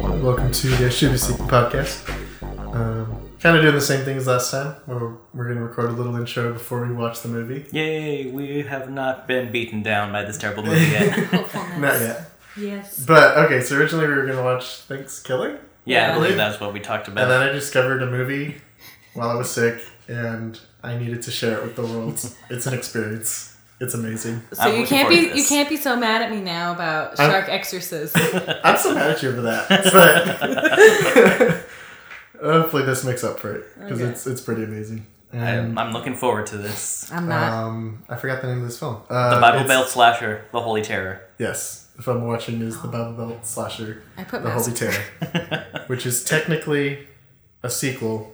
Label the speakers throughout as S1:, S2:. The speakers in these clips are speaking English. S1: to the Shibisiki podcast. Um, kind of doing the same thing as last time. We're, we're going to record a little intro before we watch the movie.
S2: Yay, we have not been beaten down by this terrible movie yet.
S3: Hopefulness.
S1: Not yet.
S3: Yes.
S1: But okay, so originally we were going to watch Thanksgiving,
S2: yeah,
S1: Yeah.
S2: I believe that's what we talked
S1: and
S2: about.
S1: then I discovered a movie while I was sick, and I needed to share it with the world. it's an experience. It's amazing.
S3: So
S2: I'm
S3: you
S2: looking
S3: can't
S2: forward to
S3: be you
S2: this.
S3: can't be so mad at me now about
S1: I'm-
S3: shark exorcist.
S1: I'm so mad at you for that, but hopefully this makes up for it because
S3: Okay.
S1: it's it's pretty amazing.
S2: I'm,
S1: And,
S2: I'm looking forward to this.
S3: I'm not.
S1: um, I forgot the name of this film. Uh,
S2: The Bible
S1: it's-
S2: Belt Slasher, The Holy Terror.
S1: Yes, if I'm watching is the Bible Belt slasher,
S3: I put
S1: The Holy
S3: master.
S1: Terror, which is technically a sequel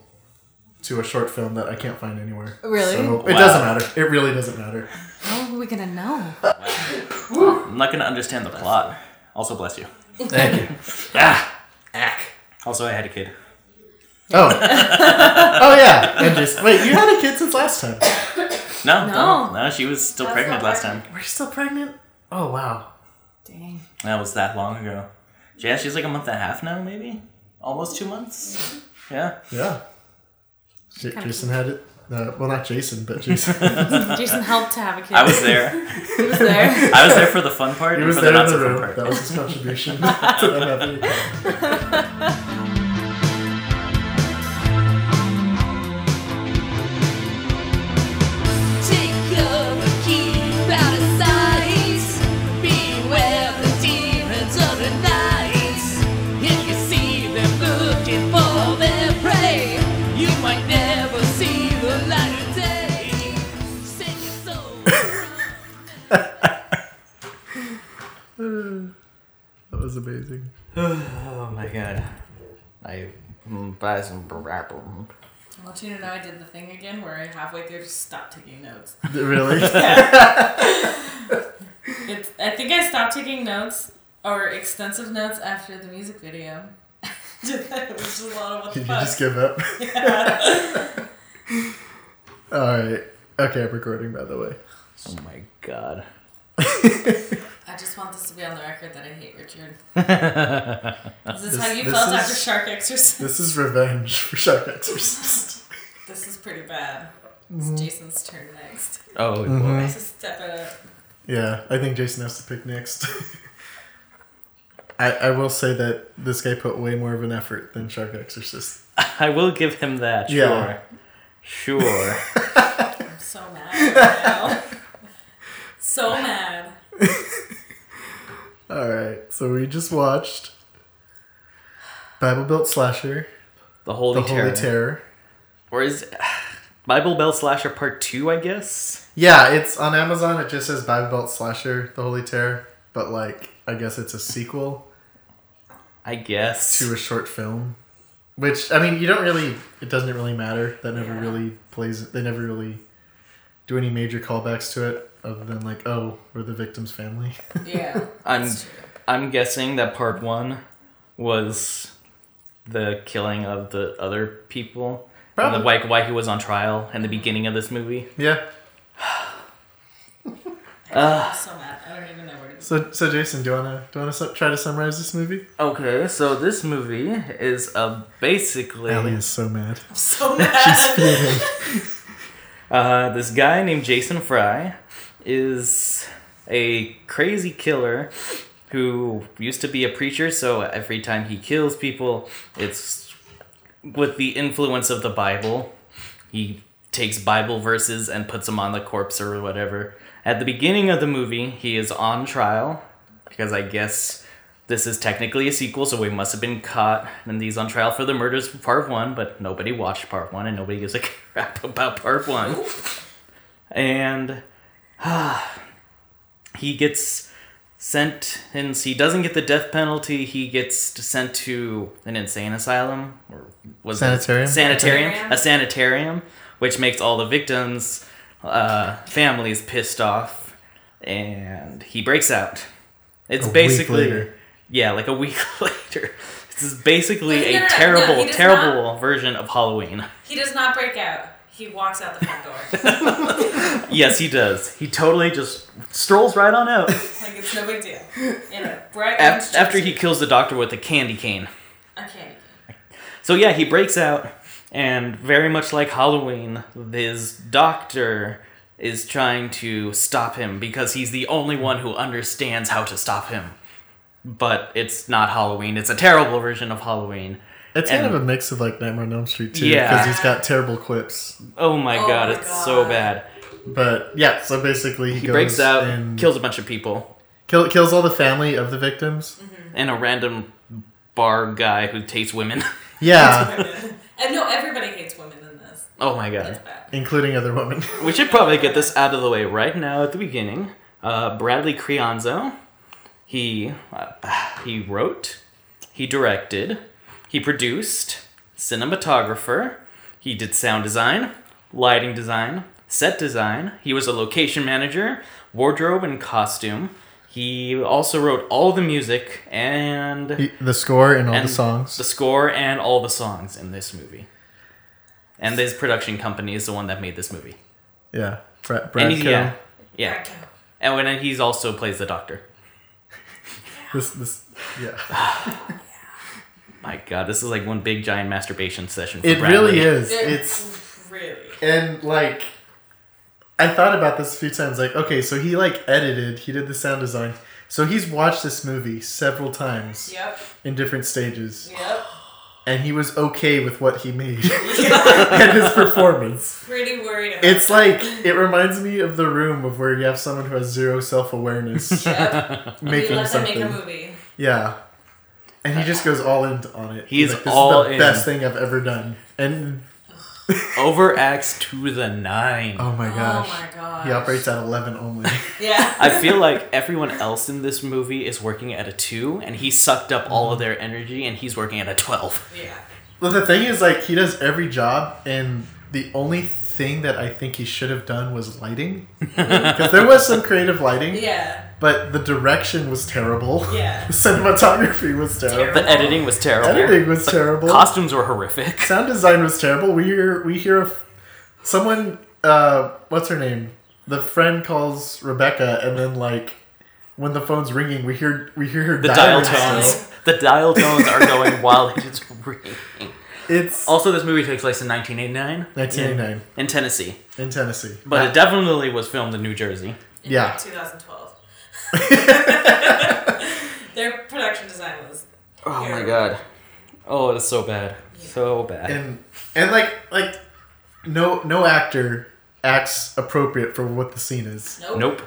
S1: to a short film that I can't find anywhere.
S3: Really?
S1: So it
S2: Wow.
S1: doesn't matter. It really doesn't matter.
S3: How are we gonna know?
S2: I'm not going to understand the plot. Also, bless you.
S1: Thank you.
S2: Ah! Ack. Also, I had a kid.
S1: Oh. oh yeah. And just wait, you had a kid since last time.
S2: No,
S3: No.
S2: no, no, she was still
S3: That's
S2: pregnant
S3: not
S2: last time.
S3: right.
S1: We're still pregnant. Oh wow.
S3: Dang.
S2: That was that long ago. Yeah, she's like a month and a half now, maybe? Almost two months? Yeah.
S1: Yeah. Ja- Jason had it. Uh, well, not Jason, but Jason.
S3: Jason helped to have a kid.
S2: I was there.
S3: He was there.
S2: I was there for the fun part
S1: he
S2: and
S1: was
S2: for the
S1: there
S2: not
S1: in the
S2: so fun
S1: room.
S2: part.
S1: That was his contribution. to them having a kid.
S4: Take cover, keep out of sight. Beware the demons of the night. If you see them looking for their prey, you might never see the light of day. Send your soul.
S1: That was amazing.
S2: Oh my god. I.
S3: I want you to know I did the thing again where I halfway through just stopped taking notes.
S1: Really?
S3: It's, I think I stopped taking notes or extensive notes after the music video. Which is a lot of what
S1: Did you just give up? All right. Okay, I'm recording by the way.
S2: Oh my god.
S3: I just want this to be on the record that I hate Richard. Is
S1: Ah, This- how you this felt is- after
S3: Shark Exorcist?
S1: This is revenge for Shark Exorcist.
S3: This is pretty bad.
S1: Mm-hmm.
S3: It's Jason's turn next.
S2: Oh,
S3: I just step it up.
S1: Yeah, I think Jason has to pick next. I, I will say that this guy put way more of an effort than Shark Exorcist.
S2: I will give him that. Sure.
S1: Yeah.
S2: Sure.
S3: I'm so mad right now. so mad.
S1: All right, so we just watched Bible Belt Slasher,
S2: The Holy,
S1: The
S2: Terror.
S1: Holy Terror.
S2: Or is Bible Bell Slasher Part 2, I guess?
S1: Yeah, it's on Amazon. It just says Bible Belt Slasher, The Holy Terror, but like I guess it's a sequel
S2: I guess.
S1: to a short film which i mean you don't really it doesn't really matter that never
S3: Yeah.
S1: really plays they never really do any major callbacks to it other than like oh we're the victim's family
S3: Yeah.
S2: I'm,
S3: that's true.
S2: I'm guessing that Part 1 was the killing of the other people. And the,
S1: Probably.
S2: like why he was on trial in the beginning of this movie.
S1: yeah Ah.
S3: I'm so mad. I don't even know where to
S1: so so jason do you want to do you want to su- try to summarize this movie
S2: Okay, so this movie is uh, basically
S1: ellie is so mad
S3: I'm so mad.
S2: Uh, this guy named Jason Fry is a crazy killer who used to be a preacher, so every time he kills people, it's with the influence of the Bible. He takes Bible verses and puts them on the corpse or whatever. At the beginning of the movie, he is on trial because I guess this is technically a sequel, so we must have been caught. And he's on trial for the murders of part one, but nobody watched part one, and nobody gives a crap about part one. and he gets sent, and he doesn't get the death penalty. He gets sent to an insane asylum or was it-
S1: Sanitarium?
S2: sanitarium, a sanitarium, which makes all the victims' uh, families pissed off, and he breaks out. It's
S1: A week
S2: basically
S1: later.
S2: yeah, like a week later. This is basically
S3: No, no,
S2: a
S3: no,
S2: terrible,
S3: no, he does
S2: terrible version of Halloween.
S3: he does not break out. He walks out the front door.
S2: Yes, he does. He totally just strolls right on out
S3: Like it's no big deal. In a bright
S2: after, after he kills the doctor with a candy cane.
S3: I can't.
S2: So yeah, he breaks out, and very much like Halloween, his doctor is trying to stop him because he's the only one who understands how to stop him. But it's not Halloween. It's a terrible version of Halloween.
S1: It's
S2: And-
S1: kind of a mix of like Nightmare on Elm Street too,
S2: Yeah.
S1: because he's got terrible quips.
S2: Oh my
S3: Oh
S2: god,
S3: my
S2: it's so
S3: God.
S2: bad.
S1: But yeah, so basically he,
S2: He
S1: goes
S2: breaks out,
S1: and
S2: kills a bunch of people,
S1: kill, kills all the family of the victims.
S2: and a random bar guy who hates women.
S1: Yeah,
S3: and no, everybody hates women in this.
S2: oh my
S3: It's
S2: god.
S3: bad.
S1: including other women.
S2: We should probably get this out of the way right now at the beginning. Uh, Bradley Crianzo, he uh, he wrote, he directed, he produced, cinematographer, he did sound design, lighting design, set design. He was a location manager, wardrobe and costume. He also wrote all the music and
S1: He- the score and all
S2: and
S1: the songs.
S2: the score, and all the songs in this movie. And his production company is the one that made this movie.
S1: yeah, Brad,
S2: And
S1: Brad
S2: he-
S1: Kittle.
S2: yeah, yeah.
S3: Bad count.
S2: And when he's also plays the doctor.
S1: This this yeah.
S2: My God, this is like one big giant masturbation session. For
S1: It
S2: Bradley.
S1: really is.
S3: They're
S1: It's
S3: really.
S1: And like, I thought about this a few times. Like, okay, so he like edited, he did the sound design, so he's watched this movie several times
S3: Yep.
S1: in different stages,
S3: Yep.
S1: and he was okay with what he made and his performance.
S3: Pretty worried about
S1: It's
S3: that.
S1: like it reminds me of the room of where you have someone who has zero self awareness
S3: Yep. you
S1: making
S3: let them make a
S1: something.
S3: movie.
S1: Yeah. And he just goes all in on it.
S2: He is
S1: this
S2: all
S1: is the
S2: in.
S1: best thing I've ever done. And
S2: Overacts to the nine.
S1: oh my gosh.
S3: Oh my gosh.
S1: He operates at eleven only.
S3: Yeah.
S2: I feel like everyone else in this movie is working at a two, and he sucked up all of their energy, and he's working at a twelve.
S3: yeah.
S1: Well, the thing is, like, he does every job, and the only thing that I think he should have done was lighting. Because there was some creative lighting,
S3: Yeah.
S1: but the direction was terrible.
S3: Yeah.
S1: The cinematography was terrible.
S2: The editing was terrible.
S1: Editing was terrible.
S2: Costumes were horrific.
S1: Sound design was terrible. We hear, we hear f- someone, uh, what's her name? The friend calls Rebecca, and then, like, when the phone's ringing, we hear we hear her
S2: The dial
S1: instead.
S2: tones. The dial tones are going while it's ringing.
S1: It's
S2: Also, this movie takes place in 1989.
S1: 1989
S2: In, in Tennessee.
S1: in Tennessee,
S2: But it definitely was filmed in New Jersey.
S3: In
S1: Yeah.
S3: 2012. Their production design was.
S2: Oh my
S3: Yeah.
S2: god. Oh, it is so bad. So bad.
S1: and and like like no no actor acts appropriate for what the scene is.
S3: Nope.
S2: nope.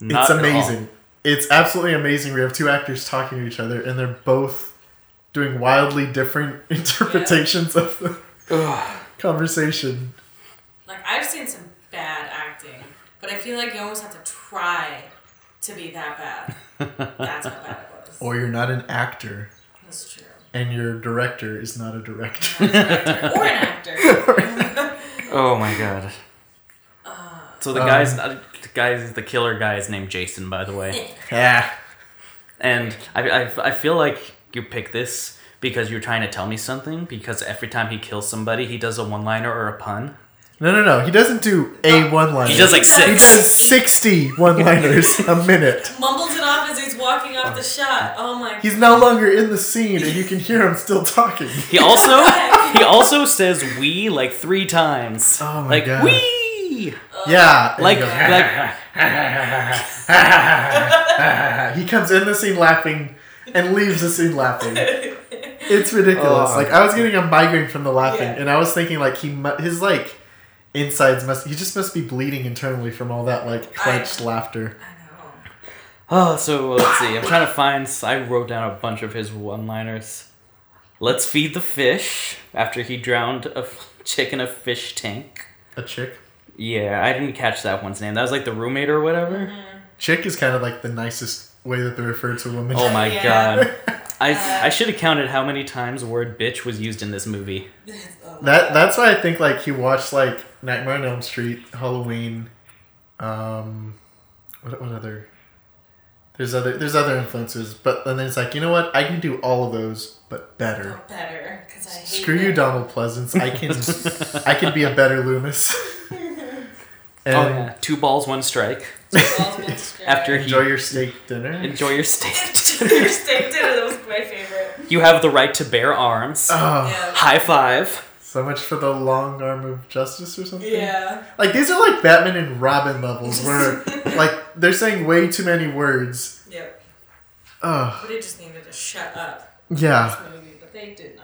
S1: It's
S2: Not at all.
S1: amazing. It's absolutely amazing. We have two actors talking to each other, and they're both doing wildly different interpretations of the
S2: Ugh.
S1: conversation.
S3: Like, I've seen some bad acting, but I feel like you almost have to try to be that bad. That's how bad it was.
S1: Or you're not an actor,
S3: That's true.
S1: and your director is not a director.
S3: Or an actor.
S2: Oh my god. So the
S1: Um,
S2: guy's uh, the guy's the killer guy is named Jason, by the way.
S1: yeah.
S2: And I, I I feel like you pick this because you're trying to tell me something. Because every time he kills somebody, he does a one liner or a pun.
S1: No, no, no. He doesn't do a one liner.
S2: He does like six.
S1: he does sixty one liners a minute.
S3: Mumbles it off as he's walking off the shot. Oh my
S1: He's no longer in the scene, and you can hear him still talking.
S2: He also he also says "we" like three times.
S1: Oh my
S2: like,
S1: God.
S2: "we."
S1: Yeah, and he
S2: Like
S1: goes,
S2: like
S1: He comes in the scene laughing and leaves the scene laughing. It's ridiculous.
S2: Oh.
S1: Like I was getting a migraine from the laughing,
S3: Yeah.
S1: and I was thinking like he mu- his like insides must he just must be bleeding internally from all that like clenched laughter.
S3: I know.
S2: Oh, so let's see. I'm trying to find. I wrote down a bunch of his one-liners. Let's feed the fish after he drowned a f- chick in a fish tank.
S1: A chick.
S2: Yeah, I didn't catch that one's name. That was like the roommate or whatever.
S1: Chick is kind of like the nicest way that they refer to women.
S2: Oh my
S3: Yeah.
S2: god. I, I should have counted how many times the word bitch was used in this movie.
S3: Oh my
S1: That that's why I think like he watched like Nightmare on Elm Street, Halloween, um, what what other? There's other there's other influences, but and then it's like you know what I can do all of those but better.
S3: God. better because Oh, I hate
S1: Screw you,
S3: that.
S1: Donald Pleasance. I can I can be a better Loomis. and
S2: oh yeah, two balls, one strike.
S3: Balls been described.
S2: After he
S1: enjoy your steak dinner.
S2: enjoy your steak.
S3: Your steak dinner that was my favorite.
S2: You have the right to bear arms.
S1: Oh,
S3: Yeah.
S2: High five.
S1: so much for the long arm of justice or something.
S3: Yeah.
S1: Like these are like Batman and Robin levels where like they're saying way too many words. Ah.
S3: Yep.
S1: Ugh.
S3: But they just needed to shut up
S1: Yeah.
S3: this movie, but they did not.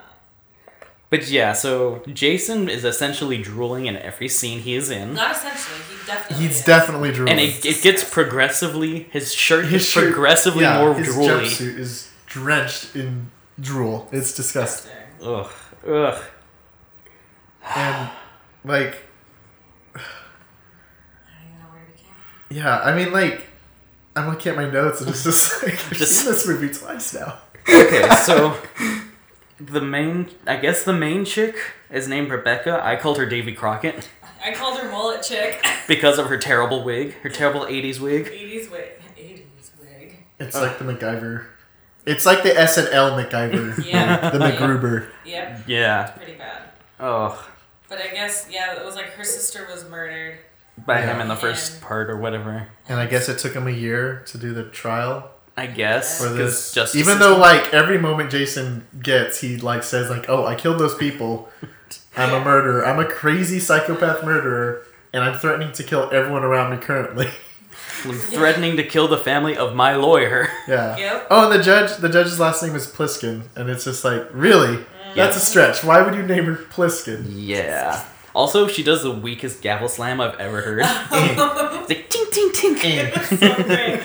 S2: But yeah, so Jason is essentially drooling in every scene he is in.
S3: Not essentially. He definitely.
S1: He's
S3: is.
S1: definitely drooling.
S2: And it, it gets progressively, his shirt
S1: His
S2: is
S1: shirt-
S2: progressively
S1: yeah,
S2: more
S1: his
S2: drooly.
S1: jumpsuit is drenched in drool. It's disgusting.
S2: Ugh. Ugh.
S1: And like
S3: I don't even know where it came.
S1: yeah, I mean like I'm looking at my notes and it's just like I've
S2: Just-
S1: seen this movie twice now.
S2: Okay, so the main, I guess the main chick is named Rebecca. I called her Davy Crockett
S3: I called her mullet chick.
S2: because of her terrible wig, her terrible 80s wig.
S3: Eighties wig. Eighties wig.
S1: It's
S2: Uh.
S1: like the MacGyver. It's like the S and L MacGyver.
S3: Yeah.
S1: The MacGruber.
S3: Yep.
S1: Mm.
S2: Yeah.
S3: Pretty bad.
S2: Oh,
S3: But I guess yeah, it was like her sister was murdered.
S2: by
S1: Yeah.
S2: him in the first part or whatever.
S1: And I guess it took him a year to do the trial
S2: I guess.
S1: for
S2: 'cause
S1: this.
S2: justice
S1: Even
S2: is-
S1: though like every moment Jason gets, he like says like, "Oh, I killed those people. I'm a murderer. I'm a crazy psychopath murderer, and I'm threatening to kill everyone around me currently."
S2: I'm threatening to kill the family of my lawyer.
S1: yeah.
S3: Yep.
S1: Oh, and the judge. The judge's last name is Pliskin, and it's just like, really? That's a stretch. Why would you name her Pliskin?
S2: Yeah. Also, she does the weakest gavel slam I've ever heard.
S3: so
S2: It's like ting ting ting.
S3: great.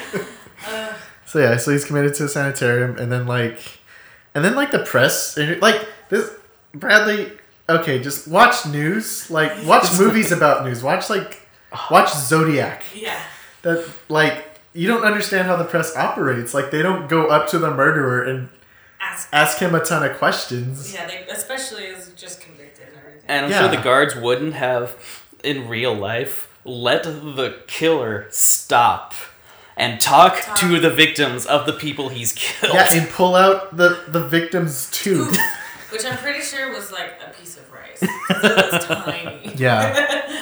S3: Uh,
S1: So yeah, so he's committed to a sanitarium, and then like, and then like the press, and, like this Bradley. Okay, just watch news. Like watch movies about news. Watch like watch Zodiac.
S3: yeah.
S1: That like you don't understand how the press operates. Like they don't go up to the murderer and
S3: Ask.
S1: ask him a ton of questions.
S3: Yeah. They especially is just convicted and everything.
S2: And I'm
S1: Yeah.
S2: sure the guards wouldn't have, in real life, let the killer stop and talk,
S3: Talk.
S2: to the victims of the people he's killed.
S1: Yeah, and pull out the the victim's tooth.
S3: Which I'm pretty sure was like a piece of rice. 'cause It was tiny.
S1: Yeah.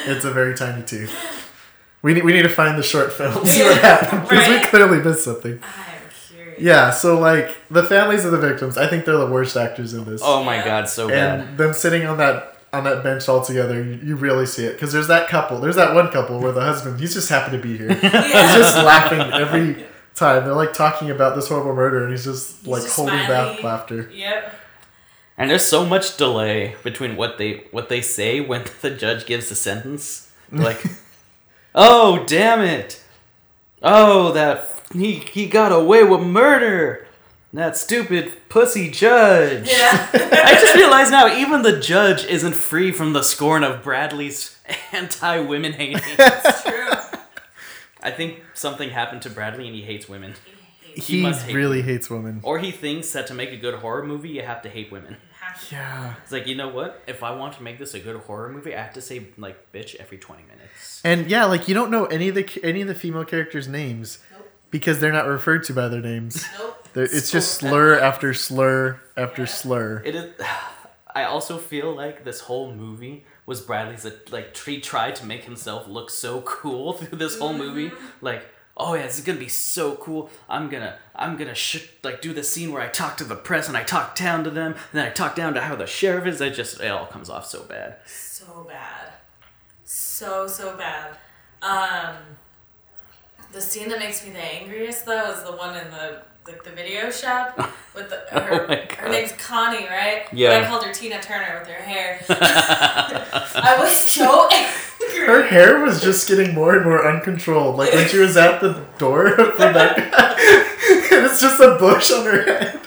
S1: It's a very tiny tooth. We need, we need to find the short film see
S3: Yeah,
S1: what happened because we
S3: right.
S1: clearly missed something.
S3: I'm curious.
S1: Yeah, so like the families of the victims, I think they're the worst actors in this.
S2: oh my
S3: Yeah.
S2: god, so bad.
S1: and them sitting on that on that bench all together, you, you really see it because there's that couple, there's that one couple where the husband, he's just happy to be here. he's
S3: Yeah.
S1: just laughing every time. They're like talking about this horrible murder, and he's just like
S3: just
S1: holding back
S3: smiling.
S1: laughter.
S3: Yep.
S2: And there's so much delay between what they what they say when the judge gives the sentence. Like, oh damn it! Oh that f- he he got away with murder. That stupid pussy judge.
S3: Yeah.
S2: I just realized now, even the judge isn't free from the scorn of Bradley's anti women hating.
S3: It's true.
S2: I think something happened to Bradley and he hates women.
S1: He,
S2: must hate
S1: really hates women.
S2: Or he thinks that to make a good horror movie, you have to hate women.
S3: Half-
S1: Yeah.
S2: It's like, you know what? If I want to make this a good horror movie, I have to say, like, bitch every 20 minutes.
S1: And yeah, like you don't know any of the any of the female characters' names
S3: Nope.
S1: because they're not referred to by their names.
S3: Nope.
S1: They're, it's
S2: So
S1: just
S2: bad.
S1: slur after slur after
S3: Yeah.
S1: slur.
S2: It is. I also feel like this whole movie was Bradley's like he tried to make himself look so cool through this whole movie. Like, oh yeah, this is gonna be so cool. I'm gonna I'm gonna sh- like do the scene where I talk to the press and I talk down to them, and then I talk down to how the sheriff is. It just it all comes off so bad.
S3: so bad so so bad um the scene that makes me the angriest though is the one in the like the video shop with the, her,
S2: my
S3: her
S2: God.
S3: name's Connie, right?
S2: Yeah.
S3: But I called her Tina Turner with her hair. I was so angry.
S1: Her hair was just getting more and more uncontrolled. Like when she was at the door of the night, and it's just a bush on her head.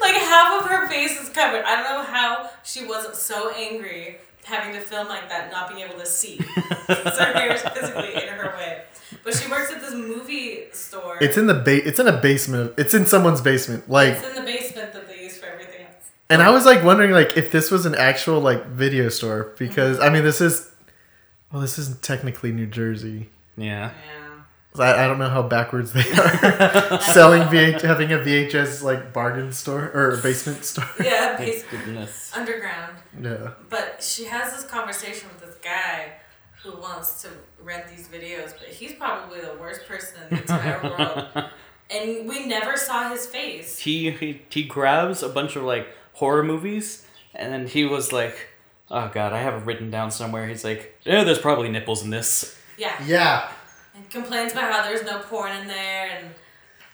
S3: like half of her face is covered. I don't know how she wasn't so angry having to film like that, not being able to see. Because her hair is physically in her way. But she works at this movie store.
S1: It's in the ba- It's in a basement. Of, it's in someone's basement. Like,
S3: It's in the basement that they use for everything else.
S1: and I was like wondering like if this was an actual like video store because
S2: Mm-hmm.
S1: I mean this is, well this isn't technically New Jersey.
S2: Yeah.
S3: Yeah.
S1: I, I don't know how backwards they are selling VH having a VHS like bargain store or basement store.
S3: Yeah,
S2: Thank
S3: basically
S2: goodness.
S3: underground.
S1: Yeah.
S3: But she has this conversation with this guy who wants to rent these videos, but he's probably the worst person in the entire world. and we never saw his face.
S2: he, he he grabs a bunch of like horror movies and then he was like oh god i have it written down somewhere he's like yeah there's probably nipples in this
S3: Yeah.
S1: Yeah.
S3: And complains about how there's no porn in there and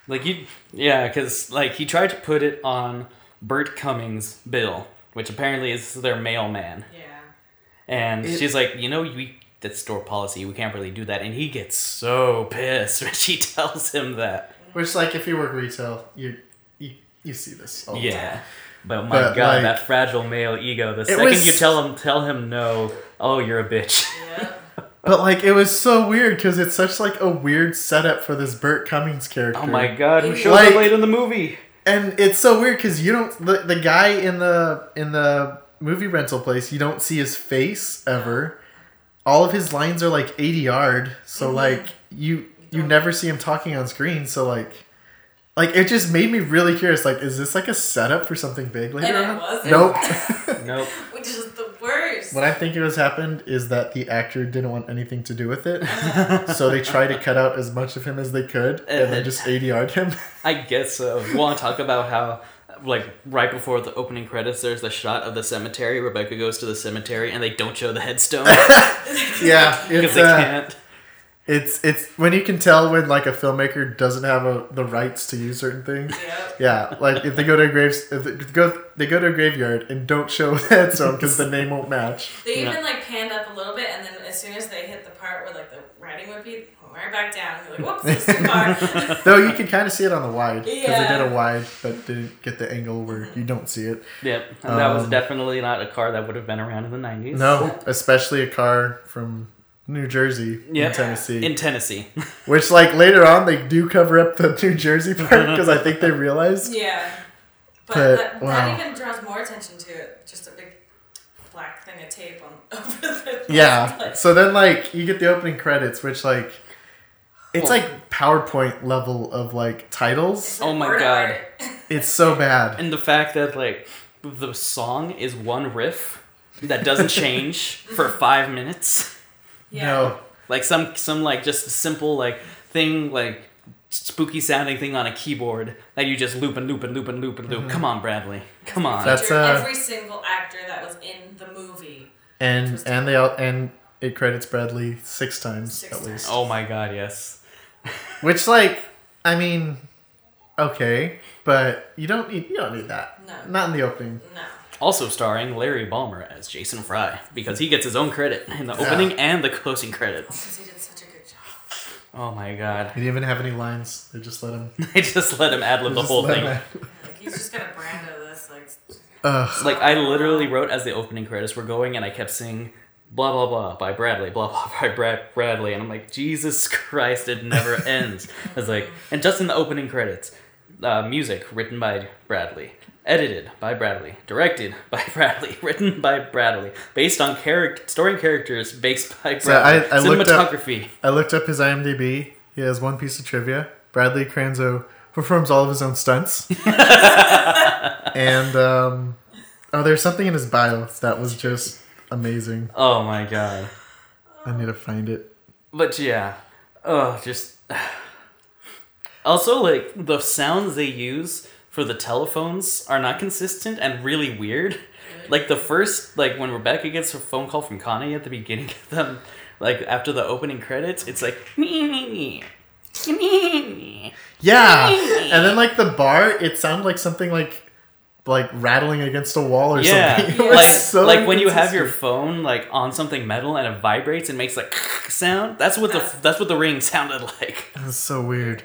S2: like you yeah because like he tried to put it on bert cummings bill which apparently is their mailman
S3: yeah.
S2: and
S1: It-
S2: she's like you know we that's store policy we can't really do that and he gets so pissed when she tells him that
S1: Which, like, if you work retail, you you, you see this. All the time.
S2: Yeah. But my
S1: But,
S2: god,
S1: like-
S2: that fragile male ego. The second
S1: was-
S2: you tell him tell him no, oh you're a bitch.
S3: Yeah.
S1: But like, it was so weird because it's such like a weird setup for this Burt Cummings character.
S2: Oh my god, who shows
S1: Like-
S2: up late in the movie?
S1: And it's so weird because you don't the, the guy in the in the movie rental place. You don't see his face ever. All of his lines are like eighty yard. So like you you never see him talking on screen. So like. Like it just made me really curious. Like, is this like a setup for something big later
S3: it
S1: on?
S3: wasn't.
S1: Nope.
S2: Nope.
S3: Which is the worst.
S1: What I think it was happened is that the actor didn't want anything to do with it, so they tried to cut out as much of him as they could, and then just ADR'd him.
S2: I guess so. You wanna talk about how like right before the opening credits there's the shot of the cemetery, Rebecca goes to the cemetery and they don't show the headstone
S1: yeah,
S2: because
S1: it's
S2: they
S1: uh,
S2: can't.
S1: it's it's when you can tell when like a filmmaker doesn't have a, the rights to use certain things.
S3: Yep.
S1: Yeah, like if they go to a graves, if they go they go to a graveyard and don't show the headstone because the name won't match.
S3: They
S2: Yeah.
S3: even like panned up a little bit, and then as soon as they hit the part where like the writing would be right back down, you're like, "Whoops, it's too far."
S1: Though you can kind of see it on the wide because they
S3: Yeah.
S1: did a wide, but didn't get the angle where you don't see it.
S2: Yep. And that was
S1: Um,
S2: definitely not a car that would have been around in the nineties.
S1: No, especially a car from New Jersey, and
S2: Yep.
S1: Tennessee.
S2: In Tennessee.
S1: Which, like, later on, they do cover up the New Jersey part because I think they realized.
S3: yeah, but,
S1: But,
S3: that,
S1: wow.
S3: that even draws more attention to it. Just a big black thing of tape on over the
S1: Yeah.
S3: Like,
S1: So then, like, you get the opening credits, which, like, it's
S2: Well-
S1: like PowerPoint level of, like, titles.
S2: Oh my
S3: word
S2: God.
S3: art.
S1: It's so bad.
S2: And the fact that like the song is one riff that doesn't change for five minutes.
S3: Yeah.
S1: No.
S2: Like some some like just simple like thing like spooky sounding thing on a keyboard that you just loop and loop and loop and loop and loop.
S1: Mm-hmm.
S2: Come on, Bradley. Come on.
S1: That's-
S3: Featured
S1: uh,
S3: every single actor that was in the movie.
S1: And, and they all, and it credits Bradley six times,
S3: Six
S1: at least.
S2: oh my god, yes.
S1: Which, like, I mean, okay, but you don't need, you don't need that.
S3: No.
S1: Not in the opening.
S3: No.
S2: Also starring Larry Balmer as Jason Fry because he gets his own credit in the opening and the closing credits.
S3: Because he did such a good job.
S2: Oh my god.
S1: He didn't even have any lines. They just let him.
S2: I just let him ad lib the
S1: just
S2: whole
S1: let
S2: thing.
S1: him-
S3: Like, he's just gonna brando this. Like,
S1: Ugh.
S2: Like I literally wrote as the opening credits were going, and I kept singing blah blah blah by Bradley, blah blah by Brad Bradley, and I'm like, Jesus Christ, it never ends. I was like, and just in the opening credits, uh, music written by Bradley, edited by Bradley, directed by Bradley, written by Bradley, based on character story and characters based by Bradley,
S1: So I- I looked up-
S2: cinematography.
S1: I looked up his IMDb. He has one piece of trivia. Bradley Cranzo performs all of his own stunts. and um, oh, there's something in his bio that was just amazing.
S2: Oh my god.
S1: I need to find it.
S2: But yeah, oh, just also like the sounds they use for the telephones are not consistent and really weird. Like the first, like when Rebecca gets her phone call from Connie at the beginning of them, like after the opening credits, it's like me me me me.
S1: Yeah, and then like the bar, it sounded like something like like rattling against a wall or
S2: Yeah,
S1: something. It was
S2: like
S1: so
S2: like when you have your
S1: inconsistent.
S2: phone like on something metal and it vibrates and makes like sound. That's what the that's what the ring sounded like.
S1: That's so weird.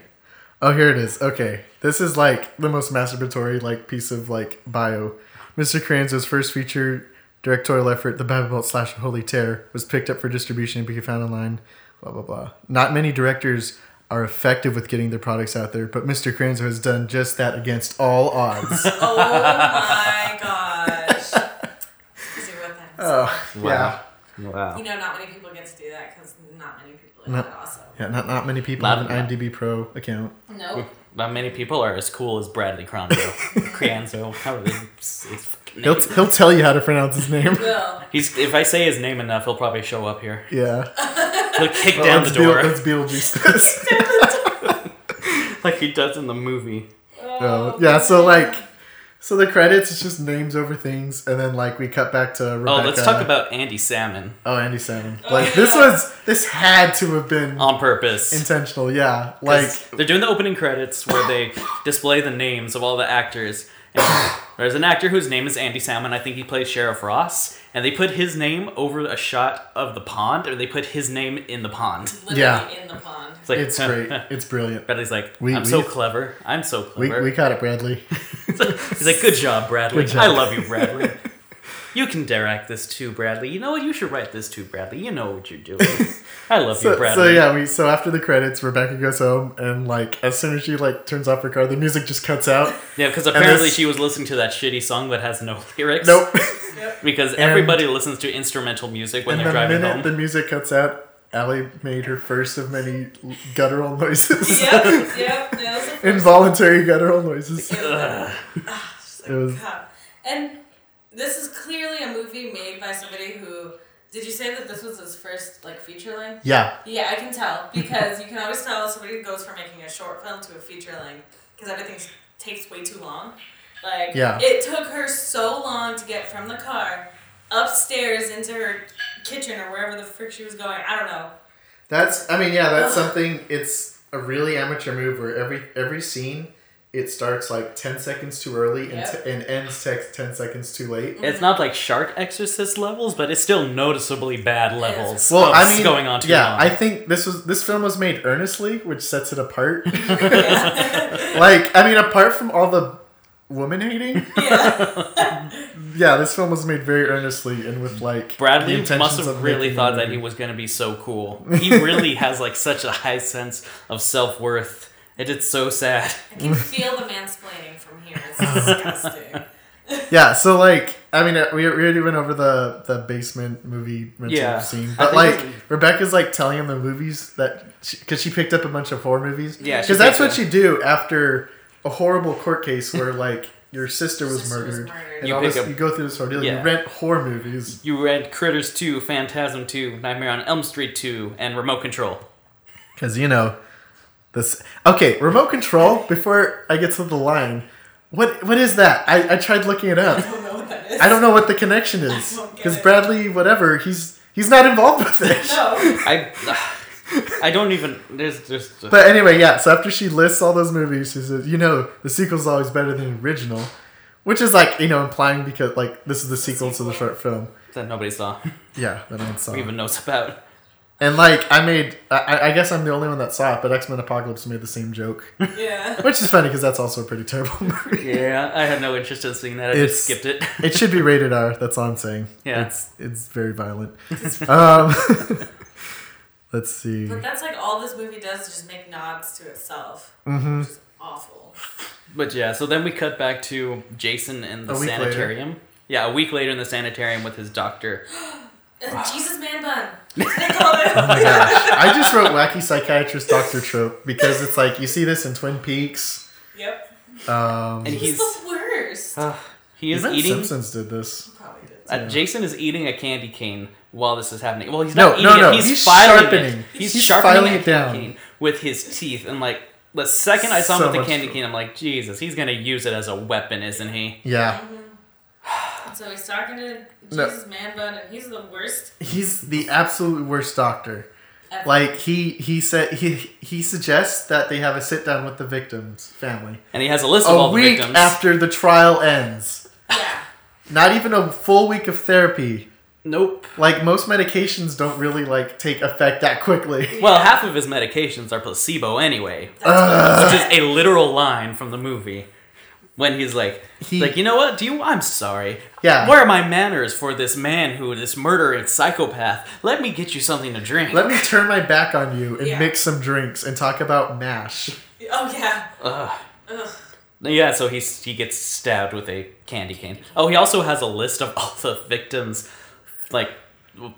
S1: Oh, here it is. Okay. This is like the most masturbatory like piece of like bio. Mr. Kranzo's first feature directorial effort, The Babelbelt slash Holy Terror, was picked up for distribution and be found online. Blah blah blah. Not many directors are effective with getting their products out there, but Mr. Kranzo has done just that against all odds.
S3: oh my gosh. Because he wrote that.
S1: oh, yeah.
S2: Wow.
S3: You know, not many people get to do that because not many people are
S1: No.
S3: that awesome.
S1: Yeah, not not many people
S2: Not-
S1: have an IMDb Pro account.
S3: Nope.
S2: Not many people are as cool as Bradley Cronzo. Crianzo. How is his his fucking
S1: He'll
S2: name?
S1: he'll tell you how to pronounce his name.
S3: Will.
S2: He's, if I say his name enough, he'll probably show up here.
S1: Yeah.
S2: He'll kick down the
S1: let's
S2: door.
S1: Beetle- let's Beetlejuice this.
S2: like he does in the movie.
S1: Oh, yeah, so like, so the credits it's just names over things, and then like we cut back to Rebecca.
S2: Oh, let's talk about Andy Salmon
S1: Oh, Andy Salmon.
S3: Oh,
S1: Like
S3: yeah.
S1: this was this had to have been
S2: on purpose.
S1: intentional. Yeah, like
S2: 'Cause they're doing the opening credits where they display the names of all the actors. And there's an actor whose name is Andy Salmon. I think he plays Sheriff Ross, and they put his name over a shot of the pond, or they put his name in the pond.
S3: literally
S1: Yeah.
S3: in the pond.
S2: like,
S1: it's great. It's brilliant.
S2: Bradley's like,
S1: We-
S2: I'm
S1: we-
S2: so clever. I'm so
S1: We,
S2: clever.
S1: we caught it, Bradley.
S2: He's like, good job, Bradley.
S1: Good job.
S2: I love you, Bradley. you can direct this too, Bradley. You know what? You should write this too, Bradley. You know what you're doing. I love you,
S1: So,
S2: Bradley.
S1: so yeah, we so after the credits, Rebecca goes home, and like as soon as she like turns off her car, the music just cuts out.
S2: Yeah, because apparently
S1: this-
S2: she was listening to that shitty song that has no lyrics.
S1: Nope.
S2: Because everybody listens to instrumental music when
S1: and
S2: they're
S1: the
S2: driving
S1: minute
S2: home.
S1: the music cuts out, Allie made her first of many guttural noises,
S3: Yep, yep. That was the first
S1: involuntary guttural noises.
S3: Ugh. Ah, Just
S1: It was-
S3: like, God. And this is clearly a movie made by somebody who. Did you say that this was his first like feature length?
S1: Yeah,
S3: Yeah, I can tell because you can always tell somebody goes from making a short film to a feature length because everything s- takes way too long. Like,
S1: Yeah.
S3: it took her so long to get from the car upstairs into her kitchen or wherever the frick she was going. I don't know.
S1: that's. I mean, yeah, that's
S3: Ugh.
S1: something. It's a really amateur move where every every scene. It starts like ten seconds too early and,
S3: Yep. Mm.
S1: t- and ends te- ten seconds too late.
S2: It's not like Shark Exorcist levels, but it's still noticeably bad levels.
S1: Well,
S2: of
S1: I mean,
S2: going on too
S1: yeah,
S2: long.
S1: I think this was this film was made earnestly, which sets it apart.
S3: Yeah.
S1: like, I mean, apart from all the woman hating,
S3: yeah.
S1: yeah, this film was made very earnestly and with like
S2: Bradley
S1: the intentions
S2: must have
S1: of
S2: really
S1: making
S2: thought
S1: a
S2: that he
S1: movie.
S2: was going to be so cool. He really has like such a high sense of self worth. It is so sad.
S3: I can feel the mansplaining from here. It's disgusting.
S1: Yeah, so like, I mean, uh, we we already went over the the basement movie mental
S2: Yeah.
S1: scene, but
S2: I think
S1: like
S2: it-
S1: Rebecca's like telling him the movies that because she, picked up a bunch of horror movies.
S2: Yeah, she
S1: because that's
S2: picked
S1: what you do after a horrible court case where like. Your sister was
S3: Sister was
S1: murdered.
S3: murdered.
S1: And
S2: You
S1: all
S2: pick
S1: this,
S2: up-
S1: you go through this ordeal.
S2: Yeah.
S1: You rent horror movies.
S2: You read Critters 2, Phantasm 2, Nightmare on Elm Street 2, and Remote Control.
S1: Because you know, this. Okay, remote control. Before I get to the line, what what is that? I, I tried looking it
S3: I
S1: up.
S3: don't know what that is.
S1: I don't know what the connection is.
S3: I don't get
S1: Because
S3: it.
S1: Bradley, whatever, he's he's not involved with it.
S3: No.
S2: I I don't even. There's just.
S1: But anyway, yeah. So after she lists all those movies, she says, "You know, the sequel's always better than the original," which is like you know implying because like this is the sequel, to the
S3: sequel.
S1: short film.
S2: that nobody saw,
S1: Yeah, that I saw.
S2: or even knows about.
S1: And like I made, I- I, I guess I'm the only one that saw it, but X Men Apocalypse made the same joke,
S3: Yeah.
S1: which is funny because that's also a pretty terrible movie.
S2: Yeah, I had no interest in seeing that. I
S1: It's-
S2: just skipped it.
S1: It should be rated R. That's all I'm saying.
S2: Yeah.
S1: it's it's very violent. um, let's see.
S3: But that's like all this movie does is just make nods to itself.
S1: hmm
S3: It's awful.
S2: But yeah, so then we cut back to Jason in the
S1: A week later.
S2: sanitarium. Yeah, a week later in the sanitarium with his doctor.
S3: Uh, Jesus man bun. They call it.
S1: Oh my gosh! I just wrote wacky psychiatrist Doctor Trope because it's like you see this in Twin Peaks.
S3: Yep.
S1: Um,
S2: And
S3: He's,
S2: he's
S3: the worst.
S2: uh, he is
S1: even
S2: eating.
S1: Simpsons did this.
S3: Probably did.
S2: Uh, Jason is eating a candy cane while this is happening. Well, he's
S1: No,
S2: not eating
S1: no, no,
S2: it. He's,
S1: he's
S2: filing
S1: sharpening.
S2: it. He's,
S1: He's
S2: sharpening
S1: filing
S2: a
S1: it
S2: candy
S1: down.
S2: cane with his teeth. And like the second I saw him
S1: So
S2: with the
S1: much
S2: candy
S1: food.
S2: cane, I'm like, Jesus, he's gonna use it as a weapon, isn't he?
S1: Yeah,
S3: And so he's talking to
S1: No.
S3: Jesus man bun, and he's the worst.
S1: he's the absolute worst doctor.
S3: Ever.
S1: Like he he said he he suggests that they have a sit down with the victims' family
S2: And he has a list of
S1: a
S2: all the
S1: week
S2: victims.
S1: after the trial ends.
S3: yeah.
S1: Not even a full week of therapy.
S2: nope.
S1: Like most medications don't really like take effect that quickly.
S2: Well, half of his medications are placebo anyway,
S1: Ugh.
S2: which is a literal line from the movie when he's like,
S1: He-
S2: like you know what? Do you? I'm sorry.
S1: Yeah.
S2: Where are my manners for this man who this murdering psychopath? Let me get you something to drink.
S1: Let me turn my back on you and
S3: Yeah.
S1: mix some drinks and talk about mash.
S3: Oh yeah.
S2: Ugh.
S3: Ugh.
S2: Yeah, so he he gets stabbed with a candy cane. Oh, he also has a list of all the victims, like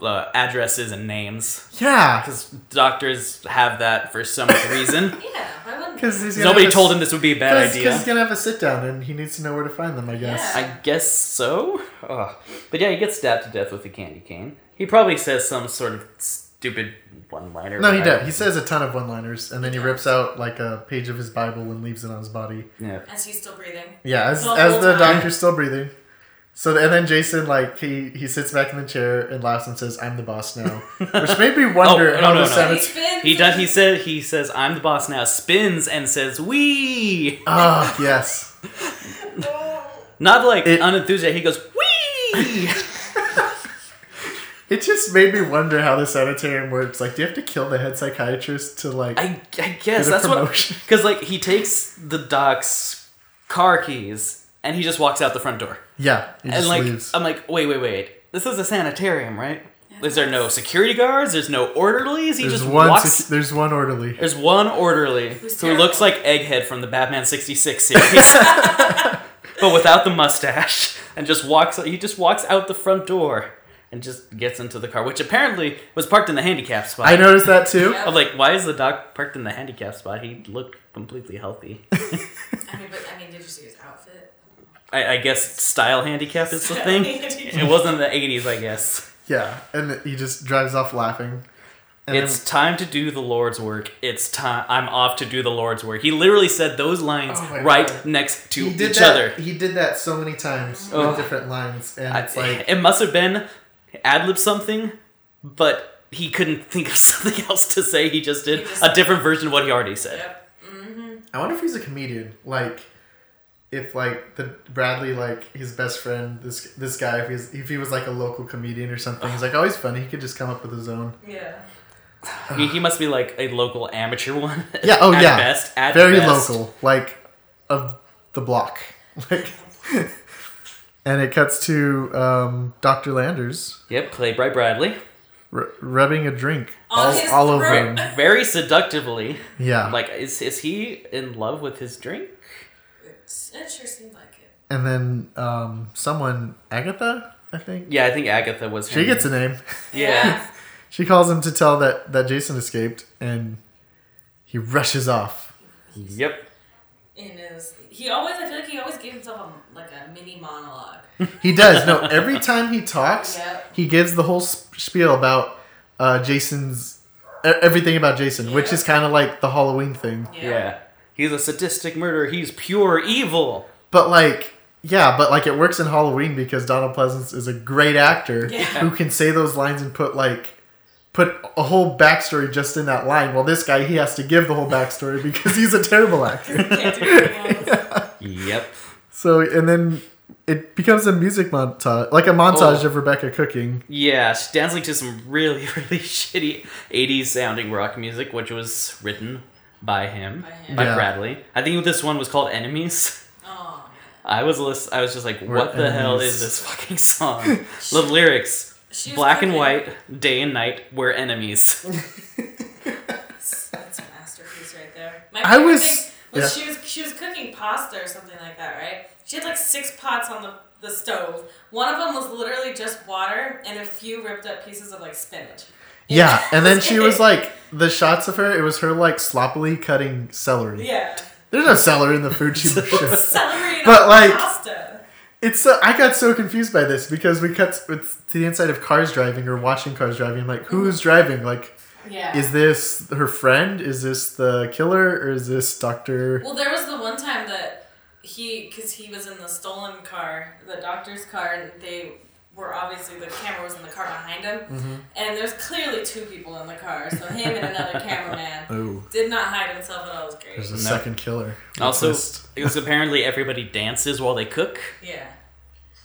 S2: uh, addresses and names,
S1: Yeah,
S2: because doctors have that for some reason.
S3: Yeah. Why wouldn't?
S1: because he's gonna
S2: Nobody
S1: have a-
S2: told him this would be a bad
S1: Cause,
S2: idea.
S1: 'cause he's gonna have a sit down and he needs to know where to find them. I guess.
S3: Yeah.
S2: I guess so. Ugh. But yeah, he gets stabbed to death with a candy cane. He probably says some sort of s- stupid one liner.
S1: No, he does. He says a ton of one-liners, and then he rips out like a page of his Bible and leaves it on his body.
S2: Yeah.
S3: As he's still breathing.
S1: Yeah, as,
S3: The
S1: as
S3: whole
S1: the
S3: time.
S1: doctor's still breathing. So and then Jason like he he sits back in the chair and laughs and says, "I'm the boss now," which made me wonder
S2: Oh, no,
S1: how
S2: no,
S1: the
S2: no.
S1: Sabbath.
S3: He's been
S2: He does. He said. He says, "I'm the boss now." Spins and says, "Wee!"
S1: Ah, yes.
S2: Not like
S1: It-
S2: unenthusiastic. He goes, "Wee!"
S1: It just made me wonder how the sanitarium works. Like, do you have to kill the head psychiatrist to like?
S2: I, I guess
S1: a
S2: that's what.
S1: promotion.
S2: Because like he takes the doc's car keys and he just walks out the front door.
S1: yeah, he
S2: and
S1: just
S2: like
S1: leaves.
S2: I'm like, wait, wait, wait. This is a sanitarium, right? Is there no security guards? There's no orderlies. He
S1: there's
S2: just
S1: one.
S2: walks.
S1: sus- there's one orderly.
S2: There's one orderly
S3: Who's
S2: who
S3: terrible.
S2: looks like Egghead from the Batman '66 series, but without the mustache, and just walks. He just walks out the front door and just gets into the car, which apparently was parked in the handicap spot.
S1: I noticed that too.
S3: Yeah.
S2: I'm like, why is the doc parked in the handicap spot? He looked completely healthy.
S3: I mean, but I mean, did you see his outfit?
S2: I, I guess style handicap is the thing. It wasn't in the '80s, I guess.
S1: Yeah, and he just drives off laughing. And
S2: It's time to do the Lord's work. It's time. I'm off to do the Lord's work. He literally said those lines
S1: Oh my
S2: right
S1: God.
S2: next to
S1: then, he did
S2: each
S1: that.
S2: other.
S1: He did that so many times
S2: Ugh.
S1: with different lines, and
S2: I-
S1: it's like
S2: it must have been ad lib something, but he couldn't think of something else to say. He just did
S3: He just-
S2: a different version of what he already said.
S3: Yep. Mm-hmm.
S1: I wonder if he's a comedian. Like, if like the Bradley, like his best friend, this this guy, if he's if he was like a local comedian or something, he's like, oh, he's funny. He could just come up with his own.
S3: Yeah.
S2: He, he must be like a local amateur one.
S1: Yeah, oh,
S2: at
S1: yeah.
S2: Best, at
S1: Very
S2: best.
S1: local, like of the block. Like, and it cuts to um, Doctor Landers
S2: Yep, played by Bradley.
S1: r- rubbing a drink
S3: On
S1: all,
S3: his
S1: all over
S3: throat.
S1: him.
S2: Very seductively.
S1: Yeah,
S2: Like, is is he in love with his drink?
S3: It's, it sure seemed like it.
S1: and then um, someone Agatha, I think.
S2: Yeah, I think Agatha was.
S1: She
S2: him.
S1: gets a name.
S2: yeah.
S1: She calls him to tell that, that Jason escaped, and he rushes off.
S2: Yep.
S3: In his, he always, I feel like he always gave himself a, like a mini monologue.
S1: He does. No, every time he talks,
S3: Yep.
S1: he gives the whole sp- spiel about uh, Jason's e- everything about Jason, which
S3: Yep.
S1: is kind of like the Halloween thing.
S3: Yeah.
S2: Yeah. He's a sadistic murderer. He's pure evil.
S1: But like, yeah, but like it works in Halloween because Donald Pleasance is a great actor
S3: Yeah.
S1: who can say those lines and put like put a whole backstory just in that line. Well, this guy he has to give the whole backstory because he's a terrible actor.
S3: Can't do anything else.
S2: Yep.
S1: So and then it becomes a music montage, like a montage
S2: Oh.
S1: of Rebecca cooking.
S2: Yeah, she's dancing to some really, really shitty 80s sounding rock music, which was written by him,
S3: By him.
S1: Yeah.
S2: Bradley. I think this one was called Enemies.
S3: Oh,
S2: I was list- I was just like,
S1: We're
S2: what the hell
S1: enemies.
S2: is this fucking song? the lyrics,
S3: She was
S2: black and
S3: cooking.
S2: white, day and night, we're enemies.
S3: that's, that's a masterpiece right there. My
S1: I
S3: favorite
S1: was-
S3: thing was
S1: yeah.
S3: she was she was cooking pasta or something like that, right? She had like six pots on the the stove. One of them was literally just water and a few ripped up pieces of like spinach.
S1: Yeah, and then she was like the shots of her. It was her like sloppily cutting celery.
S3: Yeah.
S1: There's no celery in the food she shows.
S3: Celery and
S1: But,
S3: all
S1: like-
S3: pasta.
S1: It's so I got so confused by this because we cut with to the inside of cars driving or watching cars driving. I'm like,
S3: Mm.
S1: who's driving? Like,
S3: Yeah.
S1: is this her friend? Is this the killer? Or is this Doctor?
S3: Well, there was the one time that he, because he was in the stolen car, the doctor's car, and they were obviously the camera was in the car behind him,
S1: Mm-hmm.
S3: and there's clearly two people in the car, so him and another cameraman
S1: Oh,
S3: did not hide himself at all. It was
S1: there's
S3: great.
S1: a second killer. We
S2: also,
S1: missed-
S2: because apparently everybody dances while they cook.
S3: Yeah.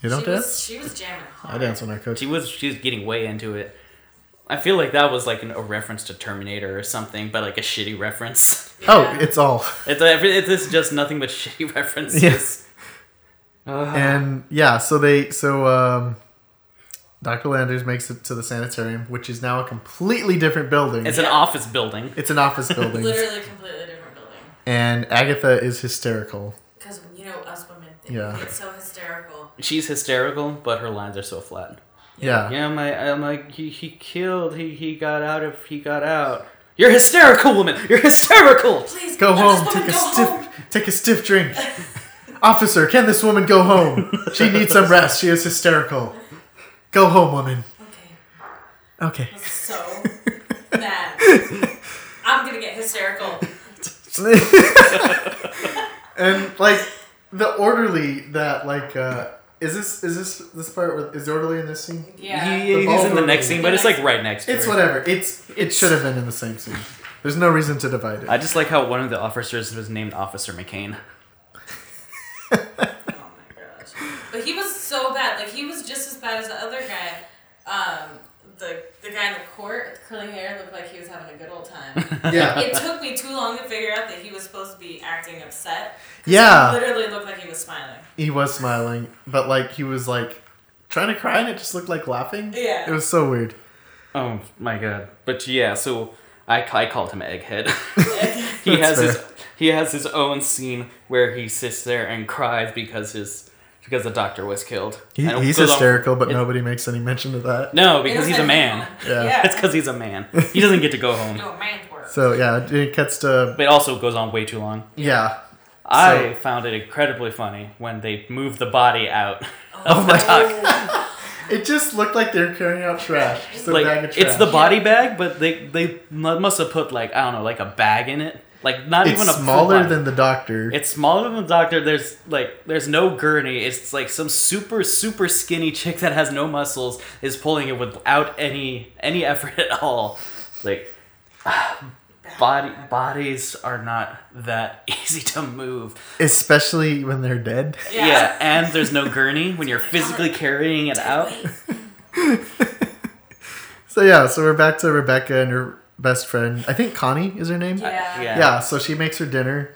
S1: you don't
S3: she
S1: dance.
S3: Was, she was jamming hard.
S1: I dance when I cook.
S2: She was she was getting way into it. I feel like that was like an, a reference to Terminator or something, but like a shitty reference.
S1: Oh, it's all.
S3: Uh-huh.
S2: It's every it's, it's just nothing but shitty references.
S1: Yes.
S2: Ugh.
S1: And yeah, so they so um, Doctor Landers makes it to the sanitarium, which is now a completely different building.
S2: it's an office building.
S1: It's an office building,
S3: literally completely different building.
S1: and Agatha is hysterical.
S3: Because you know us women think
S1: Yeah.
S3: it's so hysterical.
S2: She's hysterical, but her lines are so flat.
S1: Yeah,
S2: Yeah, my I'm like he, he killed. He he got out of he got out. You're hysterical, woman. You're hysterical.
S3: Please
S1: go
S3: let
S1: home.
S3: This
S1: Take
S3: woman
S1: a
S3: go
S1: stiff,
S3: home.
S1: take a stiff drink. Officer, can this woman go home? She needs some rest. She is hysterical. Go home, woman.
S3: Okay.
S1: Okay.
S3: So that I'm gonna get hysterical.
S1: and like the orderly that like uh is this is this this part where is the orderly in this scene?
S3: Yeah.
S2: He- he's in the next scene, but it's like
S3: Next-
S2: right next to
S1: It's
S2: her.
S1: whatever. It's it should have been in the same scene. There's no reason to divide it.
S2: I just like how one of the officers was named Officer McCain.
S3: Oh my gosh. But he was so bad. Like he was just as bad as the other guy. Um, the the guy in the court, with curly hair, looked like he was having a good old time.
S1: yeah.
S3: it took me too long to figure out that he was supposed to be acting upset. 'Cause
S1: Yeah.
S3: He literally looked like he was smiling.
S1: He was smiling, but like he was like trying to cry and it just looked like laughing.
S3: Yeah.
S1: It was so weird.
S2: Oh my god! But yeah, so I, I called him Egghead. he
S1: That's
S2: has his
S1: fair.
S2: he has his own scene where he sits there and cries because his because the doctor was killed.
S1: He,
S2: And
S1: he's
S2: goes on-
S1: hysterical, but
S2: it-
S1: nobody makes any mention of that.
S2: No,
S3: It
S2: because
S3: was
S2: he's a
S3: like-
S2: man.
S1: Yeah.
S2: It's because he's a man. He doesn't get to go home.
S3: No, man's work.
S1: So yeah, it cuts to
S2: But it also goes on way too long.
S1: yeah.
S2: I found it incredibly funny when they moved the body out
S3: Oh,
S2: of the dock.
S1: It just looked like they're carrying out trash. Just a bag
S2: Like
S1: of trash.
S2: it's the body bag, but they they mu- must have put like I don't know, like a bag in it. Like not
S1: It's
S2: even a full
S1: smaller
S2: body.
S1: than the doctor.
S2: It's smaller than the doctor. There's like there's no gurney. It's like some super super skinny chick that has no muscles is pulling it without any any effort at all. Like body bodies are not that easy to move.
S1: Especially when they're dead.
S2: Yeah, and there's no gurney when you're physically carrying it out.
S1: So yeah, so we're back to Rebecca and her best friend. I think Connie is her name.
S3: Yeah.
S2: Yeah.
S1: Yeah, so she makes her dinner.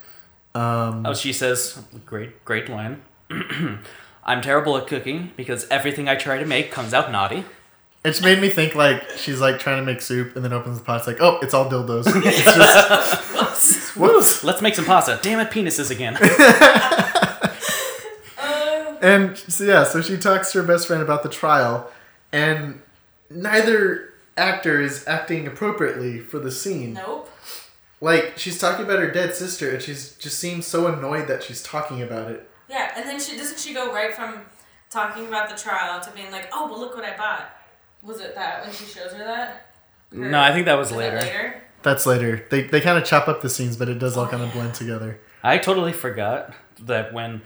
S2: Oh, she says, great great line. I'm terrible at cooking because everything I try to make comes out naughty.
S1: It's made me think like she's like trying to make soup and then opens the pot. It's like, oh, it's all dildos. It's just whoops.
S2: Let's make some pasta. Damn it, penises again.
S3: Oh,
S1: And so, yeah, so she talks to her best friend about the trial, and neither actor is acting appropriately for the scene.
S3: nope.
S1: Like she's talking about her dead sister, and she's just seems so annoyed that she's talking about it.
S3: Yeah, and then she doesn't she go right from talking about the trial to being like, oh, well, look what I bought. Was it that when she shows her that?
S2: no, I think that was
S3: Is that
S2: later.
S3: later.
S1: That's later. They they kind of chop up the scenes, but it does all kind of blend together.
S2: I totally forgot that when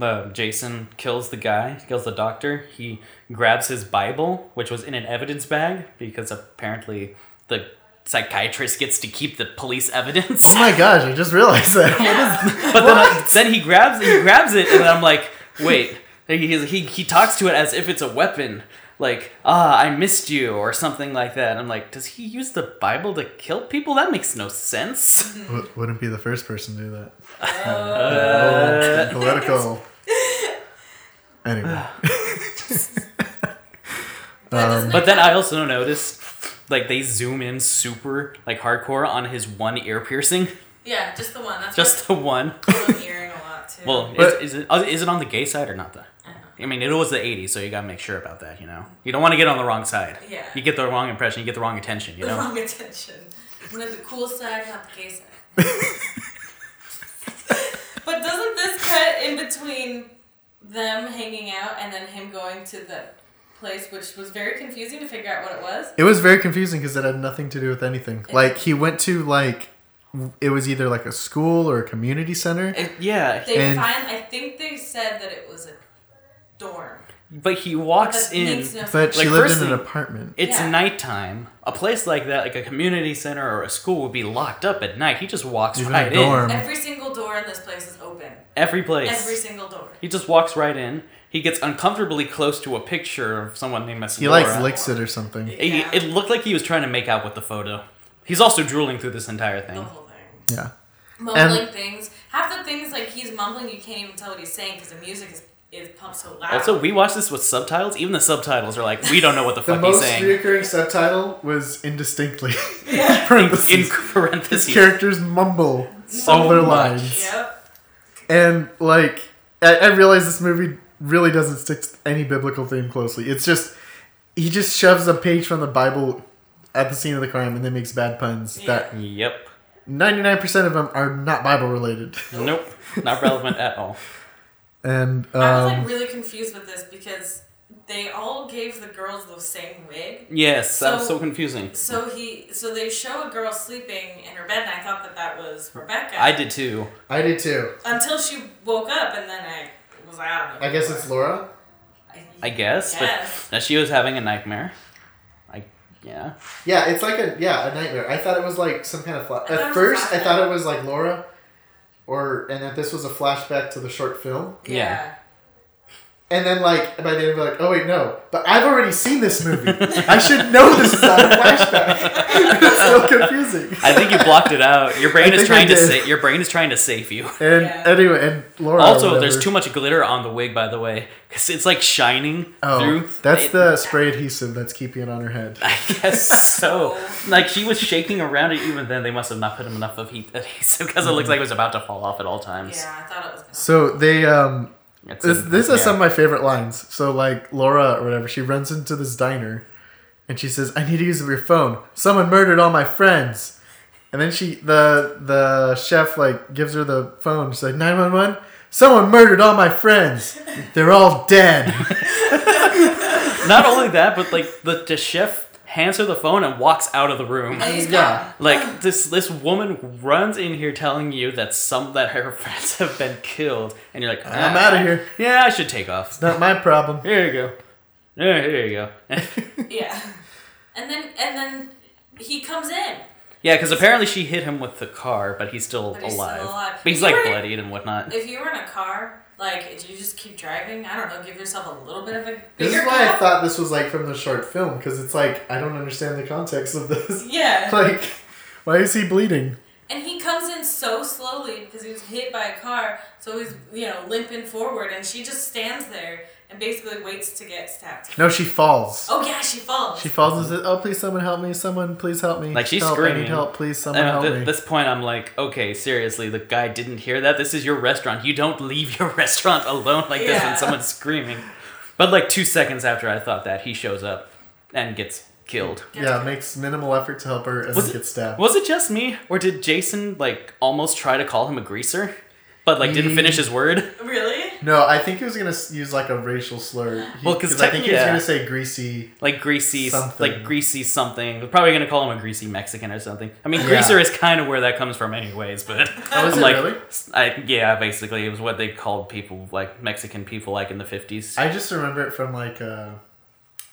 S2: uh, Jason kills the guy, kills the doctor, he grabs his Bible, which was in an evidence bag, because apparently the psychiatrist gets to keep the police evidence.
S1: Oh my gosh! I just realized that.
S2: but then, I, then he grabs he grabs it, and I'm like, wait, he, he he talks to it as if it's a weapon. Like, ah, I missed you, or something like that. I'm like, does he use the Bible to kill people? That makes no sense.
S1: W- wouldn't be the first person to do that.
S3: Oh.
S2: Uh,
S1: Political. anyway.
S3: But doesn't
S1: Um,
S2: But
S3: it-
S2: then I also noticed, like they zoom in super like hardcore on his one ear piercing,
S3: yeah, just the one. That's
S2: just the one.
S3: what I'm hearing a lot too.
S2: Well,
S1: But-
S2: is, is it oh, is it on the gay side or not? The I mean, it was the '80s, so you gotta make sure about that. You know, you don't want to get on the wrong side.
S3: Yeah.
S2: you get the wrong impression, you get the wrong attention. You
S3: the
S2: know,
S3: wrong attention. One of the cool side, not the gay side. but doesn't this cut in between them hanging out and then him going to the place, which was very confusing to figure out what it was?
S1: It was very confusing because it had nothing to do with anything. Like he went to like w- it was either like a school or a community center.
S2: It- yeah,
S3: They
S1: And-
S3: find. I think they said that it was a dorm.
S2: but he
S3: That
S2: walks in.
S3: makes no
S1: But
S3: sense.
S1: she
S2: Like,
S1: lived
S2: first
S1: in an
S2: thing-
S1: apartment.
S2: It's
S3: Yeah.
S2: nighttime. A place like that, like a community center or a school, would be locked up at night. He just walks
S1: Even
S2: right
S1: a dorm.
S3: Every single door in this place is open.
S2: in. Every place.
S3: Every single door.
S2: He just walks right in. He gets uncomfortably close to a picture of someone named Miss
S1: He
S2: Laura.
S1: likes licks it or something.
S2: He-
S3: Yeah.
S2: It looked like he was trying to make out with the photo. He's also drooling through this entire
S3: The
S2: thing.
S3: whole thing.
S1: Yeah.
S3: Mumbling things. Half the things like he's mumbling, you can't even tell what he's saying because the music is is pumped so loud.
S2: Also, we watched this with subtitles. Even the subtitles are like, we don't know what the fuck he's saying.
S1: recurring subtitle was indistinctly. Parentheses.
S2: In parentheses.
S1: Characters mumble
S2: So
S1: all their
S2: much.
S1: lines.
S3: Yep.
S1: And like, I, I realize this movie really doesn't stick to any biblical theme closely. It's just he just shoves a page from the Bible at the scene of the crime and then makes bad puns that
S2: Yep.
S1: ninety nine percent of them are not Bible related.
S2: Nope. Not relevant at all.
S1: And
S3: I was like
S1: um,
S3: really confused with this because they all gave the girls the same wig.
S2: Yes, that was
S3: So-
S2: so confusing.
S3: So he, so they show a girl sleeping in her bed, and I thought that that was Rebecca.
S2: I did too.
S1: I did too.
S3: until she woke up, and then I was like, I don't know.
S1: I guess it's Laura.
S2: I guess,
S3: Yes.
S2: but that she was having a nightmare. I yeah.
S1: Yeah, it's like a yeah a nightmare. I thought it was like some kind of flash.
S3: I thought
S1: At
S3: it was a
S1: first, I
S3: flashback.
S1: thought it was like Laura, or and that this was a flashback to the short film.
S3: Yeah.
S2: Yeah.
S1: And then like by the end, of it, like oh wait no, but I've already seen this movie. I should know this is not a flashback. it's so confusing.
S2: I think you blocked it out. Your brain
S1: I
S2: is
S1: think I
S2: trying to
S1: did.
S2: sa- your brain is trying to save you.
S1: And
S3: Yeah.
S1: anyway, and Laura.
S2: Also, there's
S1: whatever.
S2: too much glitter on the wig, by the way, because it's like shining
S1: Oh,
S2: through.
S1: that's
S2: It-
S1: the spray adhesive that's keeping it on her head.
S2: I guess so. Like she was shaking around it. Even then, they must have not put him enough of heat adhesive because it
S1: Mm-hmm.
S2: looks like it was about to fall off at all times.
S3: Yeah, I thought it was. Gonna
S1: So they um
S2: It's
S1: This,
S2: a-
S1: this is
S2: yeah.
S1: some of my favorite lines. So like Laura or whatever, she runs into this diner, and she says, "I need to use your phone. Someone murdered all my friends." And then she the the chef like gives her the phone. She's like, "911. Someone murdered all my friends. They're all dead."
S2: Not only that, but like the, the chef hands her the phone and walks out of the room.
S3: And he's
S1: Yeah.
S3: gone.
S2: Like this this woman runs in here telling you that some that her friends have been killed, and you're like,
S1: I'm
S2: "Ah,
S1: outta here."
S2: Yeah, I should take off.
S1: Not my problem.
S2: Here you go. Yeah, here you go.
S3: Yeah. And then and then he comes in.
S2: yeah, because apparently she hit him with the car, but he's still,
S3: But he's still
S2: alive.
S3: alive.
S2: But he's
S3: You
S2: like
S3: were-
S2: bloodied and whatnot.
S3: If you were in a car, like do you just keep driving? I don't know, give yourself a little bit of a
S1: This
S3: bigger
S1: is why I
S3: gap?
S1: thought this was like from the short film because it's like I don't understand the context of this.
S3: Yeah.
S1: like, why is he bleeding?
S3: And he comes in so slowly because he was hit by a car, so he's you know, limping forward and she just stands there and basically waits to get stabbed.
S1: No, she falls.
S3: Oh yeah, she falls.
S1: She falls and says, "Oh, please, someone help me! Someone, please help me!
S2: Like, she's
S1: help, I
S2: screaming.
S1: need help! Please, someone
S2: And
S1: help
S2: at
S1: me!"
S2: this point, I'm like, okay, seriously, the guy didn't hear that. This is your restaurant. You don't leave your restaurant alone like this
S3: Yeah.
S2: when someone's screaming. But like two seconds after I thought that, he shows up and gets killed.
S1: Yeah, makes minimal effort to help her and
S2: Was
S1: then
S2: it-
S1: gets stabbed.
S2: Was it just me, or did Jason like almost try to call him a greaser, but like didn't finish his word?
S3: Really?
S1: No, I think he was gonna s- use like a racial slur. He-
S2: Well, 'cause
S1: I think he was
S2: technically-
S1: gonna say greasy.
S2: Like greasy,
S1: Something.
S2: like greasy something. We're probably gonna call him a greasy Mexican or something. I mean,
S1: Yeah.
S2: greaser is kind of where that comes from, anyways. But
S1: Oh, is
S2: I'm
S1: it
S2: like,
S1: really?
S2: I, yeah, basically, it was what they called people like Mexican people like in the fifties.
S1: I just remember it from like, uh,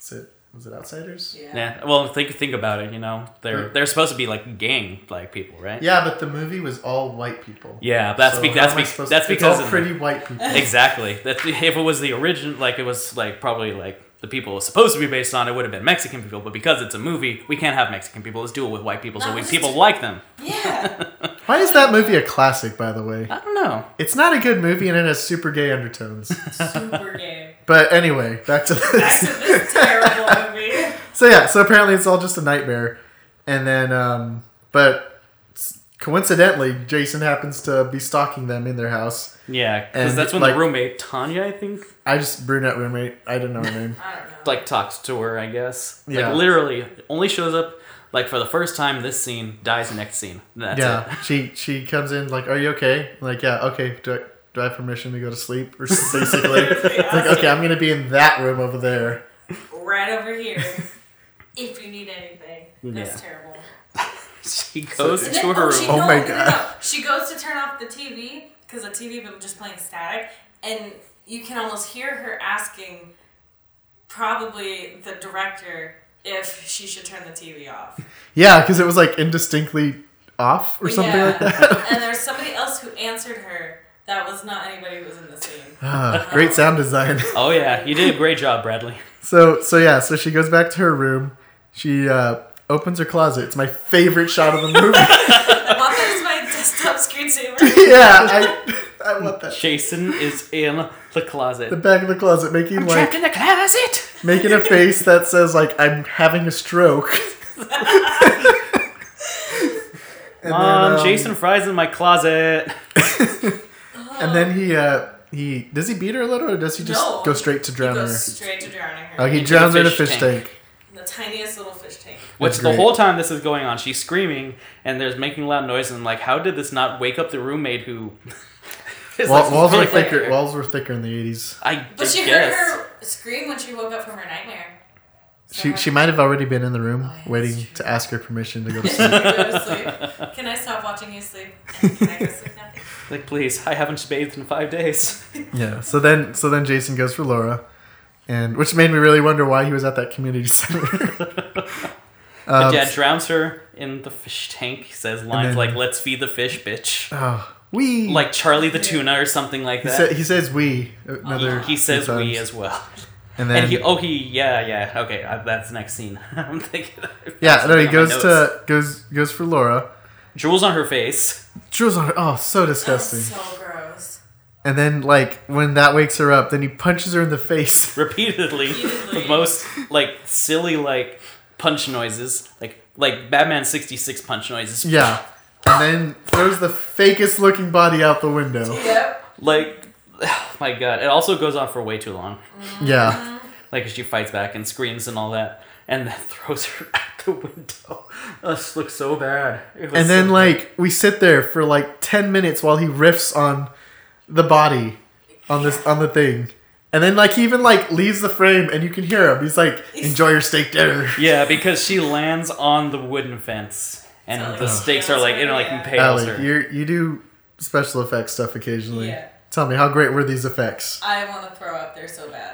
S1: is it was it Outsiders?
S3: Yeah.
S2: Yeah. Well, think think about it. You know, they're
S1: Hmm.
S2: they're supposed to be like gang like people, right?
S1: Yeah, but the movie was all white people.
S2: Yeah, that's be-
S1: how
S2: that's
S1: am I
S2: be-
S1: supposed
S2: that's
S1: to-
S2: because
S1: it's all
S2: in-
S1: pretty white people.
S2: Exactly. That if it was the origin, like it was like probably like the people it was supposed to be based on, it would have been Mexican people. But because it's a movie, we can't have Mexican people. Let's do it with white people, so
S3: No,
S2: we
S3: it's-
S2: people like them.
S3: Yeah.
S1: Why is that movie a classic? By the way,
S2: I don't know.
S1: it's not a good movie and it has super gay undertones.
S3: Super gay.
S1: but anyway, back to
S3: Back to
S1: this.
S3: this terrible movie.
S1: So yeah, so apparently it's all just a nightmare, and then um, but s- coincidentally, Jason happens to be stalking them in their house.
S2: Yeah, because
S1: And,
S2: that's when
S1: like-
S2: the roommate Tanya, I think,
S1: I just brunette roommate. I didn't know her name.
S3: I don't know.
S2: like talked to her. I guess.
S1: Yeah.
S2: Like literally, only shows up like for the first time. This scene dies. Next scene. That's it.
S1: yeah, she she comes in like, "Are you okay?" I'm like, "Yeah, okay." Do I, do I have permission to go to sleep? Or s- basically, It's like, okay, I'm gonna be in that room over there.
S3: right over here if you need anything. That's
S2: Yeah.
S3: terrible.
S2: She goes
S3: And
S2: to
S3: then-
S2: her
S3: oh,
S2: room.
S3: she-
S1: Oh
S3: no,
S1: my
S3: no, no,
S1: God.
S3: no. She goes to turn off the TV because the TV had been just playing static, and you can almost hear her asking, probably the director, if she should turn the TV off.
S1: Yeah, because it was like indistinctly off or something
S3: Yeah.
S1: like that.
S3: and there's somebody else who answered her that was not anybody who was in the scene.
S1: Ah, great sound design.
S2: Oh yeah, you did a great job, Bradley.
S1: So so yeah, so she goes back to her room. She uh, opens her closet. It's my favorite shot of the movie.
S3: I want that as my desktop screensaver.
S1: yeah, I I want that.
S2: Jason is in the closet.
S1: The back of the closet, making like
S2: Trapped in the closet.
S1: making a face that says like I'm having a stroke. and
S2: Mom,
S1: um,
S2: Jason Fry's in my closet.
S1: And then he uh he does he beat her a little or does he just
S3: No.
S1: go straight to drown her?
S3: Goes straight to drowning her.
S1: Oh, he
S2: Into the
S1: drowns her in a
S2: fish
S1: fish
S2: tank.
S1: tank.
S3: The tiniest little fish tank.
S2: Which
S1: That's
S2: the
S1: great.
S2: whole time this is going on, she's screaming and there's making loud noise and like, how did this not wake up the roommate who? is
S1: Wall,
S2: like,
S1: walls were
S2: really
S1: thicker.
S2: like-
S1: Walls were thicker in the eighties.
S2: I
S3: But she
S2: guess.
S3: heard her. scream when she woke up from her nightmare.
S1: She, she might have already been in the room
S3: Oh, yeah,
S1: waiting
S3: that's true.
S1: to ask her permission to go to
S3: Can
S1: sleep.
S3: I go to sleep? Can I stop watching you sleep? And Can I go to sleep now?
S2: Like, please, I haven't bathed in five days.
S1: yeah. So then so then Jason goes for Laura, and which made me really wonder why he was at that community center.
S2: But
S1: Um,
S2: yeah, drowns her in the fish tank. He says lines
S1: then-
S2: like, let's feed the fish, bitch.
S1: oh, we
S2: Like Charlie the tuna or something like
S1: he,
S2: that.
S1: sa- he says we another
S2: he says
S1: few
S2: we
S1: times.
S2: as well.
S1: and then
S2: And he, oh, he, yeah, yeah, okay, uh, that's the next scene. I'm thinking.
S1: yeah no he
S2: on my
S1: goes
S2: notes.
S1: to goes goes for Laura
S2: Drools on her face.
S1: drools on her oh so
S3: That's
S1: disgusting
S3: so gross.
S1: and then like when that wakes her up then he punches her in the face
S2: repeatedly the
S3: Repeatedly.
S2: most like silly like punch noises like like batman 66 punch noises
S1: yeah and then throws the fakest looking body out the window
S3: Yep.
S2: like oh my god it also goes on for way too long
S1: yeah
S2: like she fights back and screams and all that and then throws her out the window this looks so bad It was
S1: and
S2: so
S1: then
S2: bad.
S1: like we sit there for like 10 minutes while he riffs on the body on this on the thing and then like he even like leaves the frame and you can hear him he's like enjoy your steak dinner
S2: yeah because she lands on the wooden fence and
S3: So, like,
S2: the
S3: she
S2: stakes are
S3: nails
S2: like
S3: her,
S2: it like
S3: yeah.
S2: impales
S1: Allie,
S2: her
S1: you you do special effects stuff occasionally
S3: Yeah.
S1: tell me how great were these effects
S3: I want to throw up there so bad.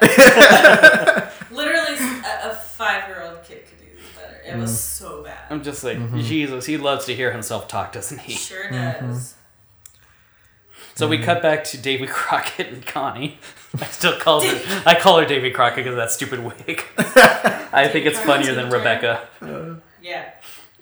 S3: Literally, a, a five-year-old kid could do this better. It
S1: Mm.
S3: was so bad.
S2: i'm just like
S1: Mm-hmm.
S2: jesus he loves to hear himself talk doesn't he
S3: Sure
S2: Mm-hmm.
S3: does.
S2: So
S1: Mm.
S2: we cut back to Davy Crockett and Connie. I still call her, I call her Davy Crockett because of that stupid wig. I think it's funnier than Rebecca.
S3: Yeah.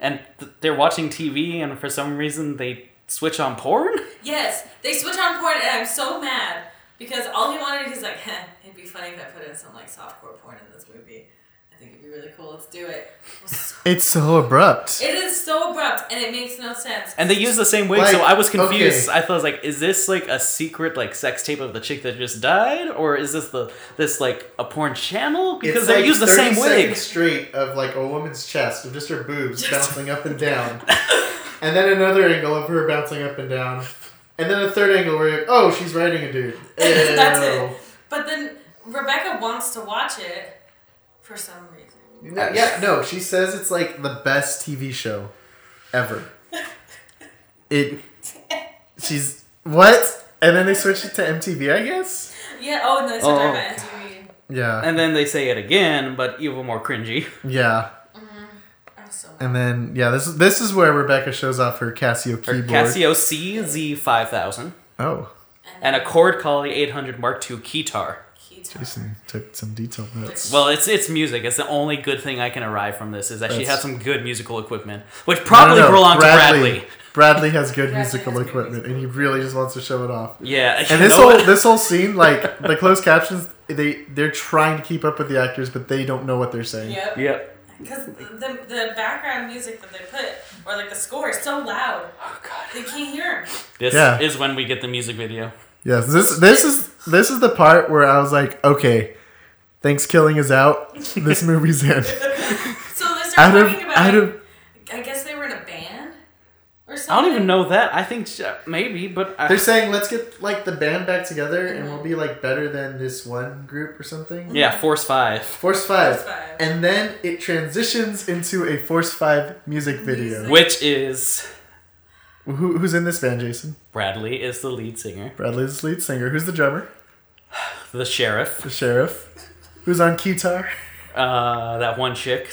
S2: And th- they're watching TV, and for some reason they switch on porn.
S3: Yes, they switch on porn, and I'm so mad because all he wanted, he's like, "Heh, it'd be funny if I put in some like softcore porn in this movie. I think it'd be really cool. Let's do it." It was so-
S1: it's so abrupt
S3: It is so abrupt, and it makes no sense.
S2: And they use the same wig, so
S1: Like,
S2: I was confused.
S1: okay.
S2: I thought I was like, is this like a secret like sex tape of the chick that just died, or is this the this like a porn channel? Because they use the same wig.
S1: straight of like a woman's chest of just her boobs bouncing up and down, and then another angle of her bouncing up and down, and then a third angle where you're like, oh she's riding a dude.
S3: That's it.
S1: Ew.
S3: but then Rebecca wants to watch it for some reason.
S1: No, yeah, no. She says it's like the best TV show ever. It. She's what? And then they switch it to MTV, I guess.
S3: Yeah. Oh, and then they said
S2: Oh.
S3: oh. about MTV.
S1: Yeah,
S2: And then they say it again, but even more cringy.
S1: yeah.
S3: I'm so mad.
S1: And then yeah, this is this is where Rebecca shows off her Casio
S2: Her
S1: keyboard.
S2: Casio CZ5000.
S1: Oh,
S2: and a Cord Collie 800 Mark II keytar.
S3: Keaton.
S1: Jason took some detailed notes.
S2: Well, it's it's music. It's the only good thing I can arrive from this is that she
S1: That's-
S2: has some good musical equipment, which probably belonged to Bradley.
S1: Bradley has good
S3: Bradley
S1: musical
S3: has good
S1: equipment, and he really just wants to show it off.
S2: Yeah, you
S1: And this
S2: know
S1: whole
S2: what?
S1: this whole scene, like the closed captions, they they're trying to keep up with the actors, but they don't know what they're saying.
S3: Yep.
S2: Yep.
S3: Because the, the background music that they put, or like the score, is so loud.
S2: Oh god.
S3: They can't hear him.
S2: This
S1: Yeah.
S2: is when we get the music video.
S1: Yes, this this is this is the part where I was like, okay, thanks, killing is out. This movie's in.
S3: So they start
S1: out of
S3: talking about
S1: out
S3: it.
S1: of
S3: I guess they were in a band or
S2: I
S3: something.
S2: don't even know that. I think sh- maybe, but I,
S1: they're saying let's get like the band back together and we'll be like better than this one group or something.
S2: yeah, Force Five,
S1: Force five.
S3: Force Five.
S1: And then it transitions into a Force Five music video.
S3: Music.
S2: which is
S1: Who, who's in this band, Jason?
S2: Bradley is the lead singer,
S1: Bradley's lead singer. Who's the drummer?
S2: the sheriff,
S1: The sheriff. Who's on guitar?
S2: uh, that one chick.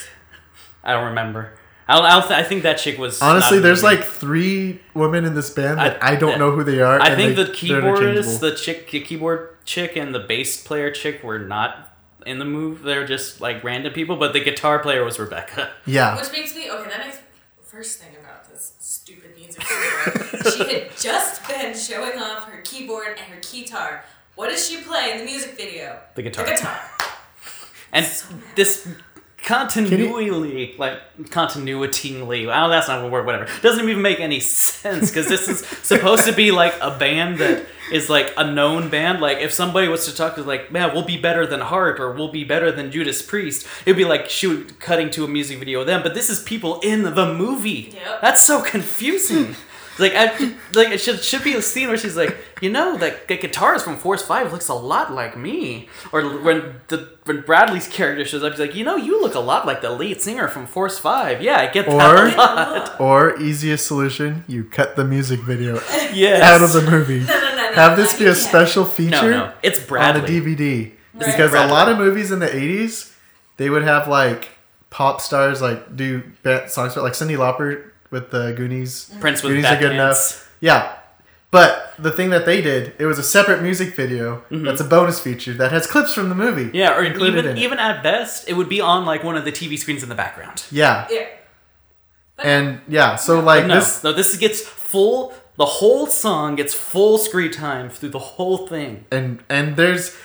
S2: I don't remember. I don't, I, don't th- I think that chick was not
S1: Honestly,
S2: in the
S1: there's
S2: movie.
S1: like three women in this band that
S2: I-
S1: I, don't know who they are.
S2: I
S1: and
S2: think
S1: they-
S2: the
S1: they're
S2: keyboardist,
S1: interchangeable.
S2: the chick, the keyboard chick, and the bass player chick were not in the move. They're just like random people, but the guitar player was Rebecca.
S1: yeah.
S3: Which makes me okay. That makes first thing about this stupid music video. she had just been showing off her keyboard and her guitar. What does she play in the music video?
S2: The guitar.
S3: The guitar.
S2: And this continually,
S1: Can
S2: like continuitingly, oh, that's not a word. Whatever. Doesn't even make any sense because this is supposed to be like a band that is like a known band. Like if somebody was to talk to like, man, we'll be better than Heart or we'll be better than Judas Priest, it'd be like shoot, cutting to a music video of them. But this is people in the movie.
S3: Yep.
S2: That's so confusing. Like I, like it should should be a scene where she's like, you know that the guitarist from Force Five looks a lot like me. Or when the when Bradley's character shows up, he's like, you know, you look a lot like the lead singer from Force Five. Yeah, I get
S1: Or-
S2: that a lot.
S1: Or easiest solution, you cut the music video
S2: Yes.
S1: out of the movie.
S3: No, no, no, no,
S1: Have this
S3: no,
S1: be
S3: you
S1: a
S3: can't.
S1: special
S2: no,
S1: feature
S2: no, it's
S1: on a
S2: Bradley.
S1: DVD
S3: Right.
S1: because a
S2: Bradley.
S1: lot of movies in the '80s they would have like pop stars like do bad songs for like Cindy Lauper with the Goonies.
S3: Mm-hmm.
S2: Prince with
S1: Goonies
S2: bad
S1: are good
S2: pants.
S1: enough. Yeah. But the thing that they did, it was a separate music video that's a bonus feature that has clips from the movie.
S2: Mm-hmm. Yeah, or
S1: included
S2: even
S1: in it.
S2: even at best, it would be on like one of the TV screens in the background.
S1: Yeah.
S3: Yeah.
S1: And yeah, so like
S2: No,
S1: this
S2: no, this gets full. The whole song gets full screen time through the whole thing.
S1: and and there's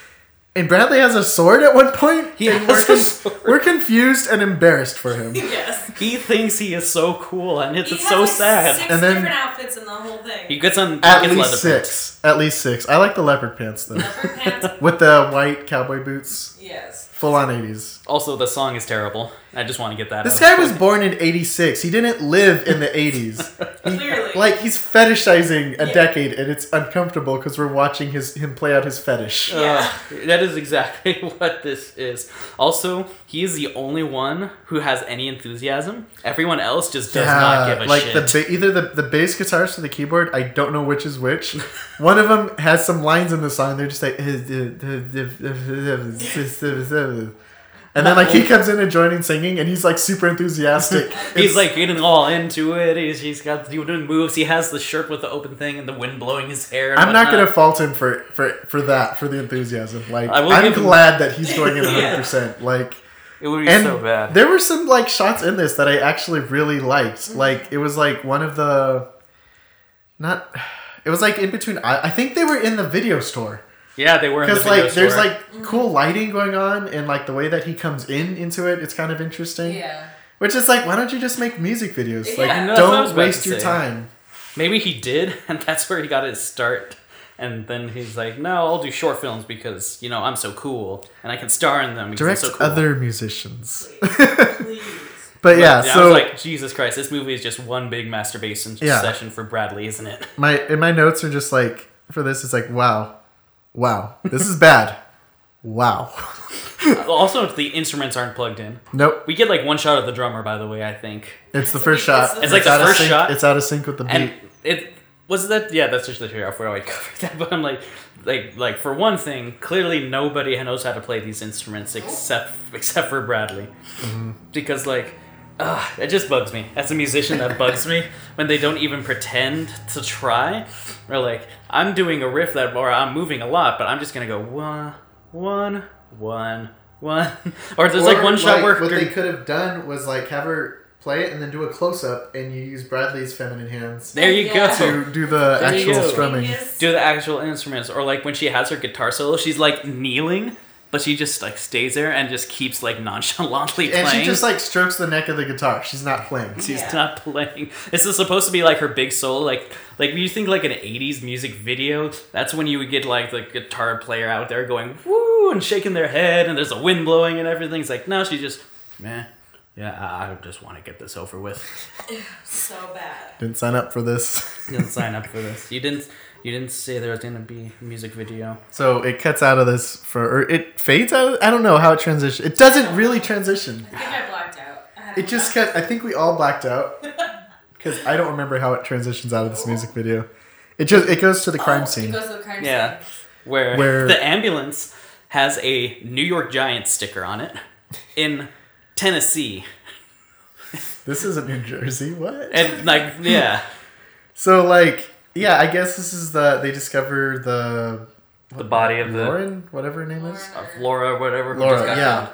S1: and Bradley has a sword at one point.
S2: He
S1: and
S2: has
S1: we're,
S2: a sword.
S1: we're confused and embarrassed for him.
S3: Yes.
S2: He thinks he is so cool, and it's,
S3: He
S2: it's
S3: has,
S2: so
S3: like,
S2: sad.
S3: Six
S1: And then-
S3: different outfits in the whole thing.
S2: He gets on
S1: At
S2: he gets
S1: least
S2: leather pants.
S1: six. At least six. I like the leopard pants though.
S3: Leopard pants.
S1: With the white cowboy boots.
S3: yes.
S1: Full on 80s.
S2: Also, the song is terrible. I just want to get that.
S1: This
S2: out.
S1: guy was born in 86. He didn't live in the 80s. He-
S3: Clearly.
S1: like, he's fetishizing a
S3: Yeah.
S1: decade, and it's uncomfortable because we're watching his him play out his fetish.
S3: Yeah.
S2: Ugh, that is exactly what this is. Also, he is the only one who has any enthusiasm. Everyone else just does not give a
S1: like
S2: shit.
S1: the ba- either the, the bass guitarist or the keyboard, I don't know which is which. One of them has some lines in the song. They're just like, "Uh, and then like he comes in and joining singing, and he's like super enthusiastic.
S2: He's
S1: It's-
S2: like getting all into it. He's, he's got the doing moves. He has the shirt with the open thing and the wind blowing his hair. and
S1: I'm not
S2: whatnot.
S1: gonna fault him for for for that for the enthusiasm. Like
S2: uh-huh. I will
S1: I'm
S2: give him-
S1: glad that he's going in 100.
S2: Yeah.
S1: percent Like
S2: It would be
S1: and
S2: so bad. Mm.
S1: there were some like shots in this that I actually really liked. Like it was like one of the not. It was like in between. I, I think they were in the video store
S2: yeah, they were in the
S1: because
S2: video
S1: like there's
S2: store. Mm-hmm.
S1: like cool lighting going on and like the way that he comes in into it. It's kind of interesting.
S3: Yeah.
S1: Which is like, why don't you just make music videos? Like,
S3: Yeah,
S2: no, that's what I was
S1: don't
S2: about to
S1: waste your
S2: say.
S1: time.
S2: maybe he did, and that's where he got his start. And then he's like, "No, I'll do short films because you know I'm so cool and I can star in them." Because
S1: Direct
S2: I'm so cool.
S1: other musicians.
S3: Please.
S1: But yeah,
S2: yeah,
S1: so
S2: I was like, "Jesus Christ, this movie is just one big masturbation
S1: Yeah.
S2: session for Bradley, isn't it?"
S1: my and my notes are just like for this it's like wow wow this is bad wow
S2: also, the instruments aren't plugged in.
S1: nope
S2: We get like one shot of the drummer, by the way. I think
S1: it's the first shot
S3: It's like
S2: the
S1: out of
S2: first
S1: sync-
S2: shot.
S1: it's out of sync with the beat
S2: and it was that yeah that's just the trade-off where i covered that but i'm like like like for one thing clearly nobody knows how to play these instruments except except for bradley
S1: Mm-hmm.
S2: because like ugh, it just bugs me as a musician that bugs me when they don't even pretend to try or like i'm doing a riff that or i'm moving a lot but i'm just gonna go one one one one or there's like
S1: Or,
S2: one shot where
S1: what they could have done was like have her play it and then do a close-up and you use bradley's feminine hands
S2: there you
S3: Yeah.
S2: go
S1: to do the
S2: There you
S1: actual
S2: go.
S1: strumming
S3: Yes.
S2: do the actual instruments or like when she has her guitar solo she's like kneeling but she just like stays there and just keeps like nonchalantly
S1: and
S2: playing
S1: she just like strokes the neck of the guitar she's not playing
S2: she's
S3: Yeah.
S2: not playing this is supposed to be like her big solo like like you think like an 80s music video that's when you would get like the guitar player out there going woo and shaking their head and there's a wind blowing and everything's like no she just man yeah I, I just want to get this over with
S3: So bad.
S1: didn't sign up for this
S2: you didn't sign up for this you didn't you didn't say there was gonna be a music video
S1: so it cuts out of this for or it fades out of- i don't know how it transitions it doesn't really transition
S3: I think I blacked out. I had
S1: It
S3: a-
S1: just kept. I think we all blacked out because I don't remember how it transitions out of this music video. It just it goes to the crime
S3: Oh, It
S1: scene.
S3: goes to the crime
S2: Yeah.
S3: scene.
S2: Where,
S1: Where-
S2: the ambulance has a New York Giants sticker on it in Tennessee.
S1: This isn't New Jersey. What?
S2: And like yeah,
S1: so like yeah, I guess this is the they discover the
S2: the body of the
S1: Lauren, whatever her name is,
S2: of Uh, Laura whatever. who
S1: Laura.
S2: just got-
S1: Yeah.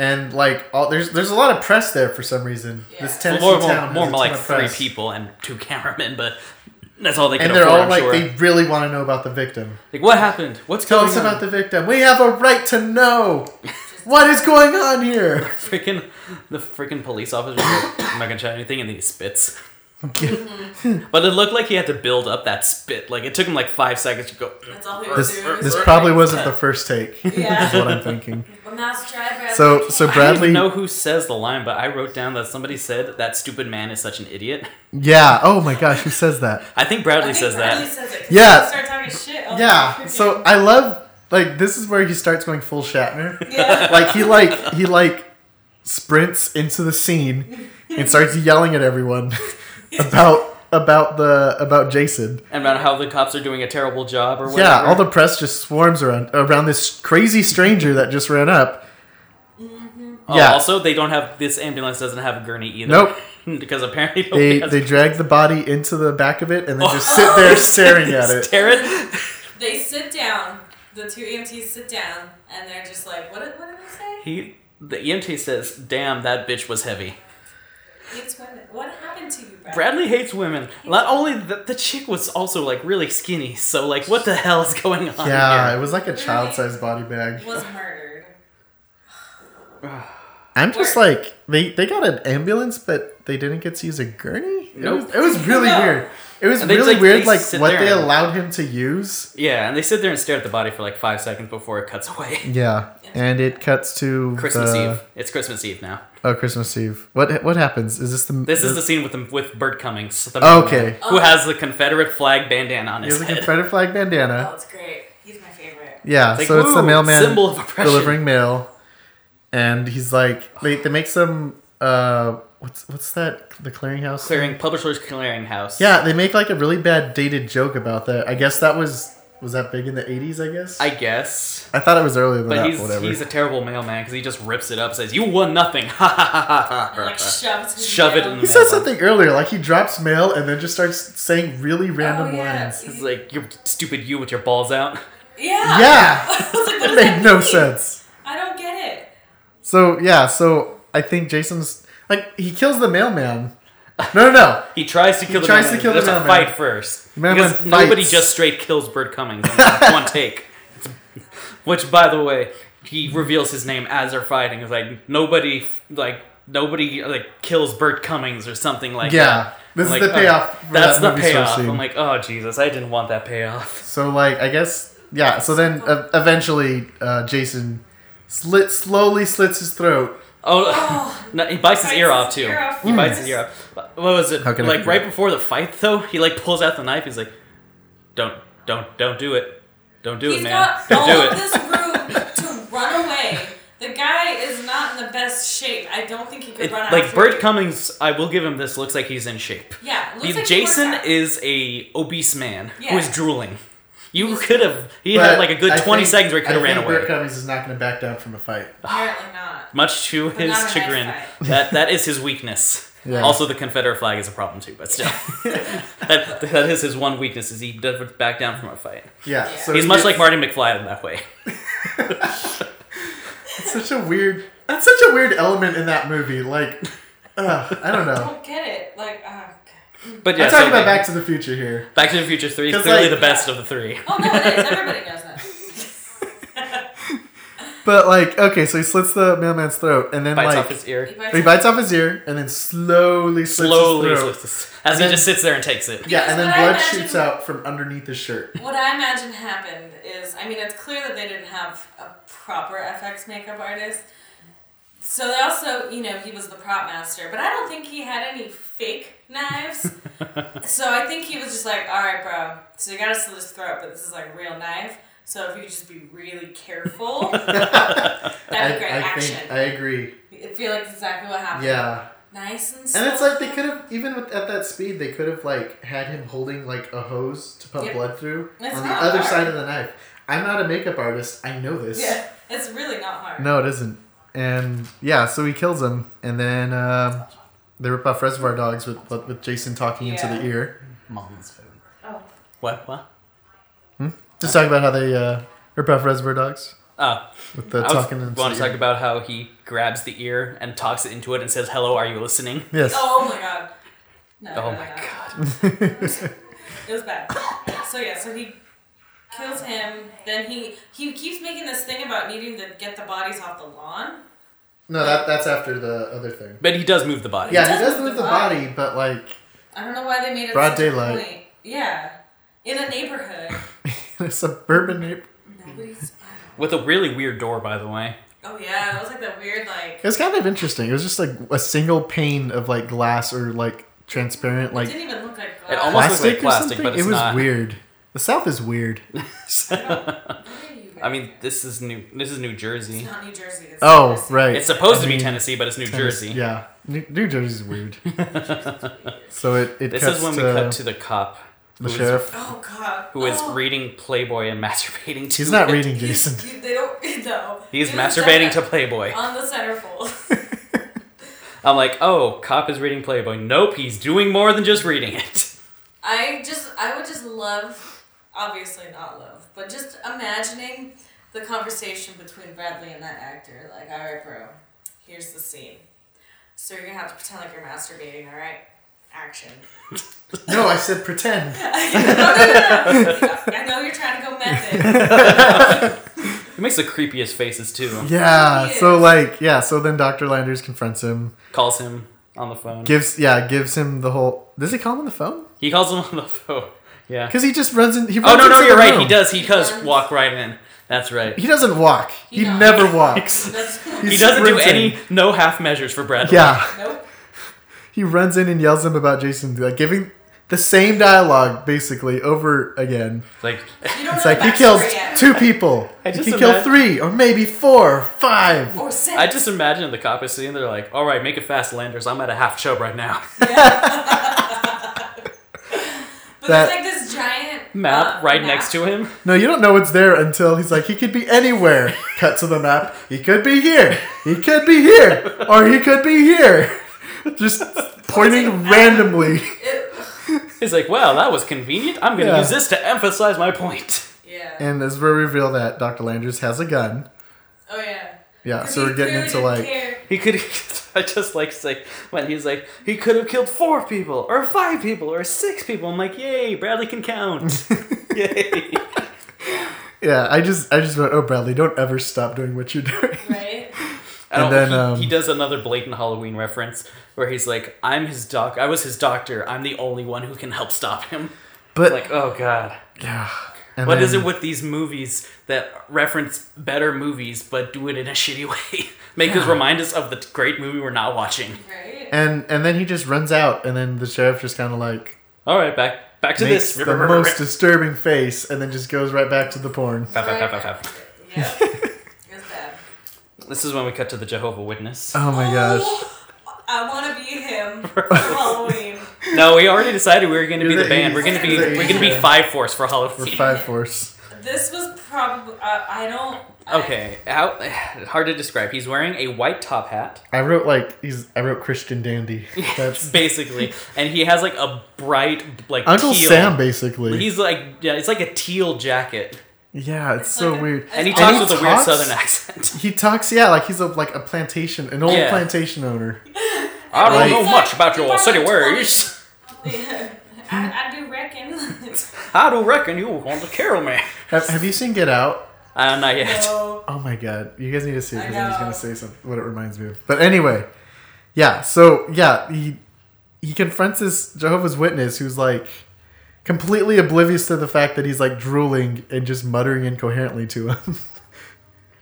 S1: And like all there's there's a lot of press there for some reason.
S3: Yeah.
S1: This
S2: Well,
S1: Tennessee
S2: Laura,
S1: town
S2: more,
S1: has
S2: more
S1: a ton
S2: like
S1: of
S2: three
S1: press.
S2: people and two cameramen, but that's all they can
S1: and they're
S2: afford.
S1: all
S2: I'm
S1: like
S2: sure.
S1: they really want to know about the victim.
S2: like, what happened? What's
S1: Tell
S2: going
S1: us
S2: on?
S1: about the victim. We have a right to know. what is going on here?
S2: freaking the freaking police officer. I'm not gonna try anything, and then he spits. But it looked like he had to build up that spit. Like it took him like five seconds to go.
S3: That's all he
S1: This,
S3: was doing.
S1: this probably wasn't the first take.
S3: Yeah.
S1: Is what I'm thinking.
S3: When that's driver,
S1: So so
S2: I don't even
S1: Bradley.
S2: know who says the line, but I wrote down that somebody said that stupid man is such an idiot.
S1: Yeah. Oh my gosh, who says that?
S2: I think Bradley
S3: I think
S2: says
S3: Bradley
S2: that.
S3: says it. 'cause
S1: Yeah.
S3: he Start talking shit. all
S1: Yeah.
S3: the
S1: So I love like this is where he starts going full Shatner.
S3: freaking- yeah.
S1: like he like he like sprints into the scene and starts yelling at everyone about about the about Jason.
S2: And about how the cops are doing a terrible job or whatever.
S1: Yeah, all the press just swarms around around this crazy stranger that just ran up.
S2: Oh,
S1: yeah.
S2: Also, they don't have this ambulance doesn't have a gurney either.
S1: Nope.
S2: because apparently
S1: They
S2: nobody has
S1: they drag the body into the back of it and then just sit there staring at it.
S2: Stare at-
S3: They sit down. The two EMTs sit down, and they're just like, "What? did- What did they say?
S2: He the EMT says, "Damn, that bitch was heavy."
S3: It's women. What happened to you, Brad?
S2: Bradley hates women. Not only the, the chick was also like really skinny, so like what the hell is going on?
S1: Yeah, it
S2: here?
S1: was like a child-sized body bag.
S3: was murdered.
S1: I'm just
S3: Where-
S1: like they they got an ambulance, but they didn't get to use a gurney.
S2: Nope.
S1: It was, it was really
S3: No.
S1: weird. It was
S2: And they
S1: really
S2: like-
S1: weird,
S2: they
S1: like
S2: sit
S1: what
S2: there
S1: they
S2: and-
S1: allowed him to use.
S2: yeah, and they sit there and stare at the body for like five seconds before it cuts away.
S1: Yeah, and it cuts to
S2: Christmas
S1: the-
S2: Eve. It's Christmas Eve now.
S1: Oh, Christmas Eve. What what happens? Is this the
S2: This is the scene with the, with Bert Cummings, the
S1: Oh,
S2: mailman,
S1: okay.
S2: who has the Confederate flag bandana on
S1: He
S2: his
S1: has a
S2: head.
S1: Confederate flag
S3: Oh,
S1: bandana.
S3: it's great. He's my favorite.
S1: Yeah,
S2: Like,
S1: so it's the
S2: "Ooh,
S1: mailman
S2: symbol of oppression.
S1: delivering mail, and he's like they, they make some uh what's what's that the clearinghouse thing?
S2: clearing publishers clearinghouse.
S1: Yeah, they make like a really bad dated joke about that. I guess that was was that big in the eighties. I guess
S2: I guess.
S1: I thought it was earlier than
S2: But
S1: that.
S2: he's
S1: but whatever.
S2: he's a terrible mailman because he just rips it up, says you won nothing. Ha ha ha
S3: And like
S2: ha ha.
S3: shoves. his
S2: Shove it
S3: mail.
S2: in
S1: he
S2: the-
S1: said something earlier, like he drops mail and then just starts saying really random
S3: Oh, yeah.
S1: lines.
S2: It's like you stupid you with your balls out.
S3: Yeah.
S1: Yeah,
S3: I was like, what
S1: it
S3: does
S1: made
S3: that
S1: no
S3: mean?
S1: sense.
S3: I don't get it.
S1: So yeah, so I think Jason's like he kills the mailman. No, no, no.
S2: He tries to kill the
S1: tries
S2: mailman.
S1: to kill the
S2: There's a
S1: mailman.
S2: fight first.
S1: Mailman
S2: because nobody
S1: fights.
S2: just straight kills Bert Cummings in one take. It's- which, by the way, he reveals his name as they're fighting. It's like nobody, like nobody, like kills Bert Cummings or something like
S1: Yeah,
S2: that.
S1: this is
S2: I'm
S1: the
S2: like,
S1: payoff.
S2: oh,
S1: for
S2: that's
S1: that
S2: the
S1: movie store
S2: payoff.
S1: scene.
S2: I'm like, oh Jesus, I didn't want that payoff.
S1: so like I guess yeah. So then uh, eventually uh, Jason slit slowly slits his throat.
S2: Oh, no, he bites his
S3: Bites
S2: ear
S3: his
S2: off too.
S3: ear off
S2: He bites
S3: first.
S2: his ear off. What was it?
S1: How can I
S2: like
S1: forget?
S2: right before the fight though, he like pulls out the knife. He's like, don't, don't, don't do it. Don't do
S3: He's
S2: it, man.
S3: got
S2: don't
S3: all
S2: do
S3: of
S2: it.
S3: this room to run away. The guy is not in the best shape. I don't think he could
S2: It-
S3: run.
S2: like
S3: after
S2: Bert
S3: you.
S2: Cummings, I will give him this. Looks like he's in shape.
S3: Yeah, looks
S2: He-
S3: like he works
S2: Jason
S3: out.
S2: is a obese man who is
S3: Yeah.
S2: drooling. You could have. He
S1: But
S2: had like a good
S1: I
S2: twenty
S1: think-
S2: seconds where he could have
S1: I
S2: ran
S1: think
S2: away.
S1: Bert Cummings is not going to back down from a fight.
S3: Apparently not.
S2: Much to
S3: But not a
S2: his
S3: nice
S2: chagrin,
S3: fight.
S2: that that is his weakness.
S1: Yeah.
S2: Also, the Confederate flag is a problem too, but still, that, that is his one weakness. Is he never back down from a fight?
S1: Yeah, so
S2: He's
S1: he
S2: much
S1: gets-
S2: like Marty McFly in that way.
S1: It's such a weird. That's such a weird element in that movie. Like, uh, I don't
S3: I
S1: know.
S3: don't get it. Like, uh,
S2: But yeah,
S1: I'm
S2: so
S1: talking about
S2: like,
S1: Back to the Future here.
S2: Back to the Future Three is
S1: 'Cause,
S2: clearly
S1: like-
S2: the best of the three.
S3: oh no, it is. Everybody knows that.
S1: But like, okay, so he slits the mailman's throat, and then
S2: Bites
S1: like
S2: off his ear.
S3: He bites
S1: he bites off his ear, and then slowly slits
S2: slowly
S1: his throat.
S2: slits his- as
S1: And then-
S2: he just sits there and takes it.
S1: Yeah, and
S3: Because
S1: then
S3: what I
S1: blood
S3: imagine-
S1: shoots out from underneath his shirt.
S3: What I imagine happened is, I mean, it's clear that they didn't have a proper FX makeup artist. So they also, you know, he was the prop master, but I don't think he had any fake knives. so I think he was just like, all right, bro. So you gotta slit his throat, but this is like real knife. So if you could just be really careful, that'd be great
S1: I, I
S3: action.
S1: think I agree.
S3: I feel like that's exactly what happened.
S1: Yeah,
S3: Nice and
S1: and it's
S3: slow.
S1: like they could have even with, at that speed, they could have like had him holding like a hose to pump
S3: Yep.
S1: blood through
S3: It's
S1: on the
S3: not
S1: other
S3: hard.
S1: side of the knife. I'm not a makeup artist. I know this.
S3: Yeah, it's really not hard.
S1: No, it isn't. And yeah, so he kills him, and then um they rip off Reservoir Dogs with with Jason talking into
S3: Yeah.
S1: the ear.
S2: Mom's phone.
S3: Oh.
S2: What? What?
S1: Just talking about how they uh, rip off Reservoir Dogs
S2: Oh,
S1: with the
S2: I was
S1: talking into
S2: want
S1: the
S2: to talk
S1: ear.
S2: about how he grabs the ear and talks it into it and says, "Hello, are you listening?"
S1: Yes.
S3: Oh my god. No,
S2: Oh
S3: no,
S2: my
S3: no.
S2: god.
S3: It was bad. So yeah, so he kills him. Then he he keeps making this thing about needing to get the bodies off the lawn.
S1: no, that that's after the other thing.
S2: But he does move the body.
S1: Yeah,
S3: does
S1: he does
S3: move
S1: move
S3: the
S1: the body, but like
S3: I don't know why they made it
S1: Broad
S3: such a
S1: daylight.
S3: Point. Yeah, in a neighborhood.
S1: in a suburban neighborhood.
S3: Nobody's.
S2: With a really weird door, by the way.
S3: Oh yeah, that was like that weird like.
S1: It was kind of interesting. It was just like a single pane of like glass or like transparent
S3: It
S1: like
S3: didn't even look like glass.
S2: It almost- looks
S1: plastic,
S2: like plastic,
S1: or something.
S2: but it's
S1: it was
S2: not.
S1: weird. The South is weird.
S3: Where are you
S2: I
S3: guys?
S2: mean, this is New. This is New Jersey.
S3: it's not New Jersey. It's
S1: Oh,
S3: Tennessee.
S1: right.
S2: It's supposed
S1: I
S2: to be
S1: mean,
S2: Tennessee, but it's New Jersey.
S1: Yeah, New, New Jersey's weird. so it it
S2: This
S1: cuts
S2: is when we
S1: to
S2: cut to the cop, who
S1: the
S2: is
S1: sheriff.
S3: Oh god.
S2: who is
S3: oh,
S2: reading Playboy and masturbating to.
S1: He's not
S2: it.
S1: reading
S3: he's-
S1: Jason.
S3: he- They don't. No.
S2: He's
S3: He was Uh.
S2: masturbating to
S3: done
S2: Playboy.
S3: on the centerfold.
S2: I'm like, oh, cop is reading Playboy. Nope, he's doing more than just reading it.
S3: I just, I would just love, obviously not love, but just imagining the conversation between Bradley and that actor. Like, all right, bro, here's the scene. So you're gonna have to pretend like you're masturbating. All right, action.
S1: No, I said pretend.
S2: Oh,
S3: no, no, no, no. I know you're trying to go method.
S2: He makes the creepiest faces too.
S1: Yeah.
S3: He
S1: So
S3: is.
S1: like yeah. So then Doctor Landers confronts him.
S2: Calls him on the phone.
S1: Gives yeah. Gives him the whole. Does he call him on the phone?
S2: He calls him on the phone. Yeah.
S1: Because he just runs in. He
S2: Oh
S1: runs
S2: no, no,
S1: into
S2: you're
S1: the
S2: right.
S1: room.
S2: He does. He does
S3: runs.
S2: walk right in. That's right.
S1: He doesn't walk. He,
S3: He does.
S1: never walks.
S3: That's,
S2: He
S1: He's
S2: doesn't do
S1: sprinting.
S2: any no half measures for Bradley.
S1: Yeah.
S3: nope.
S1: He runs in and yells him about Jason, like giving the same dialogue basically over again.
S2: Like
S3: You don't
S1: It's
S3: know
S1: like
S3: the
S1: he
S3: backstory
S1: kills
S3: yet.
S1: two people.
S2: I
S1: He
S2: just
S1: could kill
S2: imagine-
S1: three or maybe four, or five.
S3: Or six.
S2: I just imagine the cop is sitting there like, all right, make it fast, Landers. I'm at a half chub right now.
S3: But
S1: that-
S3: there's like this giant
S2: Map
S3: uh,
S2: right
S3: map.
S2: next to him.
S1: No, you don't know what's there until he's like, he could be anywhere. Cut to the map. He could be here. He could be here. Or he could be here. Just pointing randomly.
S3: It,
S2: He's like, wow, that was convenient. I'm gonna
S1: Yeah.
S2: use this to emphasize my point.
S3: yeah.
S1: And as we reveal that Dr. Landers has a gun.
S3: oh yeah.
S1: Yeah,
S3: 'Cause
S1: so
S3: he
S1: we're getting
S3: clearly
S1: into
S3: didn't
S1: like
S3: care.
S2: He could. I just like it's like when he's like he could have killed four people or five people or six people. I'm like, yay, Bradley can count. yay.
S1: Yeah, I just I just wrote, oh Bradley, don't ever stop doing what you're doing.
S3: Right.
S2: I don't,
S1: And then,
S2: he,
S1: um,
S2: he does another blatant Halloween reference where he's like, "I'm his doc. I was his doctor. I'm the only one who can help stop him."
S1: But
S2: Like, oh god,
S1: yeah. And
S2: what is
S1: then-
S2: it with these movies that reference better movies but do it in a shitty way? Make us remind us of the t- great movie we're not watching.
S3: Right.
S1: and and then he just runs out and then the sheriff just kinda like
S2: All right, back back to
S1: makes
S2: this.
S1: the most disturbing face and then just goes right back to the porn.
S3: yeah. It's bad.
S2: This is when we cut to the Jehovah Witness.
S1: Oh my gosh.
S3: Oh, I want to be him for Halloween.
S2: No, we already decided we were going to be
S1: You're
S2: the,
S1: the
S2: band. We're
S1: eighties.
S2: going to be
S1: You're the
S2: we're going to be
S1: eighties.
S2: Five Force for
S1: We're
S2: Halloween.
S1: five force.
S3: This was probably uh, I don't. I-
S2: Okay, how hard to describe. He's wearing a white top hat,
S1: I wrote like he's I wrote Christian Dandy. That's
S2: basically, and he has like a bright like
S1: Uncle
S2: teal-
S1: Sam basically.
S2: He's like yeah, it's like a teal jacket,
S1: yeah, it's,
S3: It's
S1: so
S3: like a-
S1: weird.
S2: and he
S3: And
S2: talks
S1: he
S2: with a weird
S1: talks-
S2: Southern accent.
S1: He talks, yeah, like he's a like a plantation, an old
S2: Yeah.
S1: plantation owner.
S2: I don't
S1: Right.
S2: know
S3: He's
S2: much
S3: like-
S2: about your
S3: he's
S2: city
S3: like
S2: ways.
S3: I, I do reckon.
S2: I do reckon you want to carol me.
S1: Have, have you seen Get Out?
S2: Uh, not yet.
S3: no.
S1: Oh my god, you guys need to see it
S3: I
S1: because I, was
S3: know.
S1: gonna say some, what it reminds me of. But anyway, yeah. So yeah, he he confronts this Jehovah's Witness who's like completely oblivious to the fact that he's like drooling and just muttering incoherently to him.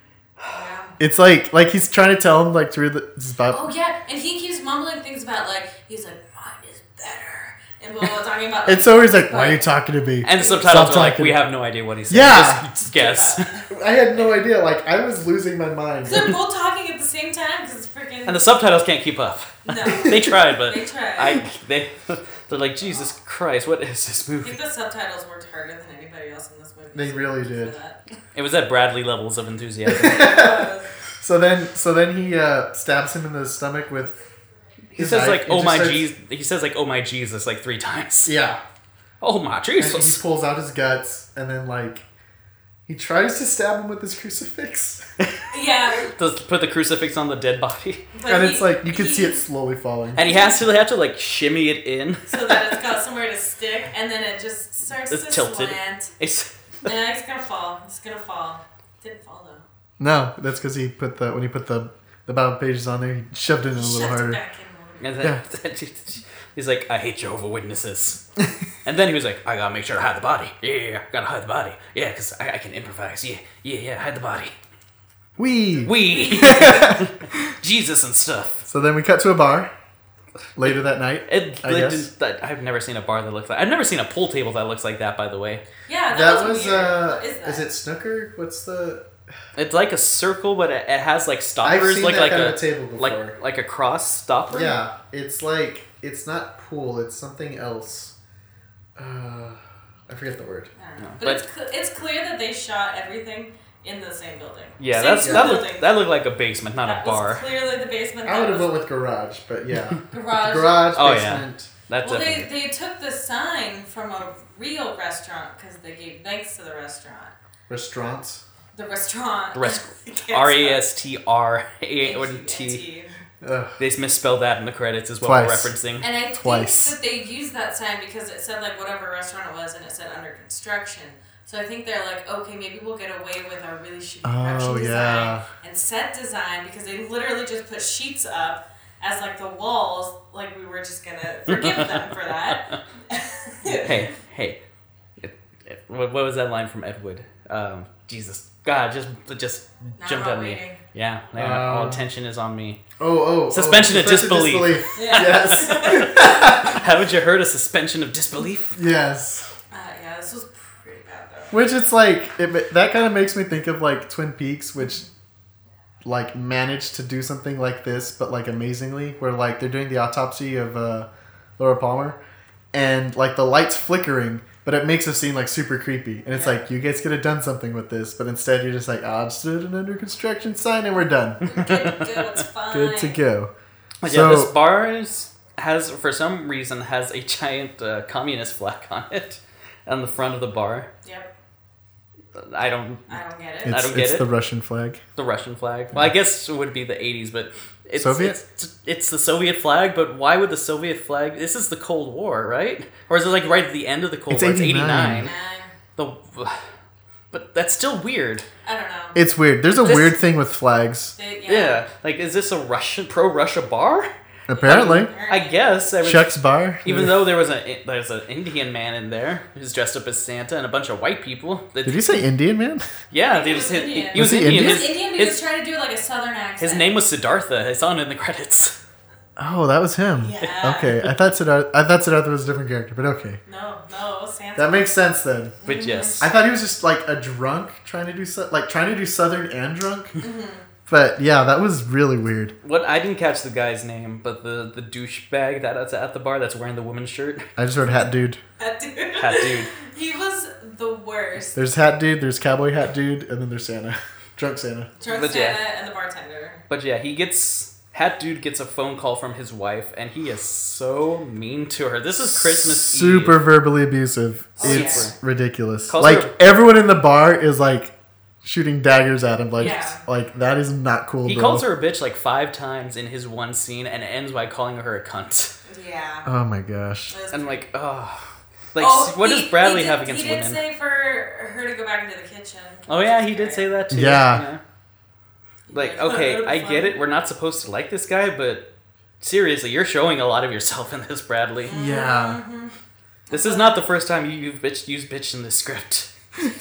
S1: it's like like he's trying to tell him like to read the this is
S3: Oh
S1: about.
S3: yeah, and he keeps mumbling things about like he's like mine is better, and blah blah, blah talking about.
S1: It's always like, why are you talking to me?
S2: And the subtitles
S1: Stop
S2: are like,
S1: talking.
S2: we have no idea what he's saying.
S1: Yeah.
S2: Just guess.
S1: I had no idea. Like I was losing my mind.
S3: They're both talking at the same time because it's freaking.
S2: And the subtitles can't keep up.
S3: no.
S2: they tried, but
S3: They tried.
S2: I they they're like Jesus Christ, what is this
S3: I think
S2: movie?
S3: the subtitles worked harder than anybody else in this movie.
S1: They really
S3: For
S1: did.
S3: that.
S2: It was at Bradley levels of enthusiasm.
S3: Uh,
S1: So then, so then he uh, stabs him in the stomach with.
S2: He says like, "Oh my Jesus!" He says like, "Oh my Jesus!" like three times.
S1: Yeah,
S2: Oh my
S1: and he
S2: Jesus!
S1: pulls out his guts, and then like, he tries to stab him with his crucifix,
S3: yeah,
S2: Does put the crucifix on the dead body,
S3: but
S1: and
S3: he-
S1: it's like you can
S3: he-
S1: see it slowly falling.
S2: and he has to they have to like shimmy it in.
S3: so that it's got somewhere to stick, and then it just starts
S2: It's
S3: to
S2: tilted.
S3: slant.
S2: It's
S3: Yeah, it's gonna fall. It's gonna fall. Didn't fall though.
S1: No, that's because he put the when he put the the bottom pages on there, he shoved it in a little
S3: Shoved it
S1: harder.
S3: back in.
S2: and then,
S1: Yeah.
S2: he's like, "I hate Jehovah Witnesses," and then he was like, "I gotta make sure to hide the body. Yeah, yeah, yeah. gotta hide the body. Yeah, cause I, I can improvise. Yeah, yeah, yeah. Hide the body."
S1: We.
S2: We Jesus and stuff.
S1: So then we cut to a bar later that night.
S2: It,
S1: I
S2: like,
S1: guess.
S2: just- that- I've never seen a bar that looks like. I've never seen a pool table that looks like that. By the way,
S3: Yeah, that,
S1: that
S3: was,
S1: was
S3: weird.
S1: uh,
S3: What is that?
S1: is it snooker? What's the?
S2: it's like a circle, but it, it has like
S1: I've
S2: stoppers,
S1: seen
S2: like
S1: that
S2: like
S1: kind
S2: a,
S1: of a table before.
S2: like like a cross stopper.
S1: yeah, it's like it's not pool. It's something else. Uh, I forget the word.
S3: I don't know.
S2: No,
S3: But, it's, cl- it's clear that they shot everything in the same building.
S2: yeah.
S3: Same
S2: That's
S3: school
S2: that
S3: building.
S2: looked that looked like a basement, not
S3: That
S2: a
S3: was
S2: bar.
S3: clearly the basement.
S1: I
S3: that
S1: would have
S3: was
S1: went with garage, but yeah,
S3: garage.
S1: garage
S2: Oh, yeah.
S1: basement.
S2: That's
S3: well,
S2: definitely-
S3: they, they took the sign from a real restaurant because they gave thanks to the restaurant.
S1: Restaurants.
S3: The restaurant.
S2: Rest-
S3: I can't
S2: R E
S3: spell.
S2: S T R A N T.
S3: T.
S1: Ugh.
S2: They misspelled that in the credits, is what we're
S1: Twice.
S2: referencing.
S3: And I think
S1: Twice.
S3: that they used that sign because it said like whatever restaurant it was, and it said under construction. So I think they're like, okay, maybe we'll get away with our really shitty production
S1: Oh
S3: design
S1: yeah.
S3: and set design because they literally just put sheets up as like the walls. Like we were just gonna forgive them for that.
S2: hey, hey, It- it- what what was that line from Ed Wood? Um, Jesus, God, just it just
S3: Now
S2: jumped
S3: we're all
S2: on me.
S3: waiting.
S2: Yeah, yeah, all
S1: Um,
S2: attention is on me.
S1: Oh oh.
S2: Suspension
S1: oh,
S2: of disbelief.
S3: Yeah. Uh,
S1: Yes.
S2: Haven't you heard of suspension of disbelief?
S1: yes.
S3: Uh, yeah, this was pretty bad though.
S1: Which it's like it, ma- that kind of makes me think of like Twin Peaks, which like managed to do something like this, but like amazingly, where like they're doing the autopsy of uh, Laura Palmer, and like the lights flickering, but it makes it seem like super creepy, and it's
S3: Yeah.
S1: like you guys could have done something with this, but instead you're just like, ah, just did an under construction sign and we're done,
S3: Good, good, it's fine.
S1: good to go.
S2: But
S1: So-
S2: yeah, this bar is, has for some reason has a giant uh, communist flag on it on the front of the bar.
S3: Yep,
S2: I don't
S3: I don't get it.
S1: It's,
S2: don't get
S1: it's
S2: it.
S1: the Russian flag.
S2: the Russian flag. Well, I guess it would be the '80s, but it's
S1: Soviet?
S2: It's, it's the Soviet flag, but why would the Soviet flag? This is the Cold War, right? Or is it like right at the end of the Cold
S1: It's
S2: War? It's
S3: Nah,
S1: 89.
S2: '89. The, but that's still weird.
S3: I don't know.
S1: It's weird. There's a
S2: This-
S1: weird thing with flags,
S3: They-
S2: Yeah. like is this a Russian pro-Russia bar?
S1: apparently.
S2: I
S3: Uh,
S2: guess. I would,
S1: Chuck's bar.
S2: Um, Even though there was a there's an Indian man in there who's dressed up as Santa and a bunch of white people.
S1: Did you say Indian man?
S2: Yeah,
S3: He
S2: they
S3: was
S2: just hit- he
S3: Indian.
S2: he was
S1: Was he
S2: Indian.
S1: Indian?
S3: It's
S2: His,
S3: Indian
S2: his-
S3: because he's trying to do like a southern accent.
S2: his name was Siddhartha. I saw it in the credits.
S1: Oh, that was him.
S3: Yeah.
S1: Okay, I thought Siddhartha, I thought Siddhartha was a different character, but okay.
S3: No, no, Santa.
S1: That makes sense then.
S2: But yes,
S1: I thought he was just like a drunk trying to do so- like trying to do southern and drunk.
S2: Mm-hmm.
S1: But yeah, that was really weird.
S2: What I didn't catch the guy's name, but the the douchebag that- that's at the bar that's wearing the woman's shirt.
S1: I just heard hat dude.
S3: That dude.
S2: That dude.
S3: He was the worst.
S1: There's hat dude. There's cowboy hat dude, and then there's Santa, drunk Santa.
S3: Drunk
S2: But
S3: Santa
S2: yeah.
S3: and the bartender.
S2: But yeah, he gets hat dude gets a phone call from his wife, and he is so mean to her. This is Christmas.
S1: Super
S2: Eve.
S1: verbally abusive.
S3: Oh,
S1: it's ridiculous.
S2: Calls
S1: like
S2: her-
S1: everyone in the bar is like shooting daggers at him. Like
S3: Yeah.
S1: like that is not cool.
S2: He
S1: bro.
S2: calls her a bitch like five times in his one scene, and ends by calling her a cunt.
S3: Yeah.
S1: Oh my gosh.
S3: It was-
S2: And like, oh, like
S3: Oh,
S2: what
S3: he-
S2: does Bradley
S3: he did-
S2: have against
S3: he
S2: women?
S3: He did say for her to go back into the kitchen.
S2: oh yeah, he did say that too.
S1: Yeah.
S2: Like okay, I get it. We're not supposed to like this guy, but seriously, you're showing a lot of yourself in this, Bradley.
S1: Yeah.
S2: This is not the first time you, you've bitch, used bitch in this script.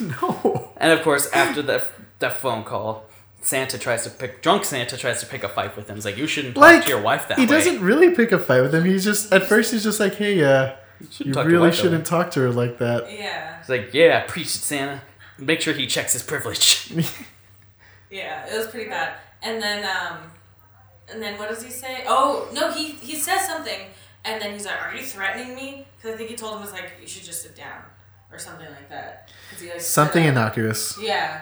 S1: No.
S2: And of course, after that that phone call, Santa tries to pick drunk Santa tries to pick a fight with him. He's like, "You shouldn't talk
S1: like
S2: to your wife that
S1: he
S2: way."
S1: doesn't really pick a fight with him he's just at first he's just like hey uh you
S2: Shouldn't talk to your
S1: really
S2: wife that way."
S1: shouldn't talk to her like that
S3: Yeah.
S2: He's like, "Yeah, preach it, Santa. Make sure he checks his privilege."
S3: Yeah. It was pretty bad. And then, um, and then what does he say? Oh no, he he says something, and then he's like, "Are you threatening me?" Because I think he told him was like, "You should just sit down," or something like that. 'Cause he, like, stood
S1: something
S3: up.
S1: innocuous
S3: Yeah.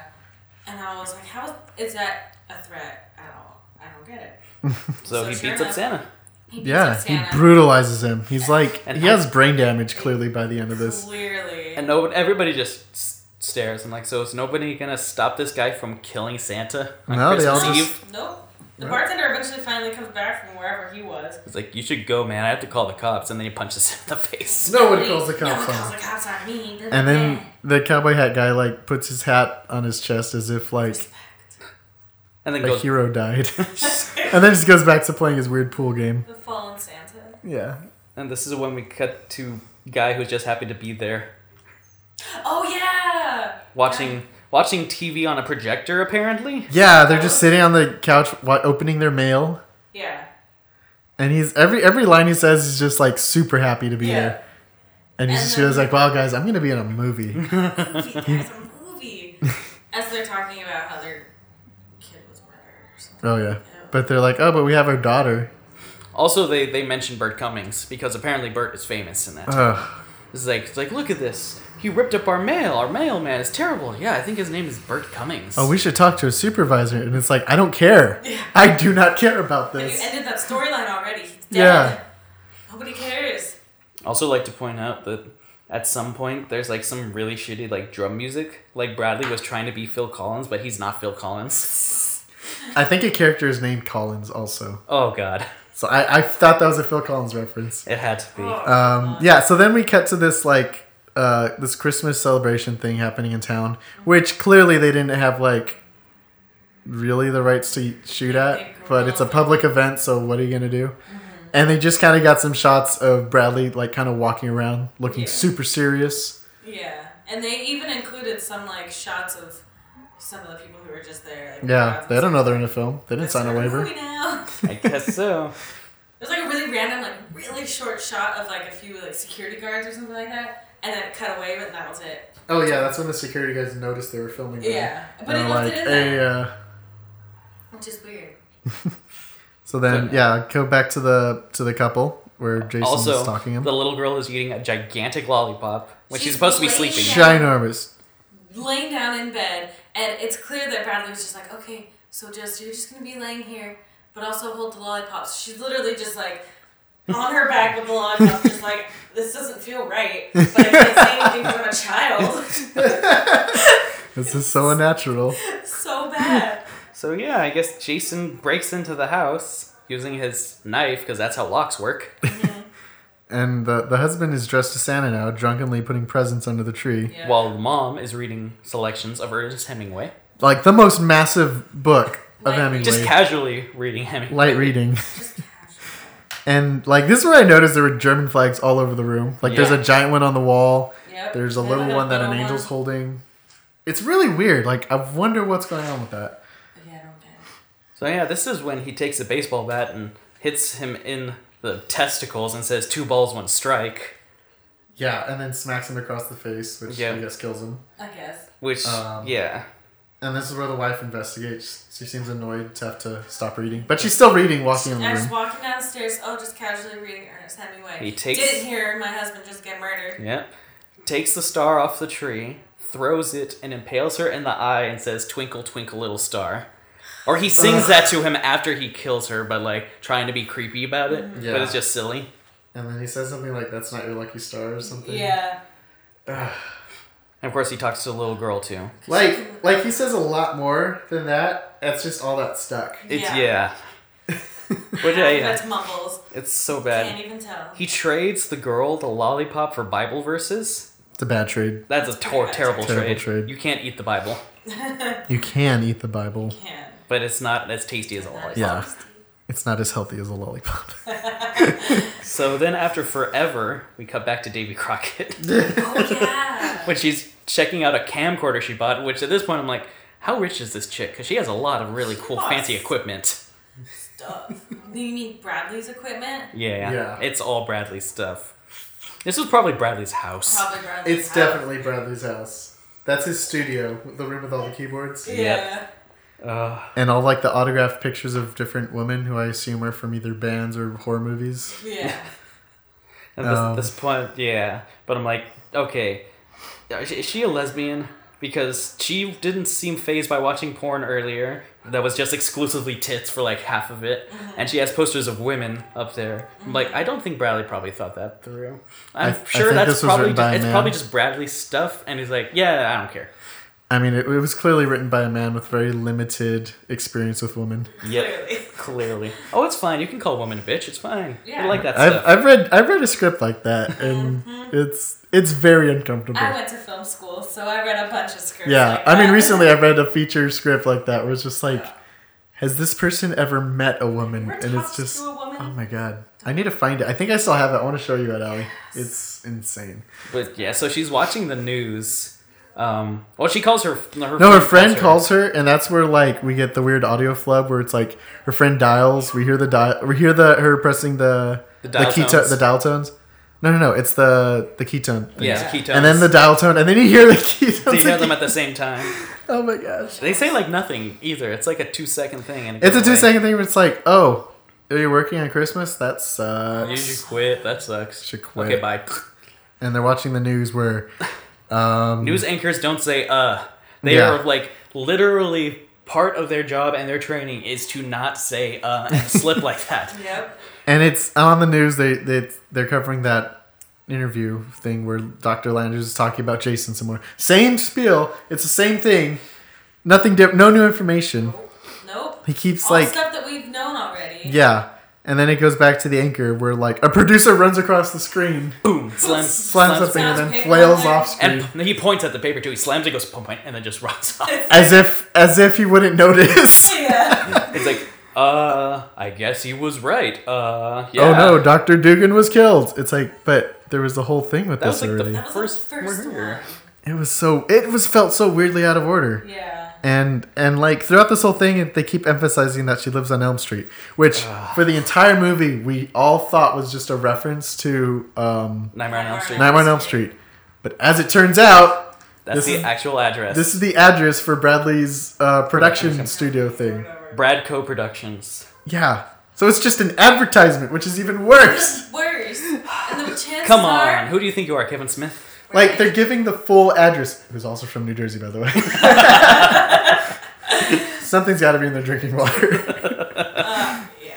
S3: And I was like, how is that a threat at all? I don't get it.
S2: So,
S3: So
S2: he
S3: sure
S2: beats up
S3: enough-
S2: Santa.
S3: He beats up
S1: yeah he
S3: Santa,
S1: brutalizes him he's like
S2: And
S1: he
S2: I-
S1: has brain damage clearly by the end of this
S3: Clearly.
S2: And no, everybody just s- stares and like, so is nobody gonna stop this guy from killing Santa on
S1: No, they all
S2: Christmas
S1: just-
S2: Eve?
S3: nope. The
S1: Right.
S3: bartender eventually finally comes back from wherever he was.
S2: He's like, "You should go, man. I have to call the cops." And then he punches him in the face.
S1: no one
S3: Wait,
S1: calls the
S3: no one
S1: cops
S3: calls
S1: on
S3: the
S1: him
S3: cops on me.
S1: and then the cowboy hat guy like puts his hat on his chest as if like
S2: And then
S1: a
S2: goes
S1: hero died and then just goes back to playing his weird pool game
S3: the fallen Santa.
S1: yeah
S2: And this is when we cut to guy who's just happy to be there,
S3: Oh yeah.
S2: watching watching TV on a projector, apparently.
S1: Yeah, they're just sitting on the couch, wa- opening their mail,
S3: Yeah.
S1: and he's every every line he says is just like super happy to be
S3: Yeah.
S1: there, and he
S3: And
S1: just
S3: then-
S1: feels like, "Wow, guys, I'm gonna be in a movie."
S3: Movie, guys, a movie. As they're talking about how their kid was murdered or something.
S1: oh yeah, but they're like, "Oh, but we have our daughter."
S2: Also, they they mentioned Burt Cummings because apparently Burt is famous in that.
S1: Ugh.
S2: It's like it's like look at this. He ripped up our mail. Our mailman is terrible. Yeah, I think his name is Burt Cummings.
S1: Oh, we should talk to a supervisor, and it's like, I don't care. I do not care about
S3: And you
S1: this.
S3: ended that storyline already. He's
S1: Yeah.
S3: dead. Nobody cares.
S2: also like to point out that at some point there's like some really shitty like drum music. Like Bradley was trying to be Phil Collins, but he's not Phil Collins.
S1: I think a character is named Collins also,
S2: Oh god,
S1: so I, I thought that was a Phil Collins reference.
S2: it had to be.
S3: Oh.
S1: Um, yeah, so then we cut to this like uh, this Christmas celebration thing happening in town, which clearly they didn't have like really the rights to shoot at, but it's a public event, so what are you gonna do?
S3: Mm-hmm.
S1: And they just kind of got some shots of Bradley like kind of walking around, looking
S3: Yeah.
S1: super serious.
S3: Yeah, and they even included some like shots of some of the people who were just there. Like,
S1: Yeah,
S3: crowds
S1: they
S3: and
S1: don't
S3: stuff.
S1: know they're in a film. They didn't
S3: It's
S1: sign a
S3: our
S1: waiver.
S3: movie now.
S2: I guess so.
S3: There's like a really random, like really short shot of like a few like security guards or something like that, and then it cut away, but that was it.
S1: Oh yeah, that's when the security guys noticed they were filming. them.
S3: Yeah, but
S1: And
S3: it
S1: they're
S3: left
S1: like,
S3: it in
S1: hey,
S3: there,
S1: uh,
S3: which is weird.
S1: so then
S2: So-
S1: yeah, go back to the to the couple where Jason's
S2: also,
S1: stalking him.
S2: the little girl is eating a gigantic lollipop when she's,
S3: She's
S2: supposed to be
S3: laying
S2: sleeping.
S3: down.
S1: Ginormous.
S3: Laying down in bed, and it's clear that Bradley was just like, okay, so just you're just gonna be laying here, but also hold the lollipops. She's literally just like. On her back with the lollipop, just like this doesn't feel right. But I can't say anything 'cause I'm a child.
S1: This is so unnatural.
S3: so bad.
S2: So yeah, I guess Jason breaks into the house using his knife because that's how locks work.
S1: And the, the husband is dressed as Santa now, drunkenly putting presents under the tree.
S3: Yeah.
S2: While mom is reading selections of Ernest Hemingway,
S1: Like the most massive book of
S3: Light
S1: Hemingway.
S3: reading.
S2: just casually reading Hemingway.
S1: Light reading. and like this is where I noticed there were German flags all over the room. Like there's
S2: Yeah.
S1: a giant one on the wall.
S3: Yep.
S1: There's a
S3: They
S1: little
S3: had
S1: one that an
S3: little
S1: angel's
S3: one.
S1: holding. It's really weird. Like I wonder what's going on with that.
S3: Yeah, I don't get it.
S2: So yeah, this is when he takes a baseball bat and hits him in the testicles and says two balls, one strike,
S1: Yeah, and then smacks him across the face, which
S2: Yeah.
S1: I guess kills him.
S3: I guess.
S2: which
S1: Um,
S2: yeah.
S1: And this is where the wife investigates. She seems annoyed to have to stop reading, but she's still reading, walking in the
S3: I was
S1: room.
S3: walking downstairs, oh, just casually reading Ernest Hemingway.
S2: He takes-
S3: Didn't hear my husband just get murdered.
S2: Yeah. Takes the star off the tree, throws it, and impales her in the eye and says, Twinkle, twinkle, little star. Or he sings that to him after he kills her, but like trying to be creepy about it. But
S1: Mm-hmm. Yeah.
S2: it's just silly.
S1: And then he says something like, "That's not your lucky star" or something.
S3: Yeah.
S2: And of course, he talks to the little girl too.
S1: Like, like he says a lot more than that. That's just all that stuck.
S2: It's,
S3: Yeah.
S2: yeah. Which, yeah,
S3: That's
S1: uh,
S2: yeah.
S3: mumbles.
S2: It's so
S3: Can't
S2: bad.
S3: even tell.
S2: He trades the girl the lollipop for Bible verses.
S1: It's a bad trade.
S2: That's a tor- terrible,
S1: Terrible
S2: trade.
S1: trade.
S2: You can't eat the Bible,
S1: You can eat the Bible.
S3: Can't.
S2: but it's not as tasty as a lollipop.
S1: Yeah. It's not as healthy as a lollipop.
S2: So then, after forever, we cut back to Davy Crockett.
S3: Oh, yeah.
S2: when she's checking out a camcorder she bought, which at this point I'm like, how rich is this chick? Because she has a lot of really cool,
S3: She must.
S2: fancy equipment.
S3: Stuff. You mean Bradley's equipment?
S2: Yeah,
S1: Yeah.
S2: it's all Bradley's stuff. This was probably Bradley's house.
S3: Probably Bradley's.
S1: It's
S3: house.
S1: definitely Bradley's house. That's his studio, the room with all the keyboards
S3: Yeah.
S2: Ugh.
S1: and all like the autographed pictures of different women who I assume are from either bands or horror movies.
S3: Yeah.
S2: At this,
S1: Um.
S2: this point, yeah. But I'm like, okay, is is she a lesbian? Because she didn't seem phased by watching porn earlier. That was just exclusively tits for like half of it, and she has posters of women up there. I'm like, I don't think Bradley probably thought that through. I'm
S1: I think
S2: sure that's
S1: this was
S2: probably
S1: written by
S2: just,
S1: a
S2: it's
S1: man.
S2: probably just Bradley's stuff, and he's like, yeah, I don't care.
S1: I mean, it, it was clearly written by a man with very limited experience with women.
S2: Yep,
S3: Clearly.
S2: clearly. Oh, it's fine. You can call women a bitch. It's fine.
S3: Yeah.
S2: I like that
S1: I've,
S2: stuff.
S1: I've read I've read a script like that, and it's it's very uncomfortable.
S3: Mm-hmm. I went to film school, so I read a bunch of scripts.
S1: Yeah,
S3: like
S1: I mean,
S3: that.
S1: recently I read a feature script like that where it's just like, has this person ever met a woman?
S3: Or
S1: and it's
S3: talks
S1: just,
S3: to a woman.
S1: oh my god, I need to find it. I think I still have it. I want to show you it, Allie. It's insane.
S2: But yeah, so she's watching the news Um, well, she calls her. her
S1: No, her
S2: calls
S1: friend calls her, and that's where like we get the weird audio flub where it's like her friend dials. We hear the dial. We hear the her pressing the
S2: The
S1: the,
S2: dial
S1: key to,
S2: tones.
S1: the dial tones. No, no, no. It's the the key tone. things.
S2: Yeah,
S5: Yeah.
S2: ketones.
S1: And then the dial tone, and then you hear the key
S2: So
S1: tones.
S2: you hear them
S1: again.
S2: at the same time.
S1: oh my gosh!
S2: They say like nothing either. It's like a two second thing. And it
S1: It's a
S2: goes
S1: two
S2: away.
S1: second thing where it's like, oh, are you working on Christmas? That sucks.
S2: You should quit. That sucks.
S1: Should quit.
S2: Okay, bye.
S1: And they're watching the news where, um,
S2: News anchors don't say uh. They
S1: Yeah.
S2: are like literally part of their job and their training is to not say uh and slip like that.
S3: Yep.
S1: and it's on the news. They they they're covering that interview thing where Dr. Landers is talking about Jason some more. Same spiel. It's the same thing. Nothing different. No new information.
S3: Nope.
S1: He keeps
S3: All
S1: like
S3: stuff that we've known already.
S1: yeah, and then it goes back to the anchor where like a producer runs across the screen,
S2: Boom.
S1: slams
S2: Slams. Slams.
S1: something, and then
S3: Sounds paper
S1: flails
S3: there.
S1: off screen.
S2: and p- he points at the paper too. He slams it, goes pump, pump, and then just runs off.
S1: as if as if he wouldn't notice.
S3: Yeah.
S2: It's like, uh, I guess he was right. Uh, yeah.
S1: Oh no, Doctor Dugan was killed. It's like, but there was the whole thing with
S2: That was
S1: this
S2: like
S1: already.
S2: the
S3: That was
S2: first,
S3: the first
S2: murder.
S1: it was so it was felt so weirdly out of order.
S3: yeah.
S1: And and like throughout this whole thing, it- they keep emphasizing that she lives on Elm Street, which for the entire movie we all thought was just a reference to um,
S2: Nightmare on Elm Street.
S3: Elm
S1: Nightmare on Elm Street. But as it turns out,
S2: That's
S1: This
S2: the
S1: is-
S2: actual address.
S1: this is the address for Bradley's uh, production
S2: Production.
S1: studio thing.
S2: Brad Co Productions.
S1: Yeah, so it's just an advertisement, which is even worse.
S3: Worse. And the chances
S2: Come
S3: are-
S2: on, who do you think you are, Kevin Smith?
S1: Like they're giving the full address. Who's also from New Jersey, by the way. Something's got to be in their drinking water.
S3: Uh, yeah.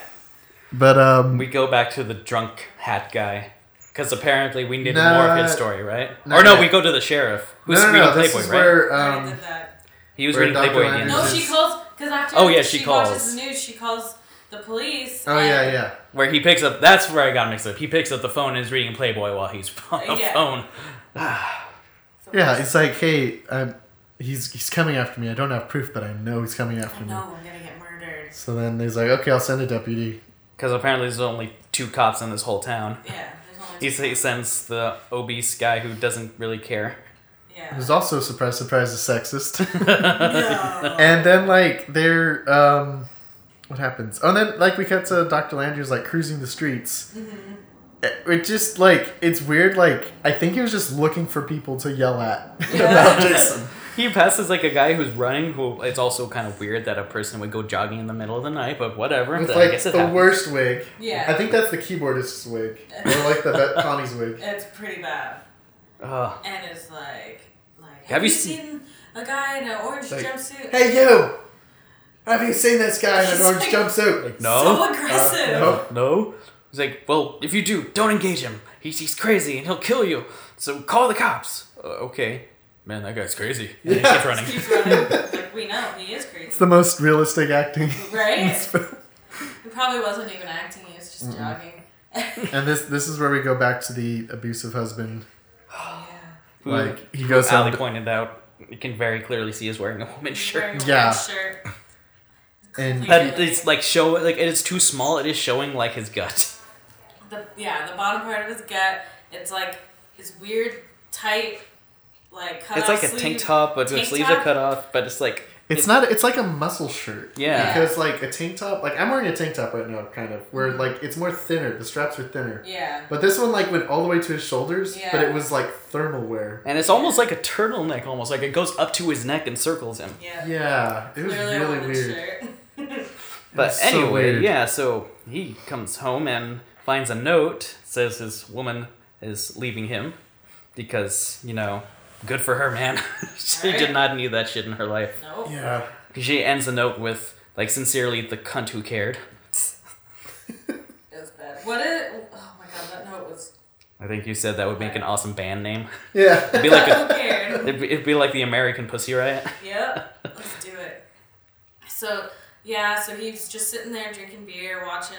S1: But um,
S2: We go back to the drunk hat guy. Because apparently we needed
S1: No,
S2: more of his
S1: uh,
S2: story, right?
S1: no,
S2: or no,
S1: no.
S2: we go to the sheriff,
S1: no,
S2: who's
S1: no, no,
S2: reading
S1: this
S2: Playboy,
S1: is
S2: right?
S1: where
S3: I
S1: um,
S3: did that.
S2: he was
S1: where
S2: reading
S1: Dr.
S2: Playboy again.
S1: Andrews
S3: No,
S1: this
S3: she
S1: is-
S3: calls because after
S2: Oh, yeah, she calls.
S3: watches the news, she calls the police.
S1: oh
S3: and-
S1: yeah, yeah.
S2: Where he picks up, that's where I got mixed up. He picks up the phone and is reading Playboy while he's on the
S3: Yeah.
S2: phone.
S1: Yeah, it's like, hey, i he's he's coming after me. I don't have proof, but I know he's coming after
S3: I
S1: me.
S3: know I'm gonna get murdered.
S1: So then he's like, okay, I'll send a deputy.
S2: Because apparently there's only two cops in this whole town.
S3: Yeah, there's only
S2: He, s- he sends the obese guy who doesn't really care.
S3: yeah.
S1: Who's also surprise, surprise, a sexist.
S3: No.
S1: and then like they're um, what happens? Oh, and then like we cut to Dr. Landry's like cruising the streets.
S3: Mm-hmm.
S1: It- It just like it's weird. Like I think he was just looking for people to yell at about Jason.
S2: He passes like a guy who's running. Who it's also kind of weird that a person would go jogging in the middle of the night, but whatever.
S1: With
S2: but I
S1: like
S2: guess it
S1: the
S2: happens.
S1: worst wig.
S3: Yeah.
S1: I think that's the keyboardist's wig, or like the vet Connie's wig.
S3: It's pretty bad.
S2: Ugh.
S3: And it's like, like have,
S2: Have
S3: you
S2: you
S3: seen, a guy in an orange
S1: Like,
S3: jumpsuit?
S1: Hey you! Have you seen this guy in an
S3: He's
S1: orange
S3: like-
S1: jumpsuit?
S2: Like,
S3: So
S2: no,
S3: aggressive.
S1: Uh, no.
S2: no. He's like, well, if you do, don't engage him. He's he's crazy and he'll kill you. So call the cops. Uh, okay. Man, that guy's crazy.
S1: Yeah.
S2: And he keeps running.
S3: Keeps running. like, we know he is crazy,
S1: It's the most realistic acting.
S3: right? He probably wasn't even acting; he was just jogging. yeah.
S1: and this this is where we go back to the abusive husband. Like he goes
S2: Ali
S1: home.
S2: pointed out, you can very clearly see he's wearing a woman's shirt.
S3: Wearing a
S1: Yeah.
S3: red Shirt.
S1: And
S2: That it's like show like it is too small. It is showing like his gut.
S3: The yeah, the bottom part of his gut. It's like this weird, tight, like cut
S2: It's like a tank top, but the
S3: Tank
S2: sleeves
S3: top?
S2: are cut off. But it's like
S1: It's not. It's like a muscle shirt.
S2: Yeah.
S1: Because like a tank top, like I'm wearing a tank top right now, kind of where like it's more thinner. The straps are thinner.
S3: Yeah.
S1: But this one like went all the way to his shoulders.
S3: Yeah.
S1: But it was like thermal wear.
S2: And it's almost like a turtleneck, almost like it goes up to his neck and circles him.
S3: Yeah.
S1: Yeah. It was
S3: Clearly a
S1: really
S3: woman's
S1: weird.
S3: Shirt.
S2: But
S1: It's so
S2: anyway,
S1: weird.
S2: yeah, so he comes home and finds a note, says his woman is leaving him because, you know, good for her, man. she
S3: Right.
S2: did not need that shit in her life.
S3: nope.
S1: Yeah.
S2: She ends the note with, like, sincerely, the cunt who cared.
S3: It was bad. What is? Oh my god, that note was.
S2: I think you said that would make an awesome band name.
S1: Yeah.
S2: It'd be like,
S3: Who
S2: a,
S3: cared?
S2: it'd, be, it'd be like the American Pussy Riot.
S3: Yep. Let's do it. So yeah, so he's just sitting there drinking beer, watching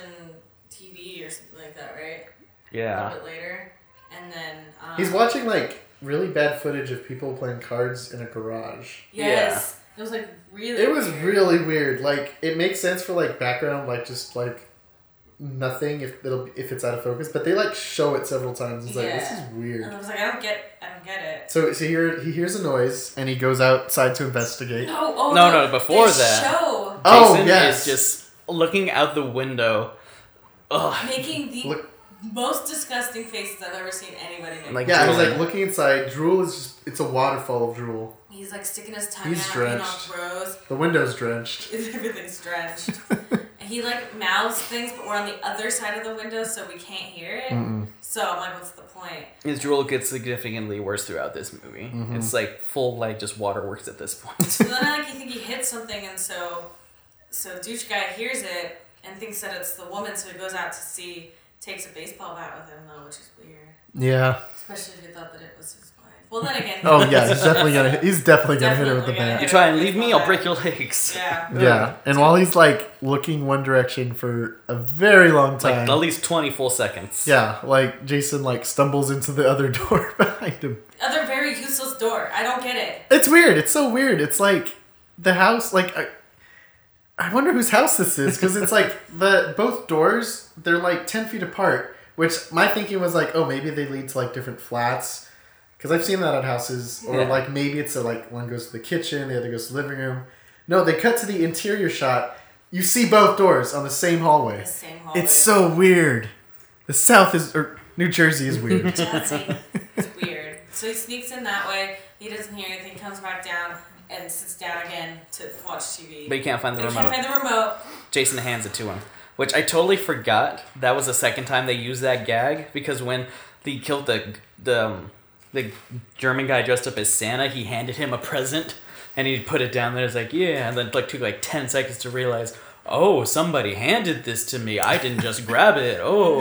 S3: TV or something like that, right? A
S2: Yeah.
S3: little bit later, and then um,
S1: He's watching like really bad footage of people playing cards in a garage.
S3: Yes, it was like really.
S1: It was
S3: weird.
S1: really weird. Like it makes sense for like background, like just like nothing if it'll if it's out of focus, but they like show it several times. It's like this
S3: Yeah.
S1: is weird.
S3: And I was like, I don't get, I don't get it.
S1: So so here he hears a noise and he goes outside to investigate.
S3: No, oh
S2: No, no, before
S3: this
S2: that.
S3: show
S1: Oh,
S2: Jason
S1: yes.
S2: is just looking out the window. Ugh.
S3: making the
S1: Look-
S3: most disgusting faces I've ever seen anybody make.
S2: Like-
S1: Yeah, he's
S2: Drooling.
S1: like looking inside. Drool is just it's a waterfall of drool.
S3: he's like sticking his tongue
S1: He's
S3: out, being all
S1: drenched.
S3: gross.
S1: The window's drenched.
S3: Everything's drenched. And he like mouths things, but we're on the other side of the window, so we can't hear it. So I'm like, what's the point?
S2: His drool gets significantly worse throughout this movie. It's like full like just waterworks at this point.
S3: So then I like you think he hits something, and so so douche guy hears it and thinks that it's the woman, so he goes out to see, takes a baseball bat with him though, which is weird,
S1: Yeah.
S3: especially if you thought that it was his wife. Well, then again,
S1: Oh yeah, he's definitely gonna he's definitely gonna hit her with the
S3: Definitely gonna
S2: you
S1: bat.
S3: hit
S2: try and leave me, I'll break your legs.
S3: yeah,
S1: Yeah, and while he's like looking one direction for a very long time,
S2: Like at least twenty full seconds.
S1: yeah, like Jason like stumbles into the other door behind him.
S3: other very useless door. I don't get it.
S1: It's weird. It's so weird. It's like the house. Like I, I wonder whose house this is because it's like the both doors. They're like ten feet apart. Which my thinking was like, oh, maybe they lead to like different flats. Because I've seen that on houses, or
S2: Yeah.
S1: like maybe it's a, like one goes to the kitchen, the other goes to the living room. No, they cut to the interior shot. You see both doors on the same hallway.
S3: The same hallway.
S1: It's so weird. The South is or New Jersey is weird.
S3: Jazzy. it's weird. So he sneaks in that way. He doesn't hear anything. Comes back down and sits down again to watch TV.
S2: But you can't find the
S3: They
S2: remote.
S3: can't find the remote.
S2: Jason hands it to him, which I totally forgot. That was the second time they used that gag because when they killed the the um, the German guy dressed up as Santa, he handed him a present and he put it down there. It's like yeah, and then like took like ten seconds to realize. Oh, somebody handed this to me. I didn't just grab it. Oh,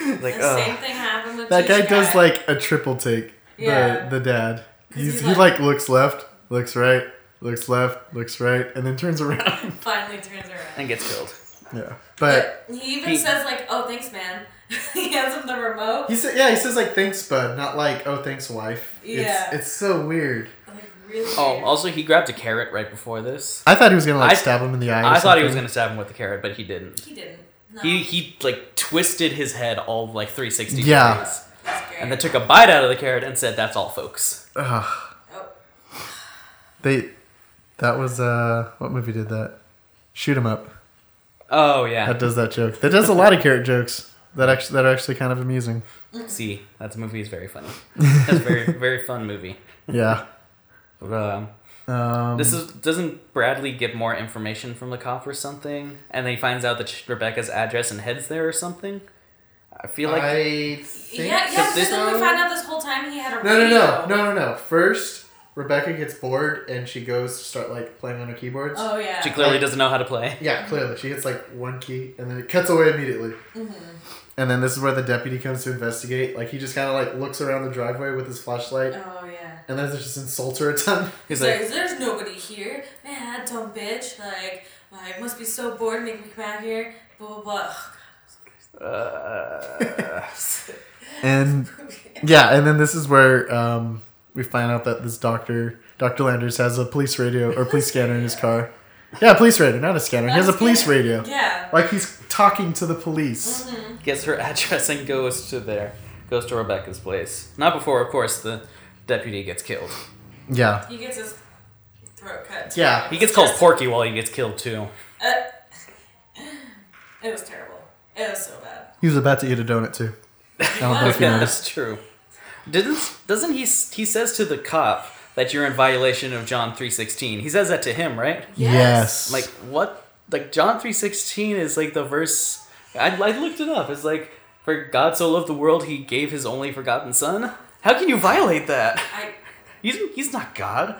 S2: like
S3: The same
S2: oh,
S3: thing happened with
S1: uh, That guy
S3: Teach
S1: does like a triple take.
S3: Yeah.
S1: The the dad. He's,
S3: he's
S1: he
S3: like-
S1: like, looks left, looks right, looks left, looks right, and then turns around.
S3: Finally turns around.
S2: and gets killed.
S1: yeah. But
S3: He even
S2: He-
S3: says like, "Oh, thanks, man." he hands him the remote.
S1: he said yeah, he says like thanks bud, not like oh thanks wife.
S3: Yeah.
S1: It's it's so weird.
S3: Like really?
S2: Oh,
S3: weird.
S2: also he grabbed a carrot right before this.
S1: I thought he was gonna like
S2: I-
S1: stab him in the eye. or
S2: I thought he was
S1: something.
S2: gonna stab him with the carrot, but he didn't.
S3: he didn't. No,
S2: He he like twisted his head all like three sixty
S1: Yeah.
S2: degrees.
S3: that's great.
S2: and then took a bite out of the carrot and said, "That's all, folks."
S1: Ugh.
S3: oh,
S1: They that was uh what movie did that? Shoot 'em up.
S2: Oh yeah,
S1: That does that joke. That does a lot of carrot jokes that actually that are actually kind of amusing.
S2: see, that movie is very funny. That's very very fun movie.
S1: Yeah.
S2: But, um,
S1: Um,
S2: this is doesn't Bradley get more information from the cop or something, and then he finds out that Ch- Rebecca's address and heads there or something. I feel like
S1: I think
S3: yeah, yeah. Because
S2: this-
S3: then we find out this whole time he had a
S1: No, no, no,
S3: radio.
S1: no, no, no. First, Rebecca gets bored and she goes to start like playing on her keyboards.
S3: Oh yeah.
S2: she clearly doesn't know how to play.
S1: Yeah, clearly she hits like one key and then it cuts away immediately. And then this is where the deputy comes to investigate. Like he just kind of like looks around the driveway with his flashlight
S3: oh yeah.
S1: and then just insults her a ton.
S2: He's
S3: Like,
S2: like,
S3: there's nobody here. Man, that dumb bitch. Like, like must be so bored making me come out here. Blah blah blah. Ugh,
S2: uh,
S1: And yeah, and then this is where um, we find out that this doctor, Doctor Landers, has a police radio or police scanner in his car. Yeah, police radio, not a scanner. he has a
S3: that's
S1: police
S3: it.
S1: radio.
S3: Yeah.
S1: Like he's talking to the police.
S2: gets her address and goes to there, goes to Rebecca's place. Not before, of course, the deputy gets killed.
S1: Yeah.
S3: He gets his throat cut.
S1: Yeah.
S2: He gets called Porky while he gets killed too.
S3: Uh, it was terrible. It was so bad.
S1: He was about to eat a donut too. I don't know if you
S2: Yeah,
S1: noticed.
S2: that's true. Didn't doesn't he s- he says to the cop that you're in violation of John three sixteen? He says that to him, right?
S3: Yes.
S2: Like what? Like John three sixteen is like the verse. I I looked it up. It's like for God so loved the world he gave his only forgotten son. How can you violate that?
S3: I.
S2: He's he's not God.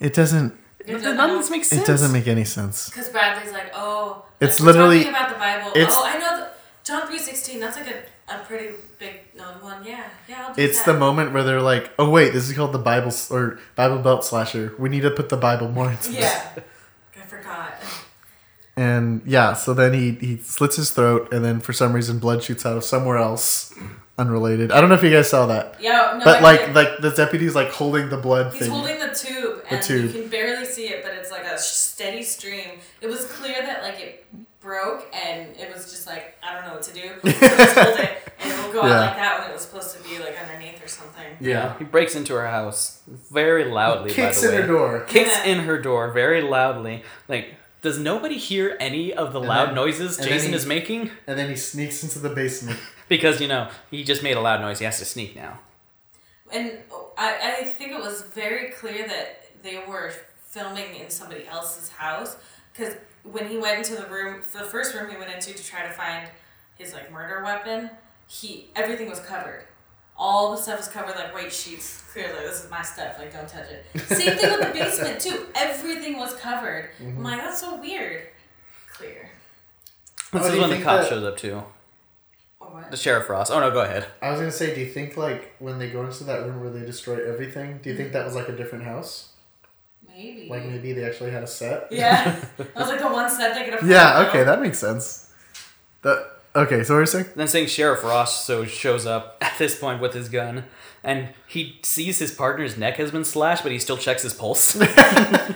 S1: it doesn't.
S2: None of this makes sense.
S1: It doesn't make any sense.
S3: Because Bradley's like, oh,
S1: It's
S3: like, we're
S1: literally-
S3: talking about the Bible.
S1: it's-
S3: oh, I know the, John three sixteen. That's like a, a pretty big known one. Yeah, yeah. I'll do
S1: It's
S3: that.
S1: the moment where they're like, "Oh wait, this is called the Bible s- or Bible belt slasher. We need to put the Bible more." Into this."
S3: Yeah, I forgot.
S1: And yeah, so then he he slits his throat, and then for some reason, blood shoots out of somewhere else, unrelated. I don't know if you guys saw that,
S3: Yeah, no,
S1: but
S3: I
S1: like
S3: did.
S1: like the deputy's like holding the blood
S3: He's
S1: thing.
S3: holding the tube, and
S1: tube.
S3: you can barely see it, but it's like a steady stream. It was clear that like it broke and it was just like I don't know what to do. So I just hold it and it'll go
S1: Yeah.
S3: out like that when it was supposed to be like underneath or something.
S1: Yeah.
S2: He breaks into her house very loudly.
S1: Kicks
S2: by
S1: in
S2: the way.
S1: her door.
S2: Kicks
S3: Yeah.
S2: in her door very loudly. Like, does nobody hear any of the
S1: And
S2: loud
S1: then-
S2: noises
S1: and then
S2: Jason
S1: he-
S2: is making?
S1: And then he sneaks into the basement.
S2: Because you know he just made a loud noise. He has to sneak now.
S3: And I, I think it was very clear that they were filming in somebody else's house because when he went into the room, the first room he went into to try to find his like murder weapon, he everything was covered. All the stuff was covered like white sheets. Clearly, this is my stuff. Like, don't touch it. Same thing with the basement too. Everything was covered.
S1: Mm-hmm.
S3: I'm like, that's so weird. Clear.
S2: This
S1: Oh, do
S2: is
S1: you
S2: when the
S1: think
S2: cop
S1: that-
S2: shows up too.
S3: Or what?
S2: The sheriff Ross. Oh no, go ahead.
S1: I was gonna say, do you think like when they go into that room where they destroy everything, do you think that was like a different house?
S3: Maybe.
S1: Like maybe they actually had a set?
S3: yeah. That was like the one set they could afford.
S1: Yeah, okay, that makes sense. That okay, so we're saying
S2: And I'm saying Sheriff Ross so shows up at this point with his gun, and he sees his partner's neck has been slashed, but he still checks his pulse.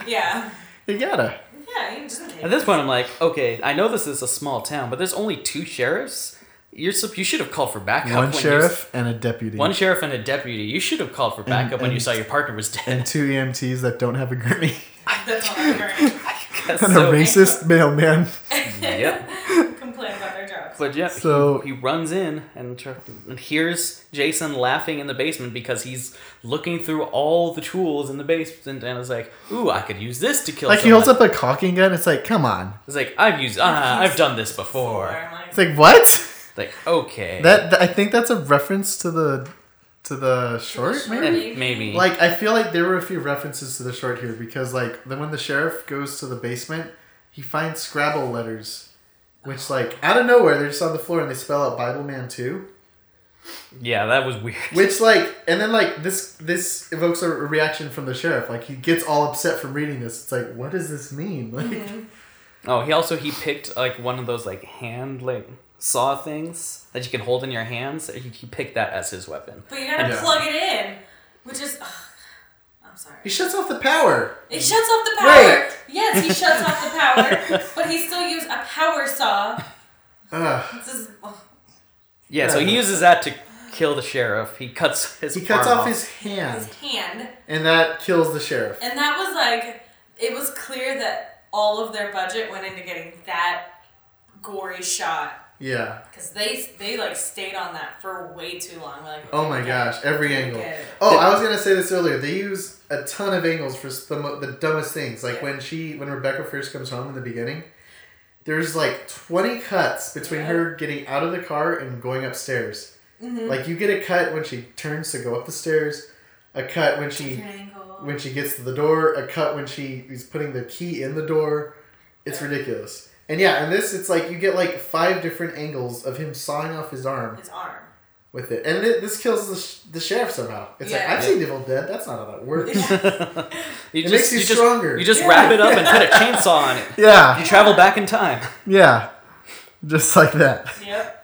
S3: Yeah.
S1: you gotta.
S3: Yeah, he just
S2: At this point, I'm like, okay, I know this is a small town, but there's only two sheriffs. You're sup- you should have called for backup.
S1: One
S2: when you-
S1: sheriff and a deputy.
S2: one sheriff, and a deputy. You should have called for backup when you
S1: and-
S2: saw your partner was
S1: and
S2: dead.
S1: two EMTs that don't have a gurney.
S3: That's all I'm hearing.
S2: That's
S1: And
S2: so-
S1: a racist mailman.
S2: Yep.
S3: complain about their jobs.
S2: But yeah,
S1: So-
S2: he, he runs in and, tr- and hears Jason laughing in the basement because he's looking through all the tools in the basement and is like, "Ooh, I could use this to kill."
S1: Like he
S2: someone.
S1: holds up a cocking gun, it's like, come on.
S2: It's like I've used. Ah, I've done this before.
S3: I'm like,
S1: It's like what?
S2: Like okay,
S1: That I think that's a reference to the to the short,
S3: short.
S1: maybe?
S2: Eh, maybe.
S1: Like I feel like there were a few references to the short here because like then when the sheriff goes to the basement, he finds Scrabble letters, which like out of nowhere they're just on the floor and they spell out Bible Man Two,
S2: yeah, that was weird.
S1: which like and then like this this evokes a reaction from the sheriff. Like he gets all upset from reading this. It's like what does this mean? Like
S2: Oh, he also he picked like one of those like hand like saw things that you can hold in your hands. He, he picked that as his weapon.
S3: but you gotta
S1: Yeah.
S3: plug it in, which is. ugh, I'm sorry.
S1: he shuts off the power.
S3: It shuts off the power.
S1: Wait.
S3: Yes, he shuts off the power, but he still used a power saw.
S1: Ugh.
S3: This is, ugh,
S2: Yeah, so he uses that to kill the sheriff. He cuts his.
S1: He cuts
S2: arm
S1: off his hand,
S3: his hand,
S1: and that kills the sheriff.
S3: and that was like it was clear that all of their budget went into getting that gory shot
S1: Yeah.
S3: because they they like stayed on that for way too long. We're like,
S1: Oh my gosh, every angle.
S3: Okay.
S1: Oh, I was gonna say this earlier. They use a ton of angles for the, mo- the dumbest things. Like when she, when Rebecca first comes home in the beginning, there's like twenty cuts between
S3: Yeah.
S1: her getting out of the car and going upstairs. Like you get a cut when she turns to go up the stairs, a cut when she
S3: Different angle.
S1: when she gets to the door, a cut when she is putting the key in the door. It's ridiculous. And yeah, and this it's like you get like five different angles of him sawing off his arm
S3: His arm.
S1: with it. And it, this kills the, sh- the sheriff somehow. It's like,
S3: Yeah.
S1: I've seen Evil Dead. That's not how that works.
S2: You
S1: It makes you stronger.
S2: Just, you just
S1: Yeah.
S2: wrap it up and put a chainsaw on it. You
S1: yeah,
S2: travel back in time.
S1: yeah. Just like that.
S3: Yep.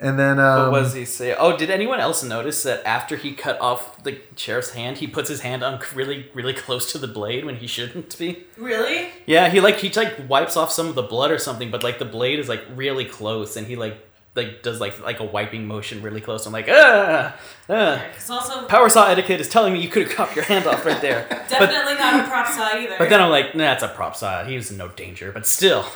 S1: And then, um,
S2: what was he say? Oh, did anyone else notice that after he cut off the sheriff's hand, he puts his hand on really, really close to the blade when he shouldn't be?
S3: Really?
S2: Yeah, he like he like wipes off some of the blood or something, but like the blade is like really close, and he like like does like like a wiping motion really close. I'm like, ah, ah.
S3: Because also
S2: Power saw etiquette is telling me you could have chopped your hand off right there. But
S3: definitely not a prop saw either.
S2: but then I'm like, nah, that's a prop saw. He was in no danger, but still.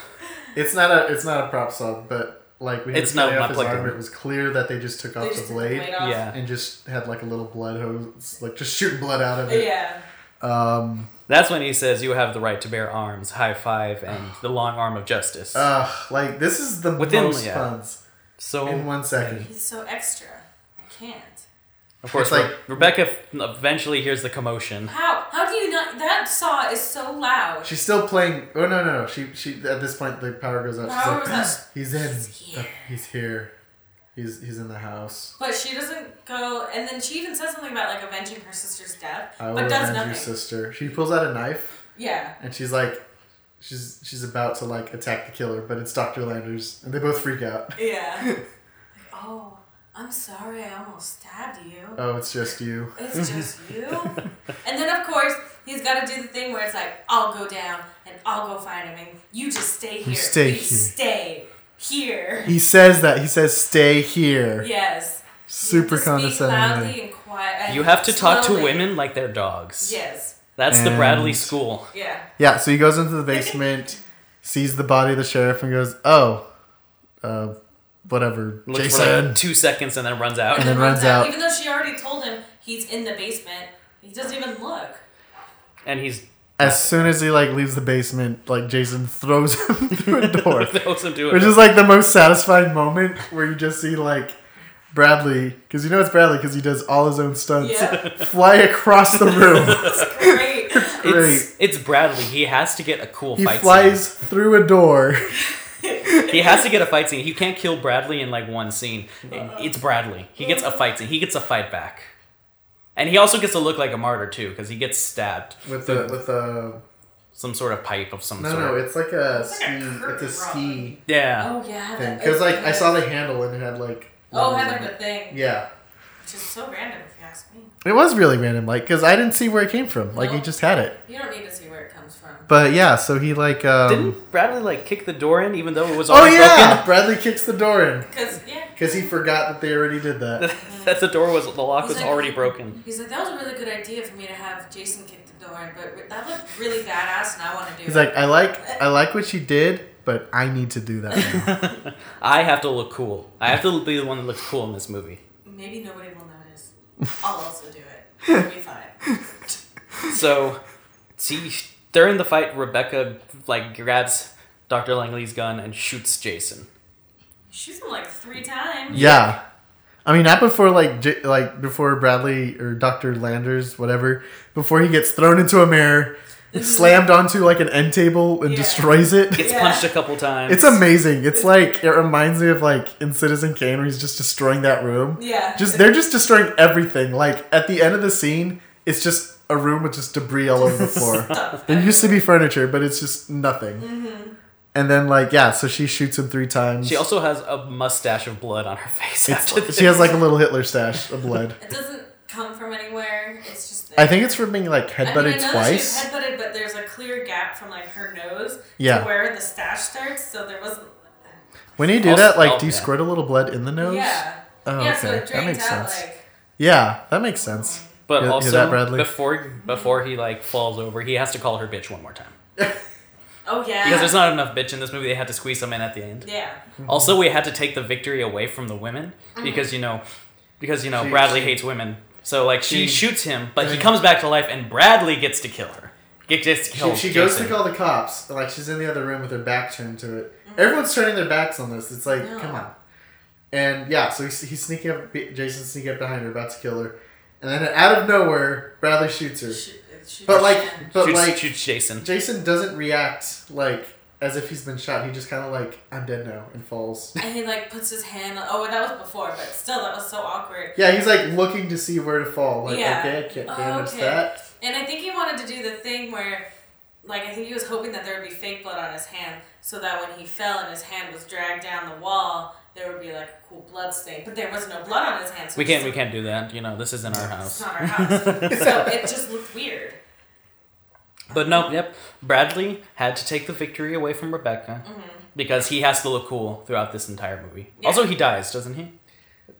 S1: it's not a it's not a prop sub, but like when he
S2: It's
S1: was cutting
S2: not-
S1: off
S2: not
S1: his
S2: plugged
S1: arm,
S2: in.
S1: it was clear that they just took
S3: They
S1: off
S3: just
S1: the
S3: took the
S1: blade
S3: blade off.
S2: Yeah.
S1: and just had like a little blood hose, like just shooting blood out of it.
S3: Yeah.
S1: Um,
S2: That's when he says, "You have the right to bear arms." High five and the long arm of justice.
S1: uh, like this is the
S2: Within-
S1: most
S2: yeah. Oh,
S1: puns in
S2: so,
S1: one second.
S3: He's so extra. I can't.
S2: of course,
S1: It's like-
S2: Re- Rebecca f- eventually hears the commotion.
S3: How? How do you not? That saw is so loud.
S1: She's still playing. Oh no no no! She she at this point the power goes out.
S3: Power
S1: She's like,
S3: goes out.
S1: he's in.
S3: He's
S1: the-
S3: here."
S1: he's here. He's he's in the house.
S3: but she doesn't go, and then she even says something about like avenging her sister's death,
S1: I will
S3: but does
S1: avenge
S3: nothing.
S1: your sister. She pulls out a knife
S3: Yeah.
S1: and she's like, she's she's about to like attack the killer, but it's Doctor Landers, and they both freak out.
S3: Yeah. like, oh, I'm sorry, I almost stabbed you.
S1: Oh, it's just you.
S3: It's just you. and then of course he's got to do the thing where it's like, I'll go down and I'll go find him, and you just stay here.
S1: stay
S3: You
S1: here."
S3: Stay. here.
S1: He says that. He says, stay here.
S3: Yes. You have
S1: Super
S3: to Speak
S1: condescending.
S3: loudly and quiet. and
S2: You have to talk to
S3: slowly.
S2: women like they're dogs.
S3: Yes.
S2: That's the
S1: And-
S2: Bradley school.
S3: Yeah.
S1: Yeah, so he goes into the basement, sees the body of the sheriff, and goes, oh, uh, whatever.
S2: Looks for
S1: Jason.
S2: like two seconds and then runs out.
S1: And then runs out.
S3: Even though she already told him he's in the basement, he doesn't even look.
S2: And he's
S1: As soon as he like leaves the basement, like Jason throws him through a door.
S2: throws him to a
S1: Which is like the most satisfying moment where you just see like Bradley, because you know it's Bradley because he does all his own stunts,
S3: Yeah.
S1: fly across the room.
S3: Great.
S1: Great.
S2: It's, it's Bradley. He has to get a cool
S1: He
S2: fight
S1: flies through a door.
S2: scene. He has to get a fight scene. You can't kill Bradley in like one scene. It's Bradley. He gets a fight scene. He gets a fight back. And he also gets to look like a martyr too, because he gets stabbed
S1: With the with the
S2: some sort of pipe of some
S1: no
S2: sort.
S1: no, it's like a ski
S3: like a
S1: it's a
S3: curtain rod.
S1: ski
S2: yeah.
S3: Oh yeah.
S1: thing.
S3: that-
S1: Because like I saw the handle and it had like
S3: Oh,
S1: letters
S3: Heather,
S1: on
S3: the
S1: it.
S3: thing.
S1: Yeah.
S3: Which is so random, if you ask me.
S1: It was really random, like because I didn't see where it came from. Like he
S3: No.
S1: just had it.
S3: You don't need to see where it comes from.
S1: But yeah, so he like um
S2: Didn't Bradley like kick the door in, even though it was
S1: Oh
S2: already
S1: yeah, Bradley kicks the door in
S3: Because yeah.
S1: because he forgot that they already did that.
S2: broken? that the door was the lock
S3: He's
S2: was
S3: like- "Oh."
S2: already broken.
S3: He's like, that was a really good idea for me to have Jason kick the door, in, but that looked really badass, and I want to do
S1: He's
S3: it.
S1: like, I like I like what you did, but I need to do that. Now.
S2: I have to look cool. I have to be the one that looks cool in this movie.
S3: Maybe nobody will notice. I'll also do it. It'll be fine.
S2: So, see, during the fight, Rebecca like grabs Dr. Langley's gun and shoots Jason.
S3: Shoots him like three times.
S1: yeah, I mean, not before like J- like before Bradley or Doctor Landers, whatever, before he gets thrown into a mirror, slammed onto like an end table and
S3: Yeah.
S1: destroys it.
S2: Gets
S3: Yeah.
S2: punched a couple times.
S1: It's amazing. It's like it reminds me of like in Citizen Kane where he's just destroying that room.
S3: Yeah.
S1: Just they're just destroying everything. Like at the end of the scene, it's just a room with just debris all over the floor.
S3: Stuff.
S1: There used to be furniture, but it's just nothing.
S3: Mm-hmm.
S1: And then like yeah, so she shoots him three times.
S2: She also has a mustache of blood on her face. after this.
S1: she has like a little Hitler stash of blood.
S3: It doesn't come from anywhere. It's just. There.
S1: I think it's from being like
S3: I mean, I
S1: headbutted
S3: know that she's
S1: twice.
S3: headbutted, but there's a clear gap from like her nose
S1: Yeah.
S3: to where the stash starts, so there wasn't.
S1: when you do
S2: Also-
S1: that, like,
S2: oh,
S1: do you
S2: yeah.
S1: squirt a little blood in the nose?
S3: Yeah.
S1: Oh,
S3: yeah,
S1: okay.
S3: so it
S1: that
S3: drains
S1: makes
S3: out
S1: sense.
S3: like.
S1: yeah, that makes sense.
S2: But
S1: Hear- hear
S2: also
S1: that, Bradley?
S2: before before he like falls over, he has to call her bitch one more time
S3: Oh yeah.
S2: because there's not enough bitch in this movie. They had to squeeze some in at the end.
S3: Yeah.
S2: Also, we had to take the victory away from the women
S3: Mm-hmm.
S2: because you know, because you know,
S1: She-
S2: Bradley
S1: she-
S2: hates women. So like she,
S1: she-
S2: shoots him, but he
S1: Yeah.
S2: comes back to life, and Bradley gets to kill her. Get- Gets to kill.
S1: She, she goes to
S2: Jason.
S1: call the cops. Like she's in the other room with her back turned to it. Everyone's turning their backs on this. It's like,
S3: Mm-hmm. No.
S1: come on. And yeah, so he's, he's sneaking up. Jason's sneaking up behind her, about to kill her. And then out of nowhere, Bradley shoots her.
S3: Shoot- shoot
S1: But
S3: again.
S1: like, but
S2: shoots,
S1: like,
S2: shoots Jason.
S1: Jason doesn't react like as if he's been shot. He just kind of like, I'm dead now, and falls.
S3: And he like puts his hand. On, oh, and that was before, but still, that was so awkward.
S1: Yeah, he's like looking to see where to fall. Like,
S3: Yeah.
S1: okay, I can't
S3: Oh,
S1: damage
S3: okay.
S1: that.
S3: And I think he wanted to do the thing where, like, I think he was hoping that there would be fake blood on his hand, so that when he fell and his hand was dragged down the wall, there would be like a cool blood stain. But there was no blood on his hand. So
S2: We
S3: it
S2: can't.
S3: just-
S2: We can't do that. You know, this isn't our
S3: It's
S2: house.
S3: not our house, so it just looked weird.
S2: But no. Yep. Bradley had to take the victory away from Rebecca
S3: Mm-hmm.
S2: because he has to look cool throughout this entire movie.
S3: Yeah.
S2: Also, he dies, doesn't he?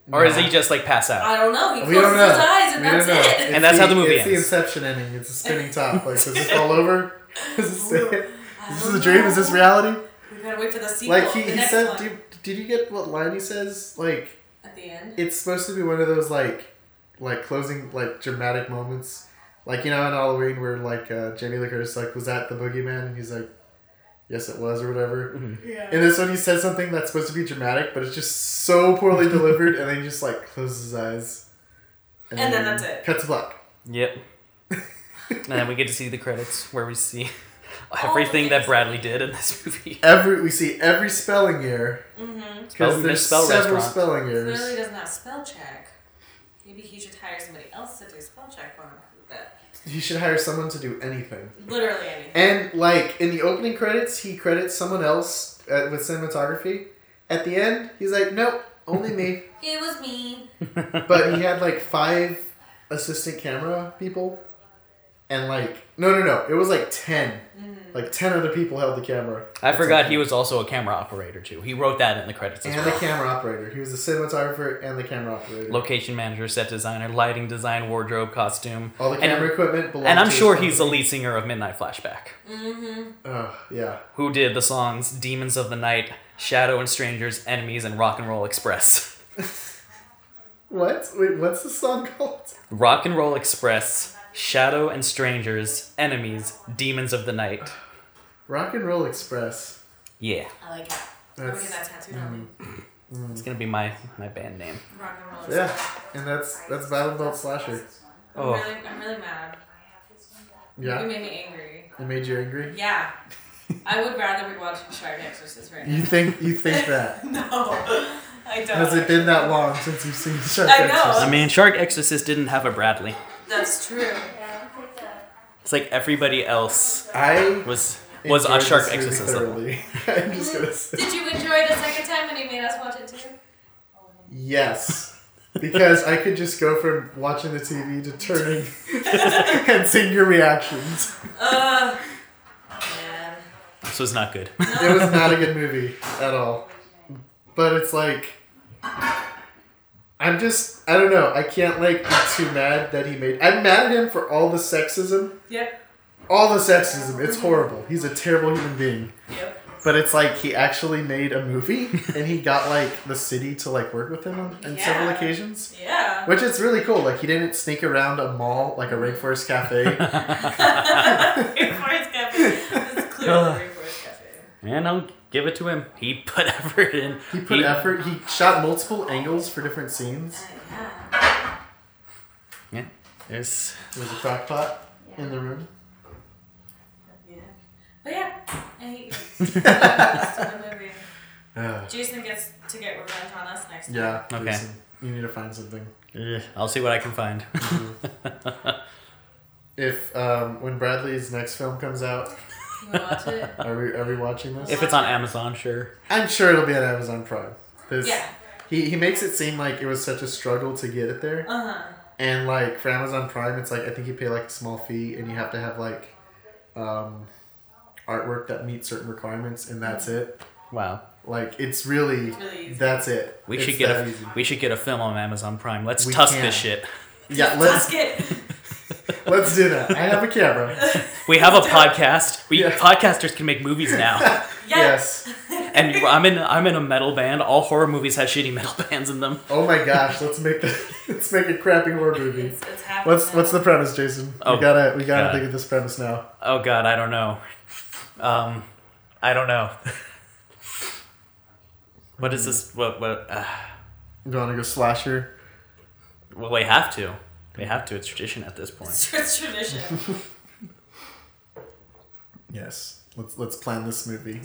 S2: Or is
S1: No.
S2: he just like pass out?
S3: I don't know. He
S1: We
S3: closes
S1: don't know.
S3: his eyes, and
S1: we
S3: that's
S1: don't know.
S3: it.
S1: It's
S2: And that's how the movie
S1: it's
S2: ends.
S1: the Inception ending. It's a spinning top. Like, is this all over? Is this it?
S3: I
S1: Is
S3: don't
S1: this a dream? Is this
S3: know.
S1: reality?
S3: We gotta wait for the sequel.
S1: Like he,
S3: the
S1: he
S3: next
S1: said,
S3: one.
S1: did, did you get what line he says? Like
S3: at the end.
S1: it's supposed to be one of those like, like closing like dramatic moments, like you know in Halloween where like uh, Jamie Lee Curtis like was that the boogeyman and he's like, yes it was or whatever.
S3: Yeah.
S1: In this one he says something that's supposed to be dramatic but it's just so poorly delivered and then he just like closes his eyes.
S3: And then that's it.
S1: Cuts black.
S2: Yep. and then we get to see the credits where we see everything
S3: yes.
S2: that Bradley did in this movie.
S1: Every we see every spelling error
S3: Mm-hmm.
S2: Spell-
S1: because there's
S2: misspell
S1: several
S2: restaurant.
S1: spelling errors.
S3: Clearly doesn't have spell check. Maybe he should hire somebody else to do spell check for him. But
S1: He should hire someone to do anything.
S3: literally anything.
S1: And like in the opening credits, he credits someone else uh, with cinematography. At the end, he's like, "Nope, only me."
S3: It was me.
S1: But he had like five assistant camera people, and like no no no, it was like 10 like ten other people held the camera.
S2: I forgot he was also a camera operator too. He wrote that in the credits as
S1: and the
S2: well.
S1: camera operator. He was the cinematographer and the camera operator.
S2: Location manager, set designer, lighting design, wardrobe, costume.
S1: all the
S2: And-
S1: camera equipment belonged.
S2: And I'm
S1: to his
S2: sure he's the
S1: company.
S2: lead singer of Midnight Flashback,
S1: Ugh, yeah.
S2: who did the songs Demons of the Night, Shadow and Strangers, Enemies, and Rock and Roll Express.
S1: What? Wait, what's the song called?
S2: Rock and Roll Express, Shadow and Strangers, Enemies, Demons of the Night.
S1: Rock and Roll Express.
S2: Yeah.
S3: I like it. I'm gonna get that
S1: That's
S3: tattooed on me.
S2: It's gonna be my, my band name.
S3: Rock and roll.
S1: yeah, and that's that's Battle Belt Slasher.
S2: Oh.
S3: I'm really, I'm really mad. You
S1: Yeah,
S3: made me angry.
S1: it made you angry.
S3: Yeah. I would rather be watching Shark Exorcist right now.
S1: You think you think that?
S3: no, I don't.
S1: Has it been that long since you've seen Shark
S3: I know.
S2: I mean, Shark Exorcist didn't have a Bradley.
S3: That's true.
S2: It's like everybody else
S1: I
S2: was was
S1: enjoyed
S2: on Shark
S1: this movie
S2: Exorcist level.
S1: thoroughly. I'm just
S3: Mm-hmm.
S1: gonna say
S3: Did you enjoy the second time when he made us watch it too?
S1: yes, because I could just go from watching the TV to turning and seeing your reactions.
S3: Ugh. Man.
S2: This was not good.
S1: It was not a good movie at all. But it's like I'm just I don't know. I can't like be too mad that he made. I'm mad at him for all the sexism.
S3: Yep.
S1: All the sexism. It's horrible. He's a terrible human being.
S3: Yep.
S1: But it's like he actually made a movie and he got like the city to like work with him on, on several
S3: Yeah.
S1: occasions.
S3: Yeah.
S1: Which is really cool. Like he didn't sneak around a mall like a rainforest cafe.
S3: Rainforest Cafe. It's clearly Rainforest Cafe.
S2: And I'll give it to him. He put effort in.
S1: He put effort. He shot multiple angles for different scenes.
S3: Uh, Yeah.
S2: Yeah. There's
S1: There's a crock pot in the room.
S3: But yeah, I hate you. It's a good movie. Jason gets to get revenge on us next time.
S1: Uh, Yeah.
S2: Okay.
S1: Jason, you need to find something.
S2: I'll see what I can find.
S1: If um, when Bradley's next film comes out,
S3: You wanna watch it?
S1: are we are we watching this?
S2: if it's on Amazon, sure.
S1: I'm sure it'll be on Amazon Prime. This,
S3: Yeah.
S1: He, he makes it seem like it was such a struggle to get it there,
S3: Uh huh.
S1: and like for Amazon Prime, it's like I think you pay like a small fee, and you have to have like um, artwork that meets certain requirements, and that's it.
S2: Wow.
S1: Like it's really,
S3: really easy.
S1: that's it.
S2: We
S1: It's
S2: should get
S1: that
S2: a
S1: easy.
S2: we should get a film on Amazon Prime. Let's
S1: We
S2: tusk
S1: can.
S2: this shit.
S1: yeah. Let's
S3: Let's get.
S1: let's do that. I have a camera.
S2: We have a podcast. We
S1: Yeah.
S2: podcasters can make movies now.
S1: yes.
S3: Yes.
S2: and I'm in I'm in a metal band. All horror movies have shitty metal bands in them.
S1: Oh my gosh, let's make the let's make a crappy horror movie.
S3: It's, it's happening.
S1: What's what's the premise, Jason?
S2: Oh,
S1: we gotta we gotta
S2: God.
S1: think of this premise now.
S2: Oh god, I don't know. Um I don't know. what is this what what uh,
S1: You wanna go slasher?
S2: well they have to. They have to. It's tradition at this point.
S3: It's, it's tradition.
S1: Yes. Let's let's plan this movie.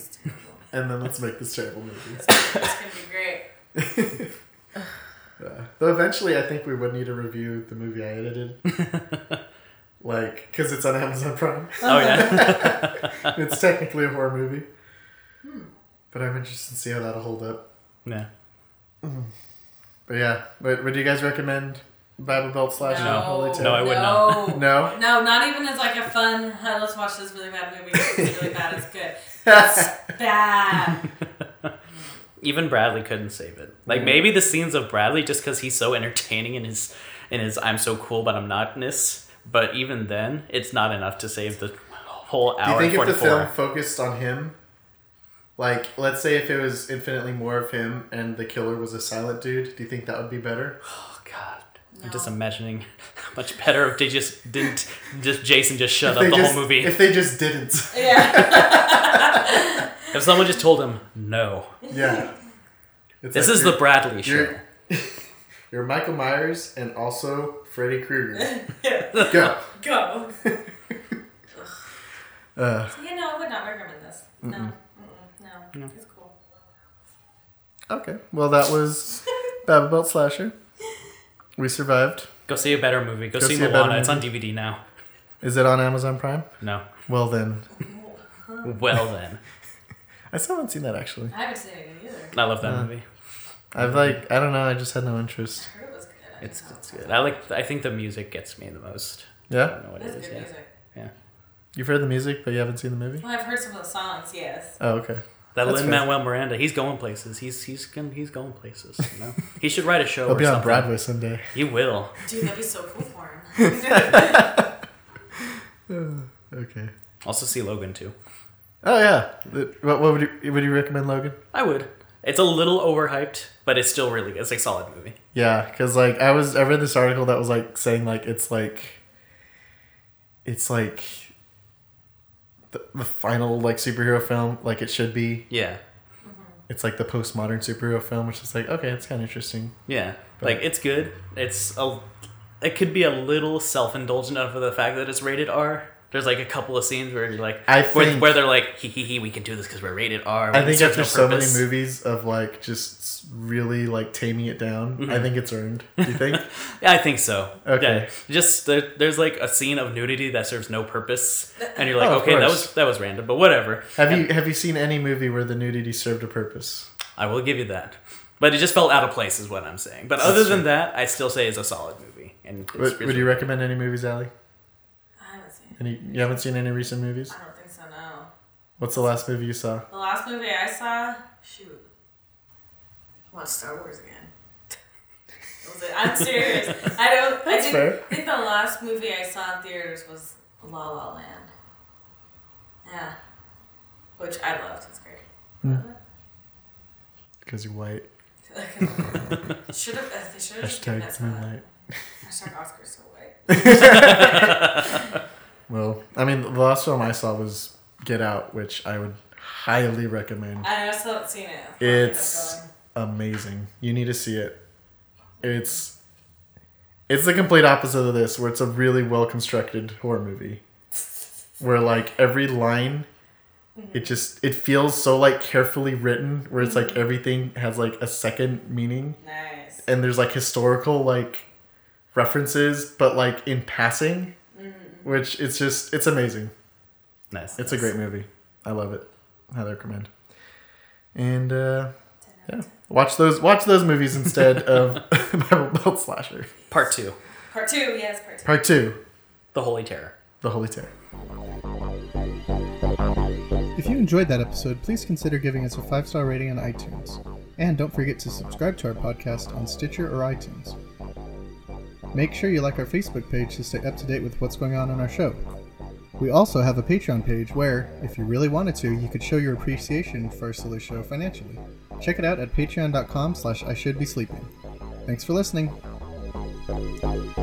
S1: And then let's make this terrible movie.
S3: It's gonna be great.
S1: Uh, though eventually, I think we would need to review the movie I edited, like because it's on Amazon Prime.
S2: Oh yeah.
S1: it's technically a horror movie, but I'm interested to see how that'll hold up.
S2: yeah.
S1: But yeah, but would you guys recommend Bible Belt Slasher?
S2: No.
S1: Holy Tail?
S2: No, I would
S3: no.
S1: No.
S3: No, not even as like a fun. "Huh, Let's watch this really bad movie. It's really bad. It's good. It's bad.
S2: Even Bradley couldn't save it.
S1: Mm.
S2: Like maybe the scenes of Bradley just cuz he's so entertaining in his in his I'm so cool but I'm notness, but even then it's not enough to save the whole
S1: Do you
S2: hour
S1: think
S2: and
S1: if the
S2: 44.
S1: film focused on him, like let's say if it was infinitely more of him and the killer was a silent dude, do you think that would be better?
S2: Oh god. I'm
S3: No.
S2: just imagining how much better if they just didn't just Jason just shut
S1: If
S2: up
S1: they
S2: the
S1: just,
S2: whole movie.
S1: If they just didn't,
S3: Yeah.
S2: If someone just told him no,
S1: yeah. It's
S2: this
S1: like
S2: is
S1: you're-
S2: the Bradley show.
S1: You're, you're Michael Myers and also Freddy Krueger.
S3: Yeah.
S1: Go.
S3: Go.
S1: Uh,
S3: You know, I would not recommend this. No. Mm-mm. No. It's cool.
S1: okay. Well, that was Bababelt Slasher. We survived.
S2: Go see a better movie. Go,
S1: Go
S2: see
S1: see a better
S2: Moana. It's on DVD now.
S1: Is it on Amazon Prime?
S2: No.
S1: Well, then.
S2: Well then,
S1: I still haven't seen that actually.
S3: I haven't seen it either.
S2: I love that movie.
S1: I've like, I don't know, I just had no interest.
S3: I heard it was good. I
S2: It's,
S3: don't know.
S2: it's good. I like. I think the music gets me the most. I
S1: Yeah?
S2: don't know what
S3: That's
S2: it is.
S3: good
S2: Yeah.
S3: music.
S2: Yeah.
S1: You've heard the music, but you haven't seen the movie.
S3: Well, I've heard some of the songs, yes.
S1: Oh, okay.
S2: That
S1: That's
S2: Lin Manuel Miranda, he's going places. He's he's gonna, he's going places. You know, he should write a show.
S1: I'll
S2: or
S1: be on
S2: something.
S1: Broadway someday.
S2: He will.
S3: Dude, that'd be so cool for him.
S1: Okay.
S2: Also see Logan too.
S1: Oh yeah. The- What, what would you would you recommend Logan?
S2: I would. It's a little overhyped, but it's still really good. It's a solid movie.
S1: Yeah, because like I was I read this article that was like saying like it's like it's like the, the final like superhero film like it should be.
S2: Yeah.
S1: It's like the postmodern superhero film, which is like okay, it's kind of interesting.
S2: Yeah, like it's good. It's a, it could be a little self indulgent over the fact that it's rated R. There's like a couple of scenes where you're like,
S1: I
S2: where,
S1: think-
S2: where they're like, hee hee hee, we can do this because we're rated R.
S1: I think
S2: there's
S1: after so many
S2: purpose."
S1: movies of like just really like taming it down, I
S2: Mm-hmm.
S1: think it's earned. Do you think?
S2: Yeah, I think so.
S1: Okay.
S2: Yeah, just there, there's like a scene of nudity that serves no purpose, and you're like,
S1: Oh, of
S2: okay, that
S1: course.
S2: was that was random, but whatever.
S1: have you have you seen any movie where the nudity served a purpose?
S2: I will give you that, but it just felt out of place, is what I'm saying. But other than that, I still say it's a solid movie. And it's,
S1: Would, would
S2: it's-
S1: you recommend any movies, Allie?
S3: I haven't seen it.
S1: Any you haven't seen any recent movies?
S3: I don't think so, no.
S1: What's the last movie you saw?
S3: The last movie I saw, shoot, I watched Star Wars again. That was it. I'm serious. I don't. I didn't
S1: fair.
S3: think the last movie I saw in theaters was La La Land. Yeah, which I loved. It's great.
S1: Hmm. Because you're white.
S3: should have. They should have just
S1: Hashtag
S3: given that
S1: it's
S3: to that.
S1: moonlight.
S3: Hashtag Oscar's so white.
S1: Well, I mean, the last film I saw was Get Out, which I would highly recommend.
S3: I still haven't seen it.
S1: It's amazing. You need to see it. It's it's the complete opposite of this, where it's a really well constructed horror movie, where like every line, it just it feels so like carefully written, where it's like everything has like a second meaning.
S3: nice.
S1: and there's like historical like references but like in passing which it's just it's amazing
S2: nice.
S1: it's a great movie i love it highly recommend and uh yeah watch those watch those movies instead of bible belt slasher
S2: part two,
S3: Part two. Yes, part two.
S1: part two
S2: The Holy Terror.
S1: the holy terror
S6: If you enjoyed that episode, please consider giving us a five star rating on iTunes. And don't forget to subscribe to our podcast on Stitcher or iTunes. Make sure you like our Facebook page to stay up to date with what's going on in our show. We also have a Patreon page where, if you really wanted to, you could show your appreciation for our silly show financially. Check it out at patreon.com slash I should be sleeping. Thanks for listening.
S7: Thank